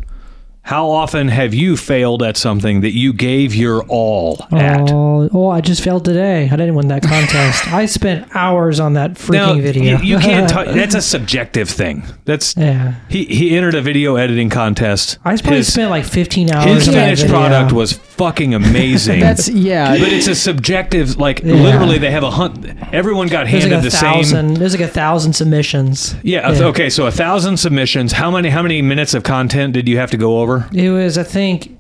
[SPEAKER 1] how often have you failed at something that you gave your all at?
[SPEAKER 3] Oh, oh, I just failed today. I didn't win that contest. I spent hours on that freaking
[SPEAKER 1] Now,
[SPEAKER 3] video.
[SPEAKER 1] You, you can't. T- that's a subjective thing. That's
[SPEAKER 3] yeah,
[SPEAKER 1] he. He entered a video editing contest.
[SPEAKER 3] I probably
[SPEAKER 1] his,
[SPEAKER 3] spent like 15 hours.
[SPEAKER 1] his
[SPEAKER 3] on that
[SPEAKER 1] finished
[SPEAKER 3] video.
[SPEAKER 1] product was fucking amazing.
[SPEAKER 2] That's yeah.
[SPEAKER 1] but it's a subjective. Like
[SPEAKER 3] Yeah.
[SPEAKER 1] literally, they have a hunt. Everyone got
[SPEAKER 3] There's
[SPEAKER 1] handed
[SPEAKER 3] like a
[SPEAKER 1] the same.
[SPEAKER 3] thousand. There's like a thousand submissions.
[SPEAKER 1] Yeah, a- Okay. So a thousand submissions. How many? How many minutes of content did you have to go over?
[SPEAKER 3] It was, I think,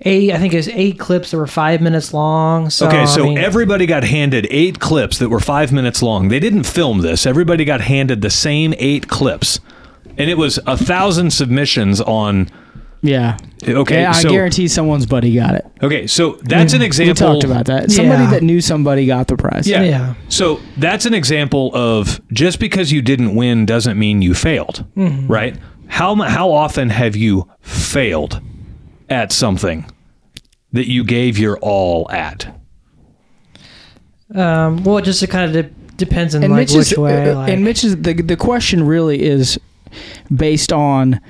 [SPEAKER 3] eight. I think it was eight clips that were five minutes long. So,
[SPEAKER 1] Okay, so
[SPEAKER 3] Oh, I mean,
[SPEAKER 1] everybody got handed eight clips that were five minutes long. They didn't film this. Everybody got handed the same eight clips, and it was a thousand submissions on.
[SPEAKER 2] yeah.
[SPEAKER 1] Uh, Okay,
[SPEAKER 2] Yeah, I
[SPEAKER 1] so
[SPEAKER 2] guarantee someone's buddy got it.
[SPEAKER 1] okay, so that's an
[SPEAKER 2] We
[SPEAKER 1] example.
[SPEAKER 2] talked about that. Somebody
[SPEAKER 3] Yeah.
[SPEAKER 2] that knew somebody got the prize.
[SPEAKER 1] Yeah.
[SPEAKER 3] Yeah.
[SPEAKER 1] So that's an example of just because you didn't win doesn't mean you failed,
[SPEAKER 2] Mm-hmm.
[SPEAKER 1] right? How mu- how often have you failed at something that you gave your all at?
[SPEAKER 3] um, well, it just it kind of de- depends on like which way.
[SPEAKER 2] uh,
[SPEAKER 3] like,
[SPEAKER 2] and Mitch's the the question really is based on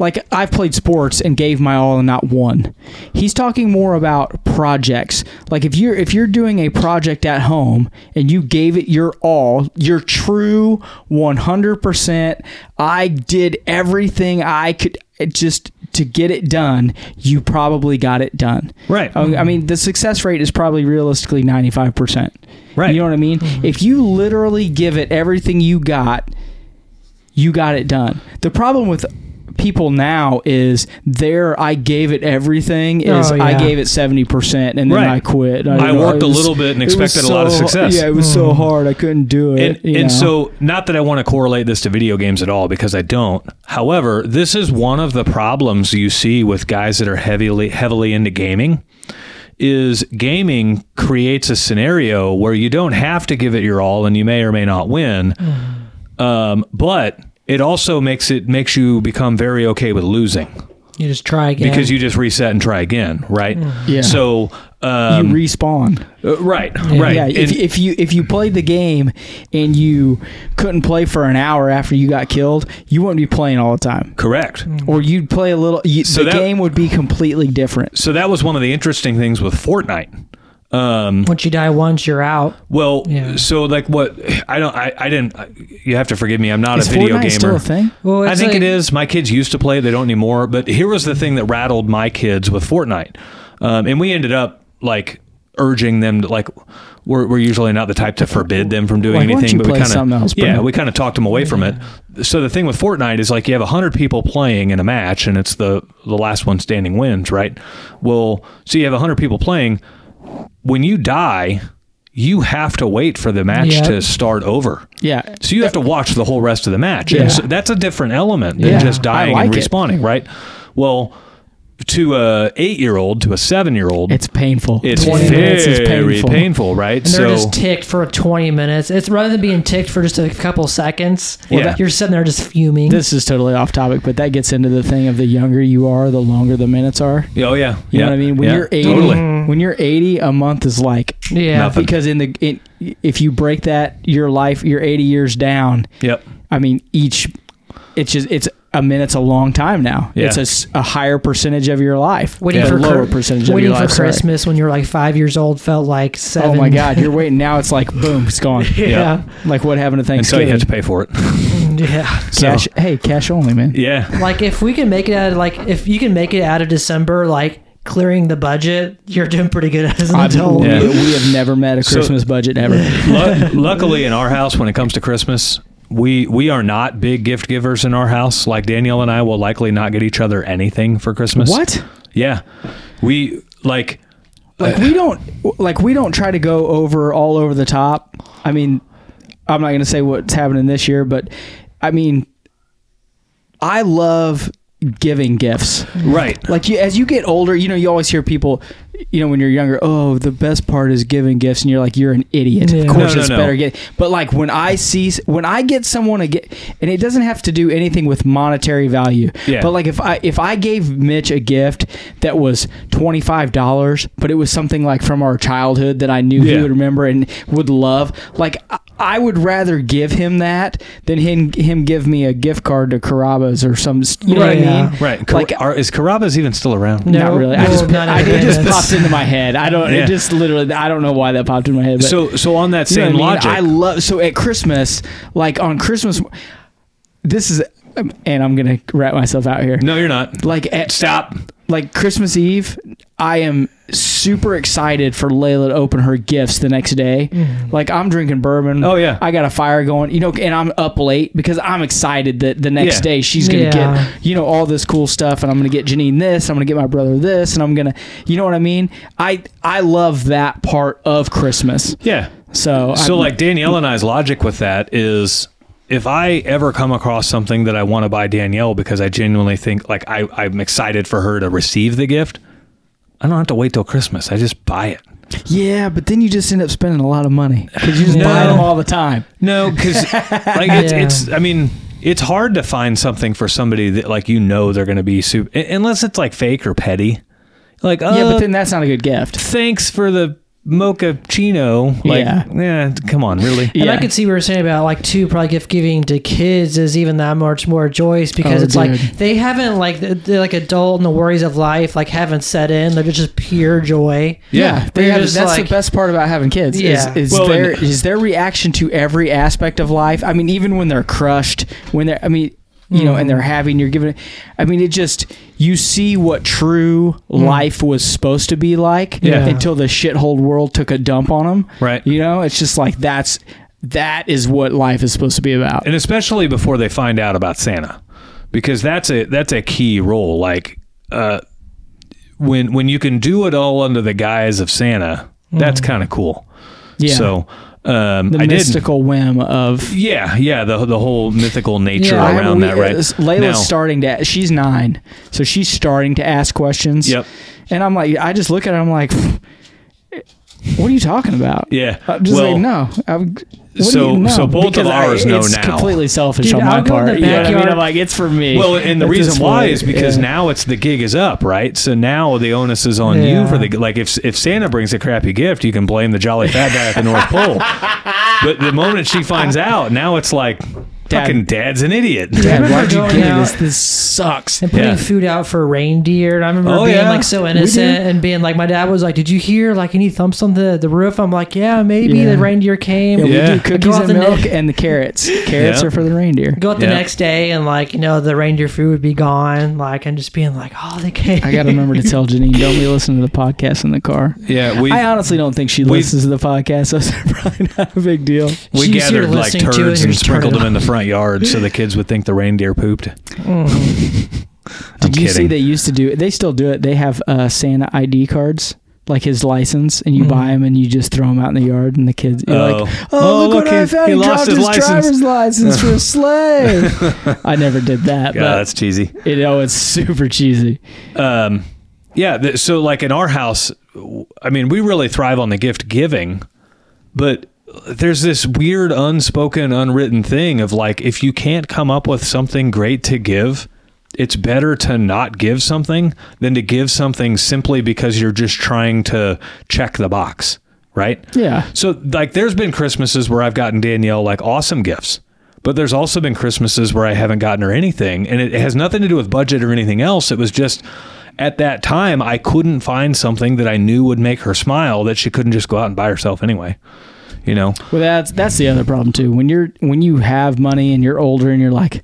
[SPEAKER 2] like I've played sports and gave my all and not won. He's talking more about projects. Like if you're if you're doing a project at home and you gave it your all, your true 100%, I did everything I could just to get it done, you probably got it done.
[SPEAKER 1] Right.
[SPEAKER 2] I I mean, the success rate is probably realistically 95%.
[SPEAKER 1] Right.
[SPEAKER 2] You know what I mean? If you literally give it everything you got, you got it done. The problem with people now is their I gave it everything is
[SPEAKER 3] Oh, yeah.
[SPEAKER 2] I gave it 70% and then
[SPEAKER 1] Right.
[SPEAKER 2] I quit.
[SPEAKER 1] I
[SPEAKER 2] don't know.
[SPEAKER 1] worked
[SPEAKER 2] It
[SPEAKER 1] a
[SPEAKER 2] was-
[SPEAKER 1] little bit and
[SPEAKER 2] it was
[SPEAKER 1] expected a lot of
[SPEAKER 2] so-
[SPEAKER 1] success. Mm-hmm.
[SPEAKER 2] Yeah, it was so hard. I couldn't do it.
[SPEAKER 1] and,
[SPEAKER 2] you
[SPEAKER 1] and
[SPEAKER 2] know?
[SPEAKER 1] so not that i want to correlate this to video games at all because i don't however this is one of the problems you see with guys that are heavily heavily into gaming is gaming creates a scenario where you don't have to give it your all and you may or may not win
[SPEAKER 2] Mm-hmm.
[SPEAKER 1] um, but it also makes it makes you become very okay with losing
[SPEAKER 3] you just try again
[SPEAKER 1] because you just reset and try again right
[SPEAKER 2] Yeah.
[SPEAKER 1] so
[SPEAKER 2] you
[SPEAKER 1] um,
[SPEAKER 2] respawn.
[SPEAKER 1] uh, right right
[SPEAKER 2] Yeah, if,
[SPEAKER 1] And-
[SPEAKER 2] if you if you played the game and you couldn't play for an hour after you got killed, you wouldn't be playing all the time.
[SPEAKER 1] correct
[SPEAKER 2] Or you'd play a little. You,
[SPEAKER 1] So
[SPEAKER 2] the
[SPEAKER 1] that-
[SPEAKER 2] game would be completely different.
[SPEAKER 1] so that was one of the interesting things with fortnite
[SPEAKER 3] once you die once, you're out.
[SPEAKER 1] Well,
[SPEAKER 3] Yeah.
[SPEAKER 1] so like what I don't I, I didn't you have to forgive me. I'm not
[SPEAKER 2] Is
[SPEAKER 1] a video
[SPEAKER 2] Fortnite
[SPEAKER 1] gamer.
[SPEAKER 2] still a thing?
[SPEAKER 3] Well,
[SPEAKER 1] I
[SPEAKER 3] it's
[SPEAKER 1] think
[SPEAKER 3] like-
[SPEAKER 1] it is. My kids used to play. it, They don't anymore. But here was the thing that rattled my kids with Fortnite, um, and we ended up like urging them to like. We're, we're usually not the type to forbid them from doing
[SPEAKER 2] Like, why don't
[SPEAKER 1] anything,
[SPEAKER 2] you
[SPEAKER 1] but we
[SPEAKER 2] play
[SPEAKER 1] kind
[SPEAKER 2] something
[SPEAKER 1] of
[SPEAKER 2] else,
[SPEAKER 1] yeah,
[SPEAKER 2] bro?
[SPEAKER 1] we kind of talked them away from it. So the thing with Fortnite is like you have hundred people playing in a match, and it's the the last one standing wins, right? Well, so you have hundred people playing. When you die, you have to wait for the match
[SPEAKER 3] Yeah.
[SPEAKER 1] to start over.
[SPEAKER 2] Yeah,
[SPEAKER 1] So you have to watch the whole rest of the match.
[SPEAKER 2] Yeah.
[SPEAKER 1] And so that's a different element than
[SPEAKER 2] Yeah.
[SPEAKER 1] just dying
[SPEAKER 2] I
[SPEAKER 1] and
[SPEAKER 2] like it.
[SPEAKER 1] respawning, right? Well, to a eight year old, to a seven year old,
[SPEAKER 2] it's painful.
[SPEAKER 1] it's
[SPEAKER 2] 20 minutes is
[SPEAKER 1] very painful. right?
[SPEAKER 3] And
[SPEAKER 1] so
[SPEAKER 3] they're just ticked for 20 minutes. It's rather than being ticked for just a couple seconds.
[SPEAKER 1] Well, that-
[SPEAKER 3] You're sitting there just fuming.
[SPEAKER 2] This is totally off topic, but that gets into the thing of the younger you are, the longer the minutes are.
[SPEAKER 1] oh yeah,
[SPEAKER 2] You
[SPEAKER 1] yeah,
[SPEAKER 2] know what I mean? When
[SPEAKER 1] yeah,
[SPEAKER 2] you're 80,
[SPEAKER 1] totally.
[SPEAKER 2] when you're 80, a month is like
[SPEAKER 3] yeah.
[SPEAKER 1] nothing.
[SPEAKER 2] because in the in, if you break that your life, you're 80 years down.
[SPEAKER 1] Yep.
[SPEAKER 2] I mean, each it's just it's a minute's a long time now.
[SPEAKER 1] Yeah.
[SPEAKER 2] It's a s- a, higher percentage of your life,
[SPEAKER 3] Waiting
[SPEAKER 2] A
[SPEAKER 3] for
[SPEAKER 2] lower
[SPEAKER 3] Chris-
[SPEAKER 2] percentage of
[SPEAKER 3] waiting
[SPEAKER 2] your life.
[SPEAKER 3] for
[SPEAKER 2] sorry.
[SPEAKER 3] Christmas when you're like five years old felt like seven.
[SPEAKER 2] Oh my God, you're waiting now. It's like boom, it's gone.
[SPEAKER 3] yeah.
[SPEAKER 2] Like what happened to
[SPEAKER 1] And so
[SPEAKER 2] Thanksgiving?
[SPEAKER 1] you have to pay for it.
[SPEAKER 3] yeah.
[SPEAKER 1] So-
[SPEAKER 2] cash. Hey, cash only, man.
[SPEAKER 1] yeah.
[SPEAKER 3] Like if we can make it out of like if you can make it out of December, like clearing the budget, you're doing pretty good as an
[SPEAKER 2] I
[SPEAKER 3] adult.
[SPEAKER 2] we,
[SPEAKER 1] Yeah.
[SPEAKER 2] we have never met a
[SPEAKER 1] So-
[SPEAKER 2] Christmas budget ever.
[SPEAKER 1] Lu- luckily, in our house, when it comes to Christmas, we we are not big gift givers in our house. Like Danielle and I will likely not get each other anything for Christmas.
[SPEAKER 2] what?
[SPEAKER 1] Yeah, we like.
[SPEAKER 2] Like we don't like we don't try to go over all over the top. I mean, I'm not going to say what's happening this year, but I mean, I love giving gifts.
[SPEAKER 1] Right.
[SPEAKER 2] Like you, as you get older, you know, you always hear people, you know, when you're younger, oh, the best part is giving gifts, and you're like, you're an idiot.
[SPEAKER 3] Yeah.
[SPEAKER 2] Of course,
[SPEAKER 1] No, no,
[SPEAKER 2] it's
[SPEAKER 1] no.
[SPEAKER 2] better get. But like when I see, when I get someone a gift, and it doesn't have to do anything with monetary value.
[SPEAKER 1] Yeah.
[SPEAKER 2] But like if I if I gave Mitch a gift that was twenty five dollars, but it was something like from our childhood that I knew
[SPEAKER 1] Yeah.
[SPEAKER 2] he would remember and would love, like. I, I would rather give him that than him him give me a gift card to Carrabba's or some you know what I
[SPEAKER 3] Yeah.
[SPEAKER 2] mean
[SPEAKER 1] Right. Car-
[SPEAKER 2] Like-
[SPEAKER 1] are, is Carabas even still around?
[SPEAKER 3] No.
[SPEAKER 2] not really. I
[SPEAKER 3] no,
[SPEAKER 2] just
[SPEAKER 3] not
[SPEAKER 2] I, it just
[SPEAKER 3] Venice.
[SPEAKER 2] popped into my head. I don't.
[SPEAKER 1] Yeah.
[SPEAKER 2] It just literally. I don't know why that popped in my head. But
[SPEAKER 1] So, so on that
[SPEAKER 2] you know
[SPEAKER 1] same
[SPEAKER 2] what I mean?
[SPEAKER 1] logic,
[SPEAKER 2] I love. So at Christmas, like on Christmas, this is, and I'm gonna wrap myself out here.
[SPEAKER 1] no, you're not.
[SPEAKER 2] Like at
[SPEAKER 1] Stop.
[SPEAKER 2] like Christmas Eve, I am super excited for Layla to open her gifts the next day. Like I'm drinking bourbon.
[SPEAKER 1] Mm. Oh, yeah.
[SPEAKER 2] I got a fire going, you know, and I'm up late because I'm excited that the next
[SPEAKER 1] Yeah.
[SPEAKER 2] day she's gonna
[SPEAKER 3] Yeah.
[SPEAKER 2] get you know all this cool stuff, and I'm gonna get Janine this, I'm gonna get my brother this, and I'm gonna, you know what I mean? I I love that part of Christmas.
[SPEAKER 1] Yeah.
[SPEAKER 2] So
[SPEAKER 1] So,
[SPEAKER 2] I'm-
[SPEAKER 1] like Danielle and I's logic with that is, if I ever come across something that I want to buy Danielle because I genuinely think like I, I'm excited for her to receive the gift, I don't have to wait till Christmas. I just buy it.
[SPEAKER 2] yeah, but then you just end up spending a lot of money because you just
[SPEAKER 1] No.
[SPEAKER 2] buy them all the time.
[SPEAKER 1] No, because like it's,
[SPEAKER 3] Yeah.
[SPEAKER 1] it's. I mean, it's hard to find something for somebody that like you know they're going to be super unless it's like fake or petty. Like oh,
[SPEAKER 2] Yeah, but then that's not a good gift.
[SPEAKER 1] thanks for the mochaccino. Like
[SPEAKER 2] Yeah.
[SPEAKER 1] yeah, come on, really.
[SPEAKER 3] And
[SPEAKER 2] Yeah.
[SPEAKER 3] I could see what you're saying about like too, probably gift giving to kids is even that much more joyous because
[SPEAKER 2] Oh,
[SPEAKER 3] it's
[SPEAKER 2] dude.
[SPEAKER 3] like they haven't like the- the like adult and the worries of life like haven't set in. They're just pure joy.
[SPEAKER 2] Yeah,
[SPEAKER 3] They're
[SPEAKER 2] they have,
[SPEAKER 3] just
[SPEAKER 2] that's
[SPEAKER 3] like-
[SPEAKER 2] the best part about having kids.
[SPEAKER 3] Yeah.
[SPEAKER 2] Is, is
[SPEAKER 1] Well,
[SPEAKER 2] their
[SPEAKER 1] and-
[SPEAKER 2] is their reaction to every aspect of life. I mean, even when they're crushed, when they're I mean, you know,
[SPEAKER 1] Mm-hmm.
[SPEAKER 2] and they're having you're giving. I mean, it just you see what true life was supposed to be
[SPEAKER 1] Mm.
[SPEAKER 2] like
[SPEAKER 1] Yeah.
[SPEAKER 2] until the shithole world took a dump on them.
[SPEAKER 1] Right.
[SPEAKER 2] You know, it's just like that's that is what life is supposed to be about.
[SPEAKER 1] and especially before they find out about Santa, because that's a that's a key role. Like uh, when when you can do it all under the guise of Santa, that's kind of cool.
[SPEAKER 2] Mm. Yeah.
[SPEAKER 1] So um,
[SPEAKER 2] the
[SPEAKER 1] I did.
[SPEAKER 2] mystical whim of
[SPEAKER 1] Yeah, yeah, the the whole mythical nature
[SPEAKER 3] Yeah.
[SPEAKER 1] around
[SPEAKER 2] I- uh,
[SPEAKER 1] that, right?
[SPEAKER 2] Layla's
[SPEAKER 1] Now-
[SPEAKER 2] starting to. She's nine, so she's starting to ask questions.
[SPEAKER 1] Yep.
[SPEAKER 2] And I'm like, I just look at her. I'm like, what are you talking about?
[SPEAKER 1] Yeah.
[SPEAKER 2] I'm just
[SPEAKER 1] Well,
[SPEAKER 2] like, no. I'm, what
[SPEAKER 1] so-
[SPEAKER 2] do you, no.
[SPEAKER 1] so both of
[SPEAKER 2] Because I-
[SPEAKER 1] ours know
[SPEAKER 2] it's
[SPEAKER 1] now.
[SPEAKER 2] completely selfish
[SPEAKER 3] Dude,
[SPEAKER 2] on my
[SPEAKER 3] I'll go in
[SPEAKER 2] part. you
[SPEAKER 3] the
[SPEAKER 2] know what I mean?
[SPEAKER 3] backyard.
[SPEAKER 2] I'm like, it's for me.
[SPEAKER 1] Well, and the
[SPEAKER 2] At this
[SPEAKER 1] reason why
[SPEAKER 2] point,
[SPEAKER 1] is because
[SPEAKER 2] yeah.
[SPEAKER 1] now it's the gig is up, right? So now the onus is on you
[SPEAKER 3] Yeah.
[SPEAKER 1] for the like. If if Santa brings a crappy gift, you can blame the jolly fat guy at the North Pole. But the moment she finds out, now it's like,
[SPEAKER 2] Dad.
[SPEAKER 1] fucking dad's an idiot.
[SPEAKER 3] I
[SPEAKER 2] Dad,
[SPEAKER 3] remember
[SPEAKER 2] why'd you
[SPEAKER 3] going
[SPEAKER 2] give me
[SPEAKER 3] out-
[SPEAKER 2] this? This sucks.
[SPEAKER 3] And putting
[SPEAKER 1] Yeah.
[SPEAKER 3] food out for reindeer. And I remember
[SPEAKER 1] Oh,
[SPEAKER 3] being
[SPEAKER 1] yeah.
[SPEAKER 3] like so
[SPEAKER 1] We
[SPEAKER 3] innocent
[SPEAKER 2] do.
[SPEAKER 3] and being like, my dad was like, "Did you hear like any thumps on the, the roof?" I'm like, "Yeah, maybe
[SPEAKER 2] Yeah.
[SPEAKER 3] the reindeer came."
[SPEAKER 2] Yeah,
[SPEAKER 1] Yeah.
[SPEAKER 2] we do
[SPEAKER 3] Go
[SPEAKER 2] cookies
[SPEAKER 3] out
[SPEAKER 2] and
[SPEAKER 3] the
[SPEAKER 2] milk
[SPEAKER 3] ne-
[SPEAKER 2] and the carrots. Carrots
[SPEAKER 1] Yeah.
[SPEAKER 2] are for the reindeer.
[SPEAKER 3] Go out the
[SPEAKER 1] Yeah.
[SPEAKER 3] next day and like you know the reindeer food would be gone. Like and just being like, "Oh, they came."
[SPEAKER 2] I got to remember to tell Janine, don't be listening to the podcast in the car.
[SPEAKER 1] Yeah, we
[SPEAKER 2] I uh, honestly don't think she
[SPEAKER 1] we-
[SPEAKER 2] listens to the podcast, so it's probably not a big deal.
[SPEAKER 1] we
[SPEAKER 3] She's here
[SPEAKER 1] gathered like
[SPEAKER 3] listening to it,
[SPEAKER 1] turds
[SPEAKER 3] you're
[SPEAKER 1] and
[SPEAKER 3] just turning
[SPEAKER 1] sprinkled them
[SPEAKER 3] it
[SPEAKER 1] in the front yard so the kids would think the reindeer pooped. I'm
[SPEAKER 2] Did you see
[SPEAKER 1] kidding.
[SPEAKER 2] they used to do it? They still do it. They have uh, Santa ID cards, like his license, and you
[SPEAKER 3] Mhm.
[SPEAKER 2] buy them and you just throw them out in the yard, and the kids, you're
[SPEAKER 1] Oh.
[SPEAKER 2] like, oh,
[SPEAKER 1] Oh,
[SPEAKER 2] look,
[SPEAKER 1] look,
[SPEAKER 2] what
[SPEAKER 1] he-
[SPEAKER 2] I found.
[SPEAKER 1] he
[SPEAKER 2] He,
[SPEAKER 1] lost
[SPEAKER 2] dropped
[SPEAKER 1] his
[SPEAKER 2] his,
[SPEAKER 1] license."
[SPEAKER 2] driver's license for a slave. I never did that,
[SPEAKER 1] God, that's cheesy.
[SPEAKER 2] but you know, it's super cheesy.
[SPEAKER 1] um, yeah th- so like in our house w- i mean we really thrive on the gift giving but there's this weird unspoken unwritten thing of like if you can't come up with something great to give it's better to not give something than to give something simply because you're just trying to check the box right
[SPEAKER 2] Yeah.
[SPEAKER 1] so like there's been Christmases where I've gotten Danielle like awesome gifts. But there's also been Christmases where I haven't gotten her anything and it has nothing to do with budget or anything else. It was just at that time I couldn't find something that I knew would make her smile that she couldn't just go out and buy herself anyway. You know.
[SPEAKER 2] Well, that's that's the other problem too. When you're when you have money and you're older and you're like,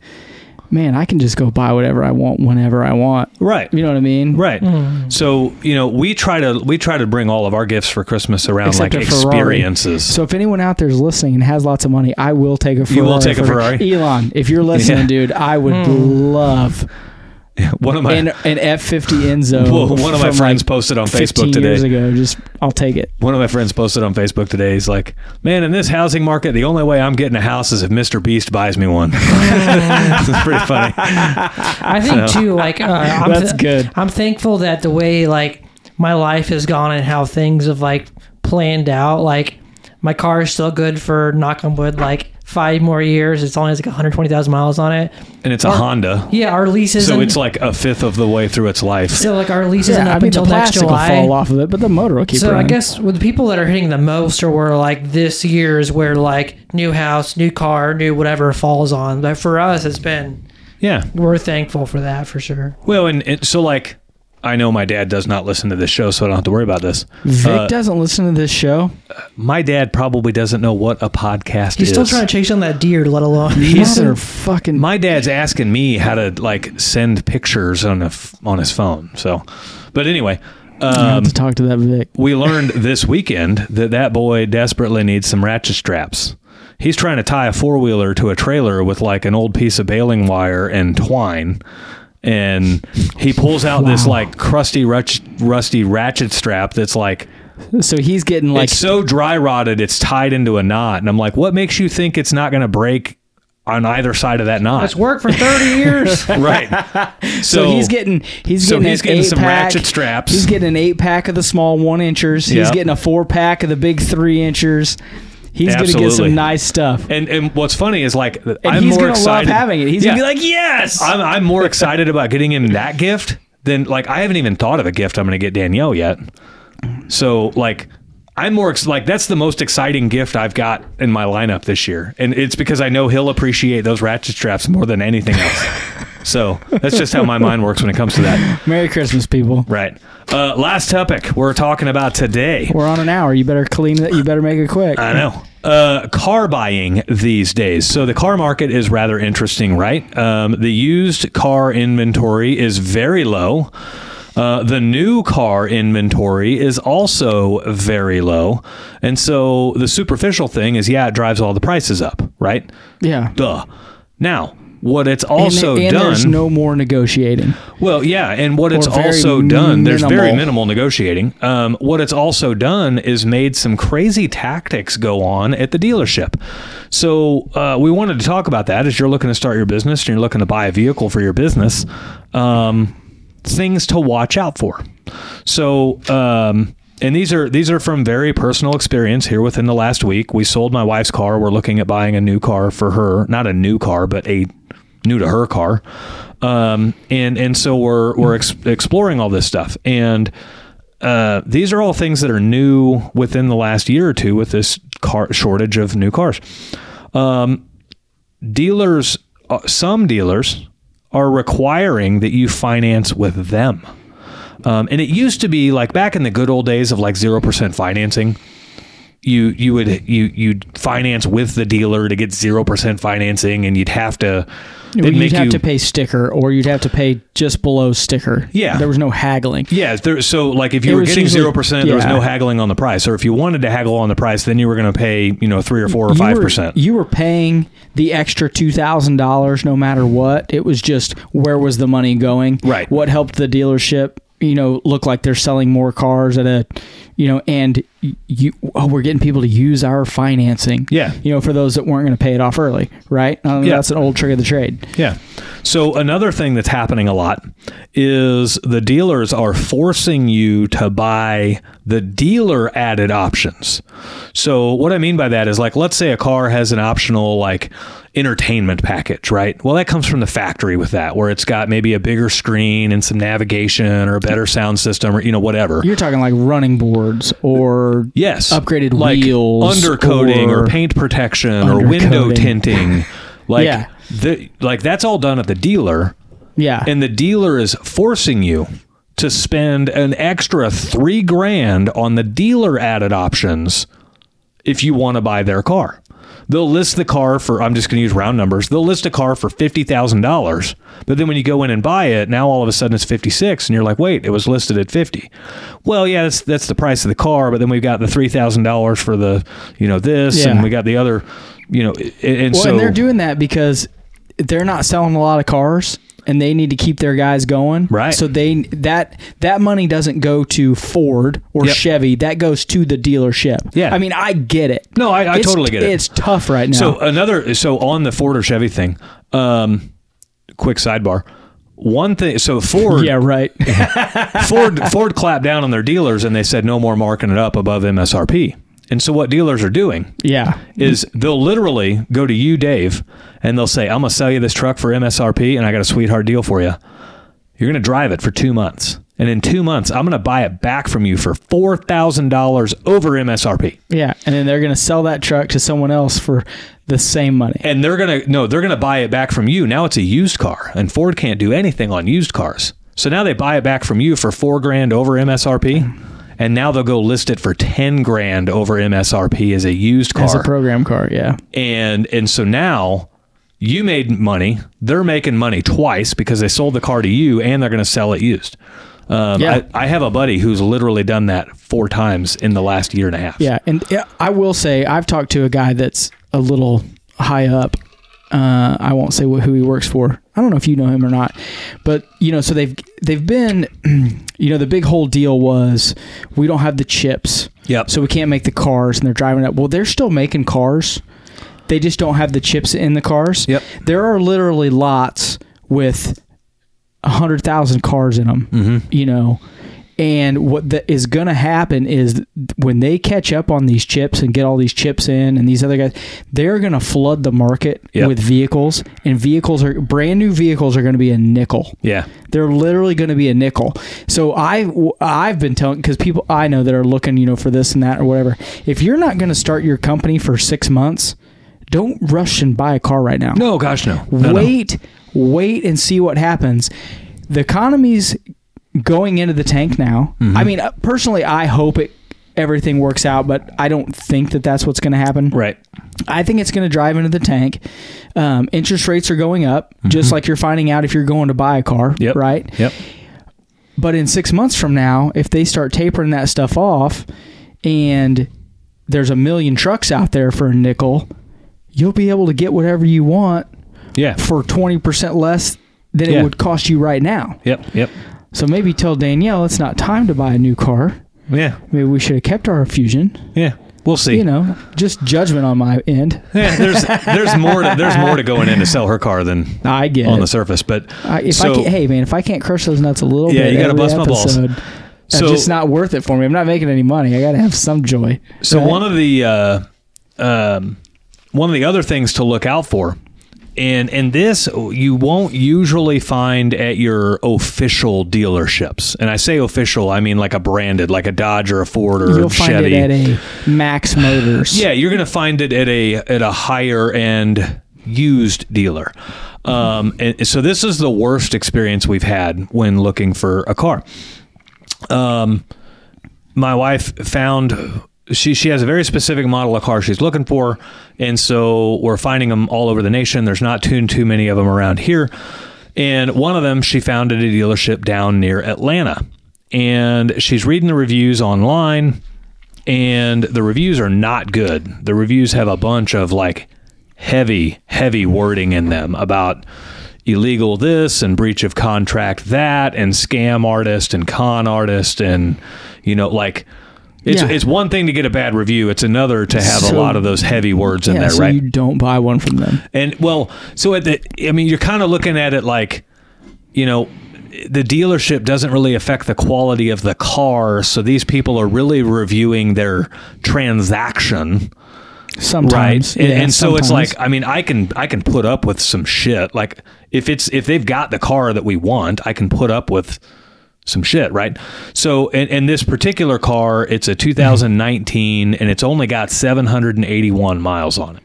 [SPEAKER 2] man, I can just go buy whatever I want whenever I want.
[SPEAKER 1] Right.
[SPEAKER 2] You know what I mean?
[SPEAKER 1] Right.
[SPEAKER 2] Hmm.
[SPEAKER 1] So, you know, we try to we try to bring all of our gifts for Christmas around
[SPEAKER 2] Except
[SPEAKER 1] like
[SPEAKER 2] a Ferrari.
[SPEAKER 1] experiences.
[SPEAKER 2] So if anyone out there is listening and has lots of money, I will take a Ferrari.
[SPEAKER 1] You will take a
[SPEAKER 2] for-
[SPEAKER 1] Ferrari?
[SPEAKER 2] Elon, if you're listening,
[SPEAKER 1] Yeah.
[SPEAKER 2] dude, I would love
[SPEAKER 1] One of my
[SPEAKER 2] an, an F50 Enzo.
[SPEAKER 1] Well, one of my
[SPEAKER 2] from,
[SPEAKER 1] friends
[SPEAKER 2] like,
[SPEAKER 1] posted on Facebook
[SPEAKER 2] 15 years
[SPEAKER 1] today.
[SPEAKER 2] ago. Just I'll take it.
[SPEAKER 1] One of my friends posted on Facebook today. He's like, "Man, in this housing market, the only way I'm getting a house is if Mr. Beast buys me one." it's pretty funny.
[SPEAKER 3] I think too, like uh, I'm
[SPEAKER 2] That's good.
[SPEAKER 3] I'm thankful that the way like my life has gone and how things have like planned out. Like my car is still good for knock on wood, like five more years. It's only has like 120,000 miles on it.
[SPEAKER 1] And it's a Honda,
[SPEAKER 3] Yeah, our lease isn't.
[SPEAKER 1] so it's like a fifth of the way through its life.
[SPEAKER 3] so like our lease isn't
[SPEAKER 2] Yeah,
[SPEAKER 3] up
[SPEAKER 2] I mean the
[SPEAKER 3] until next
[SPEAKER 2] plastic will
[SPEAKER 3] July.
[SPEAKER 2] fall off of it, but the motor will keep
[SPEAKER 3] So
[SPEAKER 2] running.
[SPEAKER 3] I guess with the people that are hitting the most are where like this year is where like new house, new car, new whatever falls on. But for us, it's been
[SPEAKER 1] Yeah.
[SPEAKER 3] we're thankful for that for sure.
[SPEAKER 1] Well, and, and so like, I know my dad does not listen to this show, so I don't have to worry about this.
[SPEAKER 2] Vic
[SPEAKER 1] Uh,
[SPEAKER 2] doesn't listen to this show.
[SPEAKER 1] my dad probably doesn't know what a podcast
[SPEAKER 3] He's
[SPEAKER 1] is.
[SPEAKER 3] still trying to chase on that deer, let alone
[SPEAKER 2] He's fucking.
[SPEAKER 1] my dad's asking me how to like send pictures on a f- on his phone. So, but anyway,
[SPEAKER 2] I
[SPEAKER 1] um,
[SPEAKER 2] have to talk to that Vic.
[SPEAKER 1] we learned this weekend that that boy desperately needs some ratchet straps. He's trying to tie a four wheeler to a trailer with like an old piece of baling wire and twine. And he pulls out this like crusty, rutch, rusty ratchet strap that's like,
[SPEAKER 2] So he's getting like
[SPEAKER 1] it's so dry rotted, it's tied into a knot. And I'm like, what makes you think it's not going to break on either side of that knot?
[SPEAKER 3] It's worked for 30 years.
[SPEAKER 1] right. So,
[SPEAKER 2] So, he's getting he's
[SPEAKER 1] so
[SPEAKER 2] getting,
[SPEAKER 1] he's
[SPEAKER 2] an
[SPEAKER 1] getting some
[SPEAKER 2] eight-pack.
[SPEAKER 1] ratchet straps.
[SPEAKER 2] He's getting an eight pack of the small one inchers. He's
[SPEAKER 1] Yep.
[SPEAKER 2] getting a four pack of the big three inchers. He's gonna get
[SPEAKER 1] Absolutely.
[SPEAKER 2] some nice stuff.
[SPEAKER 1] and and what's funny is like
[SPEAKER 2] And
[SPEAKER 1] I'm
[SPEAKER 2] he's
[SPEAKER 1] more
[SPEAKER 2] gonna
[SPEAKER 1] excited.
[SPEAKER 2] love having it. He's
[SPEAKER 1] Yeah.
[SPEAKER 2] gonna be like, yes.
[SPEAKER 1] I'm, I'm more excited about getting him that gift than like I haven't even thought of a gift I'm going to get Danielle yet. So like I'm more ex- like that's the most exciting gift I've got in my lineup this year, and it's because I know he'll appreciate those ratchet straps more than anything else. so that's just how my mind works when it comes to that.
[SPEAKER 2] Merry Christmas, people.
[SPEAKER 1] Right. Uh, last topic we're talking about today.
[SPEAKER 2] We're on an hour. You better clean it. You better make it quick.
[SPEAKER 1] I know. Uh, car buying these days. So the car market is rather interesting, right? Um, the used car inventory is very low. Uh, the new car inventory is also very low. And so the superficial thing is, yeah, it drives all the prices up, right?
[SPEAKER 2] yeah.
[SPEAKER 1] Duh. Now, what it's
[SPEAKER 2] And-
[SPEAKER 1] also
[SPEAKER 2] and,
[SPEAKER 1] done.
[SPEAKER 2] there's no more negotiating.
[SPEAKER 1] Well, yeah, and what it's
[SPEAKER 2] Or very
[SPEAKER 1] also done, there's very
[SPEAKER 2] minimal.
[SPEAKER 1] minimal negotiating. Um, what it's also done is made some crazy tactics go on at the dealership. So uh, we wanted to talk about that as you're looking to start your business and you're looking to buy a vehicle for your business. Um, things to watch out for. So, um, and these are these are from very personal experience here within the last week. We sold my wife's car. We're looking at buying a new car for her, not a new car, but a new to her car. Um, and and so we're we're ex- exploring all this stuff and. Uh, these are all things that are new within the last year or two with this car shortage of new cars dealers, uh, some dealers are requiring that you finance with them. Um, and it used to be like back in the good old days of like 0% financing, you, you would, you, you'd finance with the dealer to get 0% financing and you'd have to, they'd
[SPEAKER 2] Well,
[SPEAKER 1] make
[SPEAKER 2] you'd have
[SPEAKER 1] you-
[SPEAKER 2] to pay sticker, or you'd have to pay just below sticker.
[SPEAKER 1] Yeah.
[SPEAKER 2] There was no haggling.
[SPEAKER 1] Yeah, there, so like if you
[SPEAKER 2] It
[SPEAKER 1] were
[SPEAKER 2] was
[SPEAKER 1] getting
[SPEAKER 2] usually-
[SPEAKER 1] zero percent, there was
[SPEAKER 2] yeah.
[SPEAKER 1] no haggling on the price. Or if you wanted to haggle on the price, then you were going to pay you know three or four or
[SPEAKER 2] You were-
[SPEAKER 1] five percent.
[SPEAKER 2] You were paying the extra two thousand dollars no matter what. It was just where was the money going?
[SPEAKER 1] Right.
[SPEAKER 2] What helped the dealership? You know, look like they're selling more cars at a, you know, and y- you oh, we're getting people to use our financing.
[SPEAKER 1] Yeah.
[SPEAKER 2] You know, for those that weren't going to pay it off early, right? I mean,
[SPEAKER 1] Yeah.
[SPEAKER 2] That's an old trick of the trade.
[SPEAKER 1] Yeah. So another thing that's happening a lot is the dealers are forcing you to buy the dealer added options. So what I mean by that is like let's say a car has an optional like entertainment package, right? Well, that comes from the factory with that where it's got maybe a bigger screen and some navigation or a better sound system or you know whatever.
[SPEAKER 2] You're talking like running boards or
[SPEAKER 1] Yes.
[SPEAKER 2] upgraded
[SPEAKER 1] like
[SPEAKER 2] wheels,
[SPEAKER 1] undercoating or,
[SPEAKER 2] or-
[SPEAKER 1] paint protection or window
[SPEAKER 2] Undercoating.
[SPEAKER 1] tinting. Like
[SPEAKER 2] Yeah.
[SPEAKER 1] the, like that's all done at the dealer
[SPEAKER 2] yeah.
[SPEAKER 1] and the dealer is forcing you to spend an extra three grand on the dealer added options if you want to buy their car. They'll list the car for, I'm just going to use round numbers. They'll list a car for $50,000. But then when you go in and buy it, now all of a sudden it's 56 and you're like, wait, it was listed at 50. Well, yeah, that's, that's the price of the car. But then we've got the $3,000 for the, you know, this
[SPEAKER 2] Yeah.
[SPEAKER 1] and we got the other, you know, and, and
[SPEAKER 2] Well,
[SPEAKER 1] so
[SPEAKER 2] and they're doing that because they're not selling a lot of cars. and they need to keep their guys going.
[SPEAKER 1] Right.
[SPEAKER 2] So they that that money doesn't go to Ford or
[SPEAKER 1] Yep.
[SPEAKER 2] Chevy. That goes to the dealership.
[SPEAKER 1] Yeah.
[SPEAKER 2] I mean, I get it.
[SPEAKER 1] No, I- I
[SPEAKER 2] It's-
[SPEAKER 1] totally get it.
[SPEAKER 2] It's tough right now.
[SPEAKER 1] So another so on the Ford or Chevy thing, um quick sidebar. One thing so Ford
[SPEAKER 2] yeah, right.
[SPEAKER 1] Ford Ford clapped down on their dealers and they said no more marking it up above MSRP. And so what dealers are doing
[SPEAKER 2] yeah.
[SPEAKER 1] is they'll literally go to you, Dave, and they'll say, "I'm gonna sell you this truck for MSRP, and I got a sweetheart deal for you. You're gonna drive it for two months, and in two months, I'm gonna buy it back from you for four thousand dollars over MSRP."
[SPEAKER 2] Yeah, and then they're going to sell that truck to someone else for the same money.
[SPEAKER 1] And they're gonna no, they're gonna buy it back from you. Now it's a used car, and Ford can't do anything on used cars. So now they buy it back from you for four grand over MSRP, and now they'll go list it for ten grand over MSRP as a used car.
[SPEAKER 2] As a program car, yeah.
[SPEAKER 1] and and so now you made money they're making money twice because they sold the car to you and they're going to sell it used um,
[SPEAKER 2] Yeah.
[SPEAKER 1] I, I have a buddy who's literally done that four times in the last year and a half
[SPEAKER 2] Yeah, and yeah, I will say I've talked to a guy that's a little high up. Uh, I won't say what, who he works for. I don't know if you know him or not, but you know, so they've they've been, you know, the big whole deal was we don't have the chips,
[SPEAKER 1] yep
[SPEAKER 2] so we can't make the cars, and they're driving up. Well, they're still making cars, they just don't have the chips in the cars.
[SPEAKER 1] Yep.
[SPEAKER 2] there are literally lots with a hundred thousand cars in them
[SPEAKER 1] hmm
[SPEAKER 2] you know and what the, is going to happen is th- when they catch up on these chips and get all these chips in and these other guys they're going to flood the market
[SPEAKER 1] Yep.
[SPEAKER 2] with vehicles and vehicles are brand new vehicles are going to be a nickel
[SPEAKER 1] yeah
[SPEAKER 2] they're literally going to be a nickel. So I I've been telling because people I know that are looking you know for this and that or whatever. If you're not going to start your company for six months, don't rush and buy a car right now.
[SPEAKER 1] no gosh no, No, no.
[SPEAKER 2] wait, wait and see what happens. The economy's going into the tank now.
[SPEAKER 1] Mm-hmm.
[SPEAKER 2] I mean, uh, personally, I hope it everything works out, but I don't think that that's what's going to happen.
[SPEAKER 1] right
[SPEAKER 2] I think it's going to drive into the tank. Um, interest rates are going up, just like you're finding out if you're going to buy a car,
[SPEAKER 1] Mm-hmm. Yep.
[SPEAKER 2] right?
[SPEAKER 1] yep
[SPEAKER 2] But in six months from now, if they start tapering that stuff off and there's a million trucks out there for a nickel, you'll be able to get whatever you want
[SPEAKER 1] yeah
[SPEAKER 2] for 20% less than
[SPEAKER 1] Yeah.
[SPEAKER 2] it would cost you right now.
[SPEAKER 1] yep yep
[SPEAKER 2] So maybe tell Danielle it's not time to buy a new car.
[SPEAKER 1] yeah
[SPEAKER 2] Maybe we should have kept our fusion.
[SPEAKER 1] yeah we'll see
[SPEAKER 2] You know, just judgment on my end.
[SPEAKER 1] yeah, there's there's more to, there's more to going in to sell her car than
[SPEAKER 2] I get
[SPEAKER 1] on
[SPEAKER 2] it.
[SPEAKER 1] the surface but
[SPEAKER 2] I, if I
[SPEAKER 1] so-
[SPEAKER 2] can, hey man, if I can't crush those nuts a little
[SPEAKER 1] Yeah,
[SPEAKER 2] bit,
[SPEAKER 1] you gotta
[SPEAKER 2] every
[SPEAKER 1] bust my balls.
[SPEAKER 2] episode, That's
[SPEAKER 1] So-
[SPEAKER 2] just not worth it for me. I'm not making any money. I gotta have some joy.
[SPEAKER 1] So
[SPEAKER 2] right?
[SPEAKER 1] one of the uh, um, one of the other things to look out for, and and this you won't usually find at your official dealerships. And I say official, I mean like a branded, like a Dodge or a Ford or
[SPEAKER 2] you'll
[SPEAKER 1] a
[SPEAKER 2] find
[SPEAKER 1] Chevy.
[SPEAKER 2] it at a Max Motors.
[SPEAKER 1] yeah, you're gonna find it at a at a higher end used dealer. Um, and so this is the worst experience we've had when looking for a car Um, my wife found she she has a very specific model of car she's looking for, and so we're finding them all over the nation. There's not too too many of them around here, and one of them she found at a dealership down near Atlanta, and she's reading the reviews online, and the reviews are not good. The reviews have a bunch of like heavy heavy wording in them about illegal this and breach of contract that and scam artist and con artist and you know like it's
[SPEAKER 2] Yeah.
[SPEAKER 1] it's one thing to get a bad review it's another to have a
[SPEAKER 2] So-
[SPEAKER 1] lot of those heavy words in
[SPEAKER 2] Yeah,
[SPEAKER 1] there
[SPEAKER 2] so
[SPEAKER 1] right
[SPEAKER 2] you don't buy one from them.
[SPEAKER 1] and well so at the i mean you're kind of looking at it like you know the dealership doesn't really affect the quality of the car so these people are really reviewing their transaction
[SPEAKER 2] Sometimes,
[SPEAKER 1] right and,
[SPEAKER 2] Yeah,
[SPEAKER 1] and so it's
[SPEAKER 2] sometimes.
[SPEAKER 1] like i mean i can i can put up with some shit like if it's if they've got the car that we want i can put up with some shit right so and, and this particular car it's a 2019 and it's only got 781 miles on it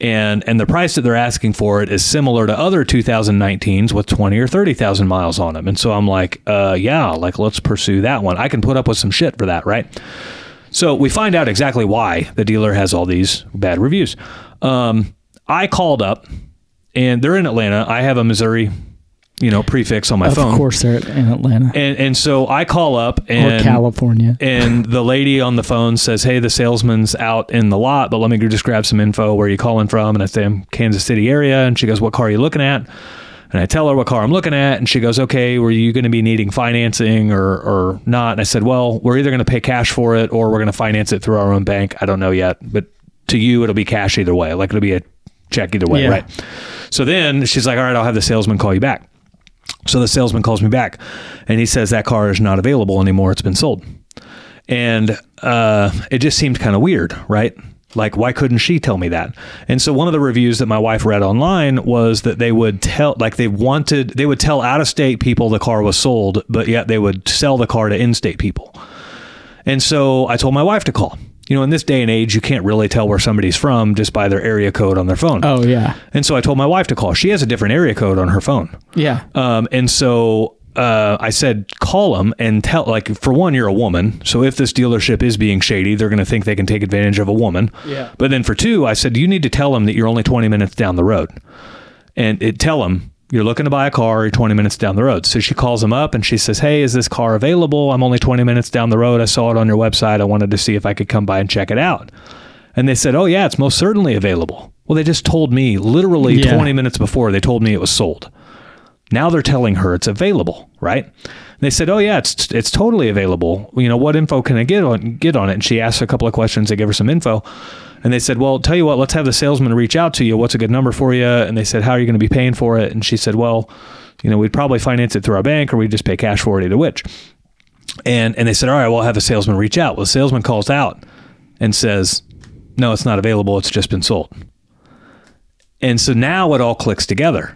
[SPEAKER 1] and and the price that they're asking for it is similar to other 2019s with 20 or 30,000 miles on them. And so I'm like, uh yeah, like let's pursue that one. I can put up with some shit for that, right? So we find out exactly why the dealer has all these bad reviews. Um I called up and they're in Atlanta. I have a Missouri, you know, prefix on my
[SPEAKER 2] of
[SPEAKER 1] phone.
[SPEAKER 2] course they're in Atlanta
[SPEAKER 1] And and so I call up and
[SPEAKER 2] or California.
[SPEAKER 1] and the lady on the phone says, "Hey, the salesman's out in the lot, but let me just grab some info. Where you calling from?" And I say, "I'm Kansas City area." And she goes, "What car are you looking at?" And I tell her what car I'm looking at, and she goes, "Okay, were you going to be needing financing or or not?" And I said, "Well, we're either going to pay cash for it or we're going to finance it through our own bank. I don't know yet, but to you, it'll be cash either way. Like it'll be a check either way,
[SPEAKER 2] Yeah.
[SPEAKER 1] right?" So then she's like, "All right, I'll have the salesman call you back." So the salesman calls me back, and he says that car is not available anymore. It's been sold and uh, it just seemed kind of weird, right? Like, why couldn't she tell me that? And so, one of the reviews that my wife read online was that they would tell, like, they wanted, they would tell out of state people the car was sold, but yet they would sell the car to in state people. And so, I told my wife to call. You know, in this day and age, you can't really tell where somebody's from just by their area code on their phone.
[SPEAKER 2] Oh yeah,
[SPEAKER 1] And so, I told my wife to call. She has a different area code on her phone.
[SPEAKER 2] yeah.
[SPEAKER 1] Um, and so uh, I said, call them and tell, like, for one, you're a woman. So if this dealership is being shady, they're going to think they can take advantage of a woman.
[SPEAKER 2] Yeah.
[SPEAKER 1] But then for two, I said, you need to tell them that you're only 20 minutes down the road. And it, tell them you're looking to buy a car, you're 20 minutes down the road. So she calls them up and she says, hey, is this car available? I'm only 20 minutes down the road. I saw it on your website. I wanted to see if I could come by and check it out. And they said, oh, yeah, it's most certainly available. Well, they just told me literally
[SPEAKER 2] Yeah.
[SPEAKER 1] 20 minutes before, they told me it was sold. Now they're telling her it's available, right? And they said, "Oh yeah, it's it's totally available. You know, what info can I get on get on it?" And she asked a couple of questions. They gave her some info, and they said, "Well, tell you what, let's have the salesman reach out to you. What's a good number for you?" And they said, "How are you going to be paying for it?" And she said, "Well, you know, we'd probably finance it through our bank, or we'd just pay cash for it, either which." And and they said, "All right, well, I'll have the salesman reach out." Well, the salesman calls out and says, "No, it's not available. It's just been sold." And so now it all clicks together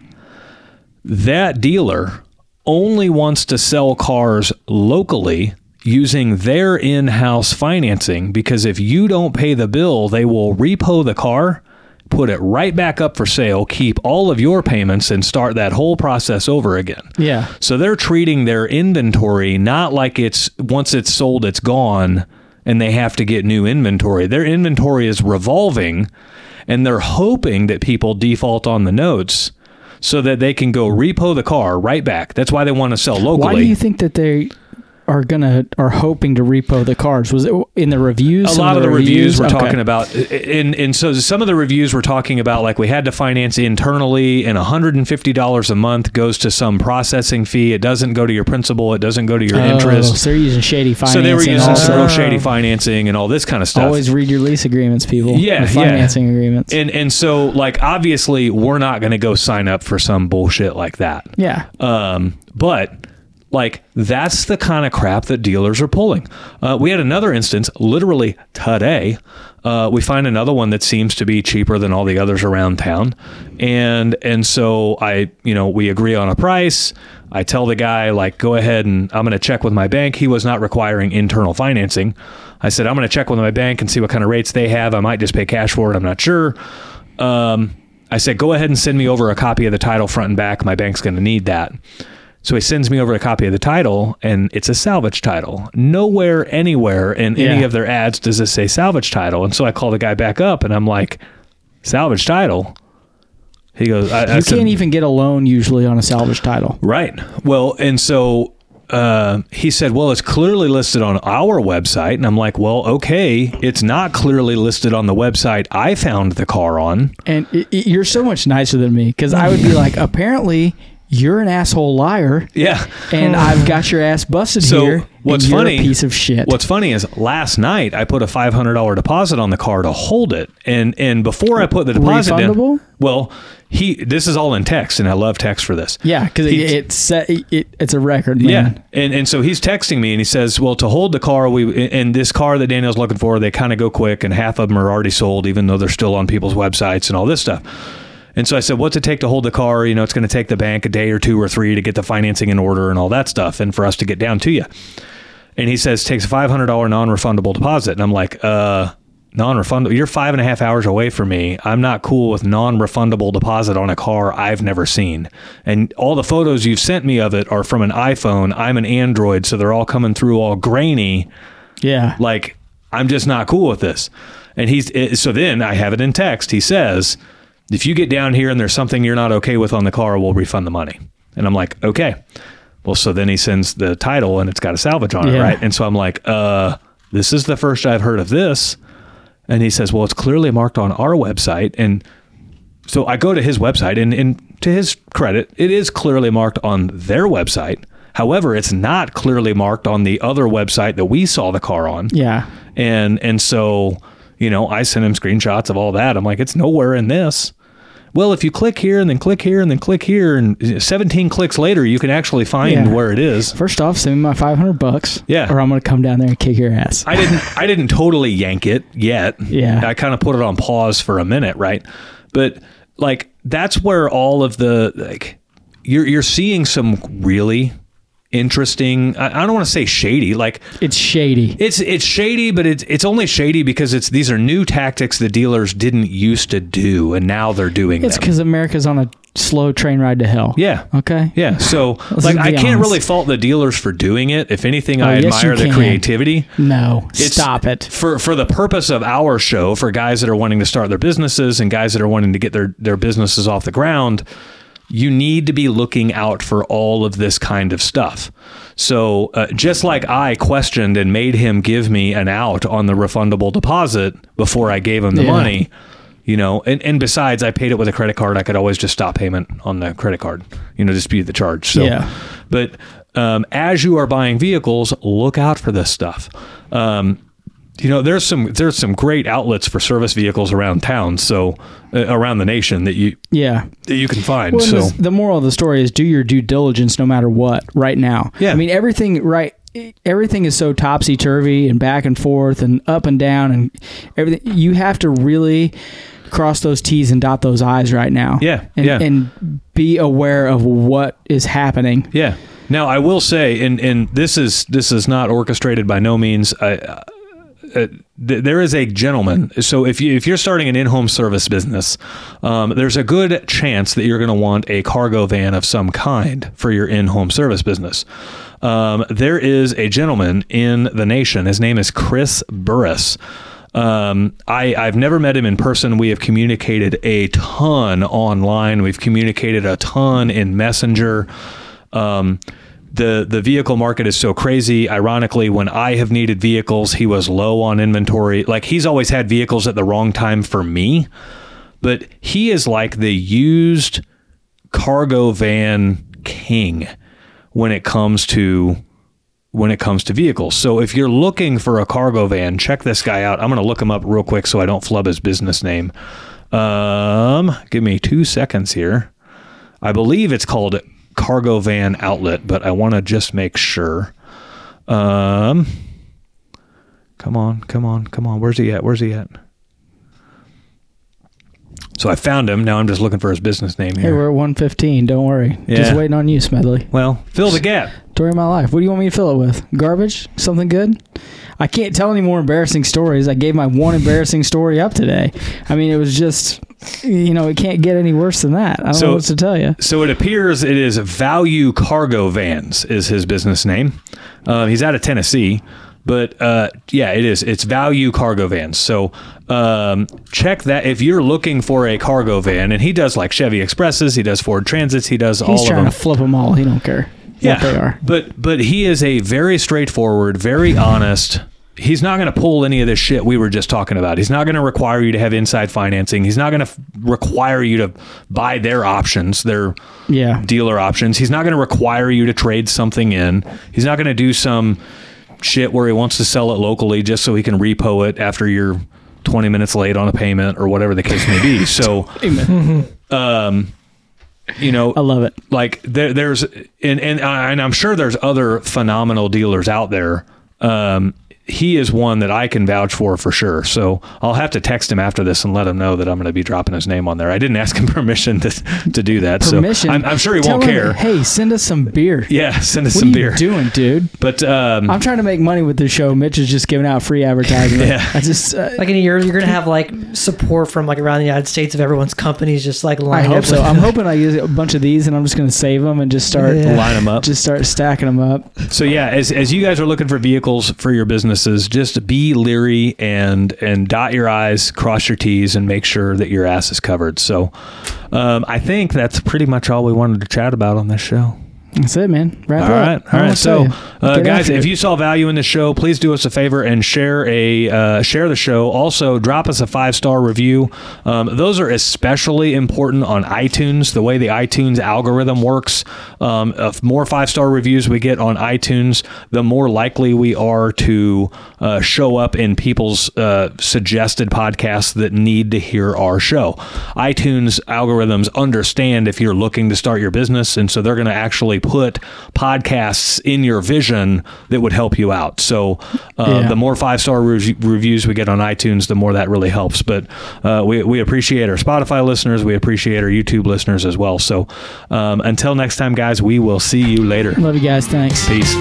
[SPEAKER 1] that dealer only wants to sell cars locally using their in-house financing because if you don't pay the bill, they will repo the car, put it right back up for sale, keep all of your payments and start that whole process over again.
[SPEAKER 2] Yeah.
[SPEAKER 1] So they're treating their inventory not like it's once it's sold, it's gone, and they have to get new inventory. Their inventory is revolving, and they're hoping that people default on the notes so that they can go repo the car right back. That's why they want to sell locally.
[SPEAKER 2] Why do you think that they are gonna are hoping to repo the cars? Was it in the reviews?
[SPEAKER 1] a
[SPEAKER 2] some
[SPEAKER 1] lot of the reviews, we're
[SPEAKER 2] Okay.
[SPEAKER 1] talking about and and so some of the reviews we're talking about like we had to finance internally and $150 a month goes to some processing fee it doesn't go to your principal it doesn't go to your
[SPEAKER 2] Oh,
[SPEAKER 1] interest
[SPEAKER 2] So they're using shady financing.
[SPEAKER 1] so they were using
[SPEAKER 2] also.
[SPEAKER 1] some real
[SPEAKER 3] Oh.
[SPEAKER 1] shady financing and all this kind of stuff
[SPEAKER 2] Always read your lease agreements, people.
[SPEAKER 1] Yeah,
[SPEAKER 2] Your
[SPEAKER 1] yeah.
[SPEAKER 2] financing agreements.
[SPEAKER 1] and and so like obviously we're not going to go sign up for some bullshit like that
[SPEAKER 2] yeah.
[SPEAKER 1] Um, but like that's the kind of crap that dealers are pulling. Uh, we had another instance literally today. Uh, we find another one that seems to be cheaper than all the others around town, and and so I you know we agree on a price. I tell the guy like go ahead and I'm going to check with my bank. He was not requiring internal financing. I said I'm going to check with my bank and see what kind of rates they have. I might just pay cash for it. I'm not sure. Um, I said, go ahead and send me over a copy of the title front and back. My bank's going to need that. So he sends me over a copy of the title, and it's a salvage title. Nowhere, anywhere in any
[SPEAKER 2] Yeah.
[SPEAKER 1] of their ads does this say salvage title. And so I call the guy back up, and I'm like, salvage title. He goes, I, I
[SPEAKER 2] You
[SPEAKER 1] said,
[SPEAKER 2] can't even get a loan usually on a salvage title.
[SPEAKER 1] Right. Well, and so uh, he said, well, it's clearly listed on our website. And I'm like, well, okay, it's not clearly listed on the website I found the car on.
[SPEAKER 2] And i i you're so much nicer than me because I would be like, apparently you're an asshole liar,
[SPEAKER 1] Yeah.
[SPEAKER 2] and I've got your ass busted
[SPEAKER 1] So,
[SPEAKER 2] here. and
[SPEAKER 1] what's
[SPEAKER 2] you're a
[SPEAKER 1] funny-
[SPEAKER 2] piece of shit.
[SPEAKER 1] What's funny is last night I put a five hundred dollar deposit on the car to hold it, and and before I put the deposit in,
[SPEAKER 2] Refundable?
[SPEAKER 1] well, he this is all in text, and I love text for this.
[SPEAKER 2] yeah, because it,
[SPEAKER 1] He-
[SPEAKER 2] it's it, it, it's a record, man.
[SPEAKER 1] Yeah, and and so he's texting me, and he says, "Well, to hold the car, we and this car that Daniel's looking for, they kind of go quick, and half of them are already sold, even though they're still on people's websites and all this stuff." And so I said, "What's it take to hold the car? You know, it's going to take the bank a day or two or three to get the financing in order and all that stuff, and for us to get down to you." And he says, "Takes a five hundred dollar non refundable deposit," and I'm like, "Uh." Non-refundable. You're five and a half hours away from me. I'm not cool with non-refundable deposit on a car I've never seen. And all the photos you've sent me of it are from an iPhone. I'm an Android, so they're all coming through all grainy.
[SPEAKER 2] yeah.
[SPEAKER 1] Like I'm just not cool with this. And he's eh, so then I have it in text. He says, "If you get down here and there's something you're not okay with on the car, we'll refund the money." And I'm like, "Okay." Well, so then he sends the title and it's got a salvage on it,
[SPEAKER 2] Yeah.
[SPEAKER 1] right? And so I'm like, "Uh, this is the first I've heard of this." And he says, "Well, it's clearly marked on our website." And so I go to his website and and to his credit, it is clearly marked on their website. However, it's not clearly marked on the other website that we saw the car on.
[SPEAKER 2] Yeah.
[SPEAKER 1] And and so, you know, I sent him screenshots of all that. I'm like, it's nowhere in this. Well, if you click here and then click here and then click here and 17 clicks later, you can actually find
[SPEAKER 2] Yeah.
[SPEAKER 1] where it is.
[SPEAKER 2] First off, send me my 500 bucks.
[SPEAKER 1] Yeah.
[SPEAKER 2] Or I'm going to come down there and kick your ass.
[SPEAKER 1] I didn't I didn't totally yank it yet.
[SPEAKER 2] Yeah.
[SPEAKER 1] I kind of put it on pause for a minute, right? But like that's where all of the like you're you're seeing some really interesting I, I don't want to say shady, like
[SPEAKER 2] it's shady.
[SPEAKER 1] it's it's shady, but it's it's only shady because it's these are new tactics the dealers didn't used to do and now they're doing
[SPEAKER 2] It's
[SPEAKER 1] them.
[SPEAKER 2] because America's on a slow train ride to hell.
[SPEAKER 1] Yeah.
[SPEAKER 2] Okay.
[SPEAKER 1] Yeah. So
[SPEAKER 2] Let's
[SPEAKER 1] like
[SPEAKER 2] be
[SPEAKER 1] I can't
[SPEAKER 2] honest.
[SPEAKER 1] really fault the dealers for doing it. If anything, I
[SPEAKER 2] Oh, yes,
[SPEAKER 1] admire
[SPEAKER 2] you
[SPEAKER 1] the
[SPEAKER 2] can.
[SPEAKER 1] creativity.
[SPEAKER 2] No.
[SPEAKER 1] It's-
[SPEAKER 2] Stop it.
[SPEAKER 1] For for the purpose of our show, for guys that are wanting to start their businesses and guys that are wanting to get their, their businesses off the ground, you need to be looking out for all of this kind of stuff. So uh, just like I questioned and made him give me an out on the refundable deposit before I gave him the
[SPEAKER 2] Yeah.
[SPEAKER 1] money, you know, and, and besides, I paid it with a credit card. I could always just stop payment on the credit card, you know, dispute the charge. So,
[SPEAKER 2] Yeah.
[SPEAKER 1] but um, as you are buying vehicles, look out for this stuff. Um, you know, there's some there's some great outlets for service vehicles around town, so uh, around the nation that you
[SPEAKER 2] Yeah.
[SPEAKER 1] that you can find.
[SPEAKER 2] Well,
[SPEAKER 1] so
[SPEAKER 2] and the, the moral of the story is do your due diligence no matter what right now.
[SPEAKER 1] Yeah.
[SPEAKER 2] I mean, everything right. Everything is so topsy turvy and back and forth and up and down and everything. You have to really cross those T's and dot those I's right now.
[SPEAKER 1] Yeah,
[SPEAKER 2] And,
[SPEAKER 1] yeah.
[SPEAKER 2] and be aware of what is happening.
[SPEAKER 1] Yeah. Now I will say, and and this is this is not orchestrated by no means. I, uh, th- there is a gentleman. So if you if you're starting an in-home service business, um, there's a good chance that you're going to want a cargo van of some kind for your in-home service business. Um, there is a gentleman in the nation. His name is Chris Burris. Um, I, I've never met him in person. We have communicated a ton online. We've communicated a ton in Messenger. Um, the the vehicle market is so crazy. Ironically, when I have needed vehicles, he was low on inventory. Like he's always had vehicles at the wrong time for me. But he is like the used cargo van king when it comes to when it comes to vehicles. So if you're looking for a cargo van, check this guy out. I'm going to look him up real quick so I don't flub his business name. Um, give me 2 seconds here. I believe it's called Cargo Van Outlet, but I want to just make sure. Um, come on, come on, come on. Where's he at? Where's he at? So I found him. Now I'm just looking for his business name
[SPEAKER 2] Hey,
[SPEAKER 1] here.
[SPEAKER 2] we're at 115. Don't worry. Just
[SPEAKER 1] Yeah.
[SPEAKER 2] waiting on you, Smedley.
[SPEAKER 1] Well, fill the gap.
[SPEAKER 2] Story of my life. What do you want me to fill it with? Garbage? Something good? I can't tell any more embarrassing stories. I gave my one embarrassing story up today. I mean, it was just, you know, it can't get any worse than that. I don't
[SPEAKER 1] So-
[SPEAKER 2] know what to tell you.
[SPEAKER 1] So it appears it is Value Cargo Vans is his business name. Uh, he's out of Tennessee, but uh, yeah, it is. It's Value Cargo Vans. So um, check that if you're looking for a cargo van, and he does like Chevy Expresses, he does Ford Transits, he does
[SPEAKER 2] He's
[SPEAKER 1] all of
[SPEAKER 2] trying
[SPEAKER 1] them.
[SPEAKER 2] to flip them all. He don't care
[SPEAKER 1] yeah,
[SPEAKER 2] what they are.
[SPEAKER 1] but but he is a very straightforward, very honest. He's not going to pull any of this shit we were just talking about. He's not going to require you to have inside financing. He's not going to f- require you to buy their options. Their
[SPEAKER 2] Yeah.
[SPEAKER 1] dealer options. He's not going to require you to trade something in. He's not going to do some shit where he wants to sell it locally just so he can repo it after you're 20 minutes late on a payment or whatever the case may be. So, um, you know,
[SPEAKER 2] I love it.
[SPEAKER 1] like there, there's and and I- and I'm sure there's other phenomenal dealers out there. Um, he is one that I can vouch for for sure. So I'll have to text him after this and let him know that I'm going to be dropping his name on there. I didn't ask him permission to to do that.
[SPEAKER 2] Permission.
[SPEAKER 1] So I'm, I'm sure he
[SPEAKER 2] Tell
[SPEAKER 1] won't
[SPEAKER 2] him,
[SPEAKER 1] care.
[SPEAKER 2] Hey, send us some beer.
[SPEAKER 1] yeah, send us
[SPEAKER 2] What
[SPEAKER 1] some
[SPEAKER 2] are
[SPEAKER 1] beer.
[SPEAKER 2] you doing, dude?
[SPEAKER 1] But um,
[SPEAKER 2] I'm trying to make money with this show. Mitch is just giving out free advertising.
[SPEAKER 1] Yeah.
[SPEAKER 2] I just, uh,
[SPEAKER 3] Like in a year, you're gonna have like support from like around the United States of everyone's companies just like
[SPEAKER 2] I
[SPEAKER 3] lined
[SPEAKER 2] hope
[SPEAKER 3] up.
[SPEAKER 2] so.
[SPEAKER 3] with-
[SPEAKER 2] I'm hoping I use a bunch of these, and I'm just going to save them and just start
[SPEAKER 3] Yeah.
[SPEAKER 1] line him up.
[SPEAKER 2] just start stacking them up.
[SPEAKER 1] So yeah, as, as you guys are looking for vehicles for your businesses, just be leery and and dot your i's, cross your t's, and make sure that your ass is covered. So um, I think that's pretty much all we wanted to chat about on this show.
[SPEAKER 2] That's it, man. Wrap
[SPEAKER 1] All
[SPEAKER 2] it up.
[SPEAKER 1] right,
[SPEAKER 2] I
[SPEAKER 1] all
[SPEAKER 2] don't
[SPEAKER 1] right.
[SPEAKER 2] wanna
[SPEAKER 1] So,
[SPEAKER 2] tell you.
[SPEAKER 1] uh,
[SPEAKER 2] Get
[SPEAKER 1] guys,
[SPEAKER 2] after
[SPEAKER 1] if
[SPEAKER 2] it.
[SPEAKER 1] you saw value in the show, please do us a favor and share a uh, share the show. Also, drop us a five star review. Um, those are especially important on iTunes. The way the iTunes algorithm works, um, if more five star reviews we get on iTunes, the more likely we are to uh, show up in people's uh, suggested podcasts that need to hear our show. iTunes algorithms understand if you're looking to start your business, and so they're going to actually put podcasts in your vision that would help you out. So uh,
[SPEAKER 2] Yeah.
[SPEAKER 1] the more five star reviews we get on iTunes, the more that really helps. But uh, we, we appreciate our Spotify listeners, we appreciate our YouTube listeners as well. So um, until next time, guys, we will see you later.
[SPEAKER 2] Love you guys. Thanks.
[SPEAKER 1] Peace.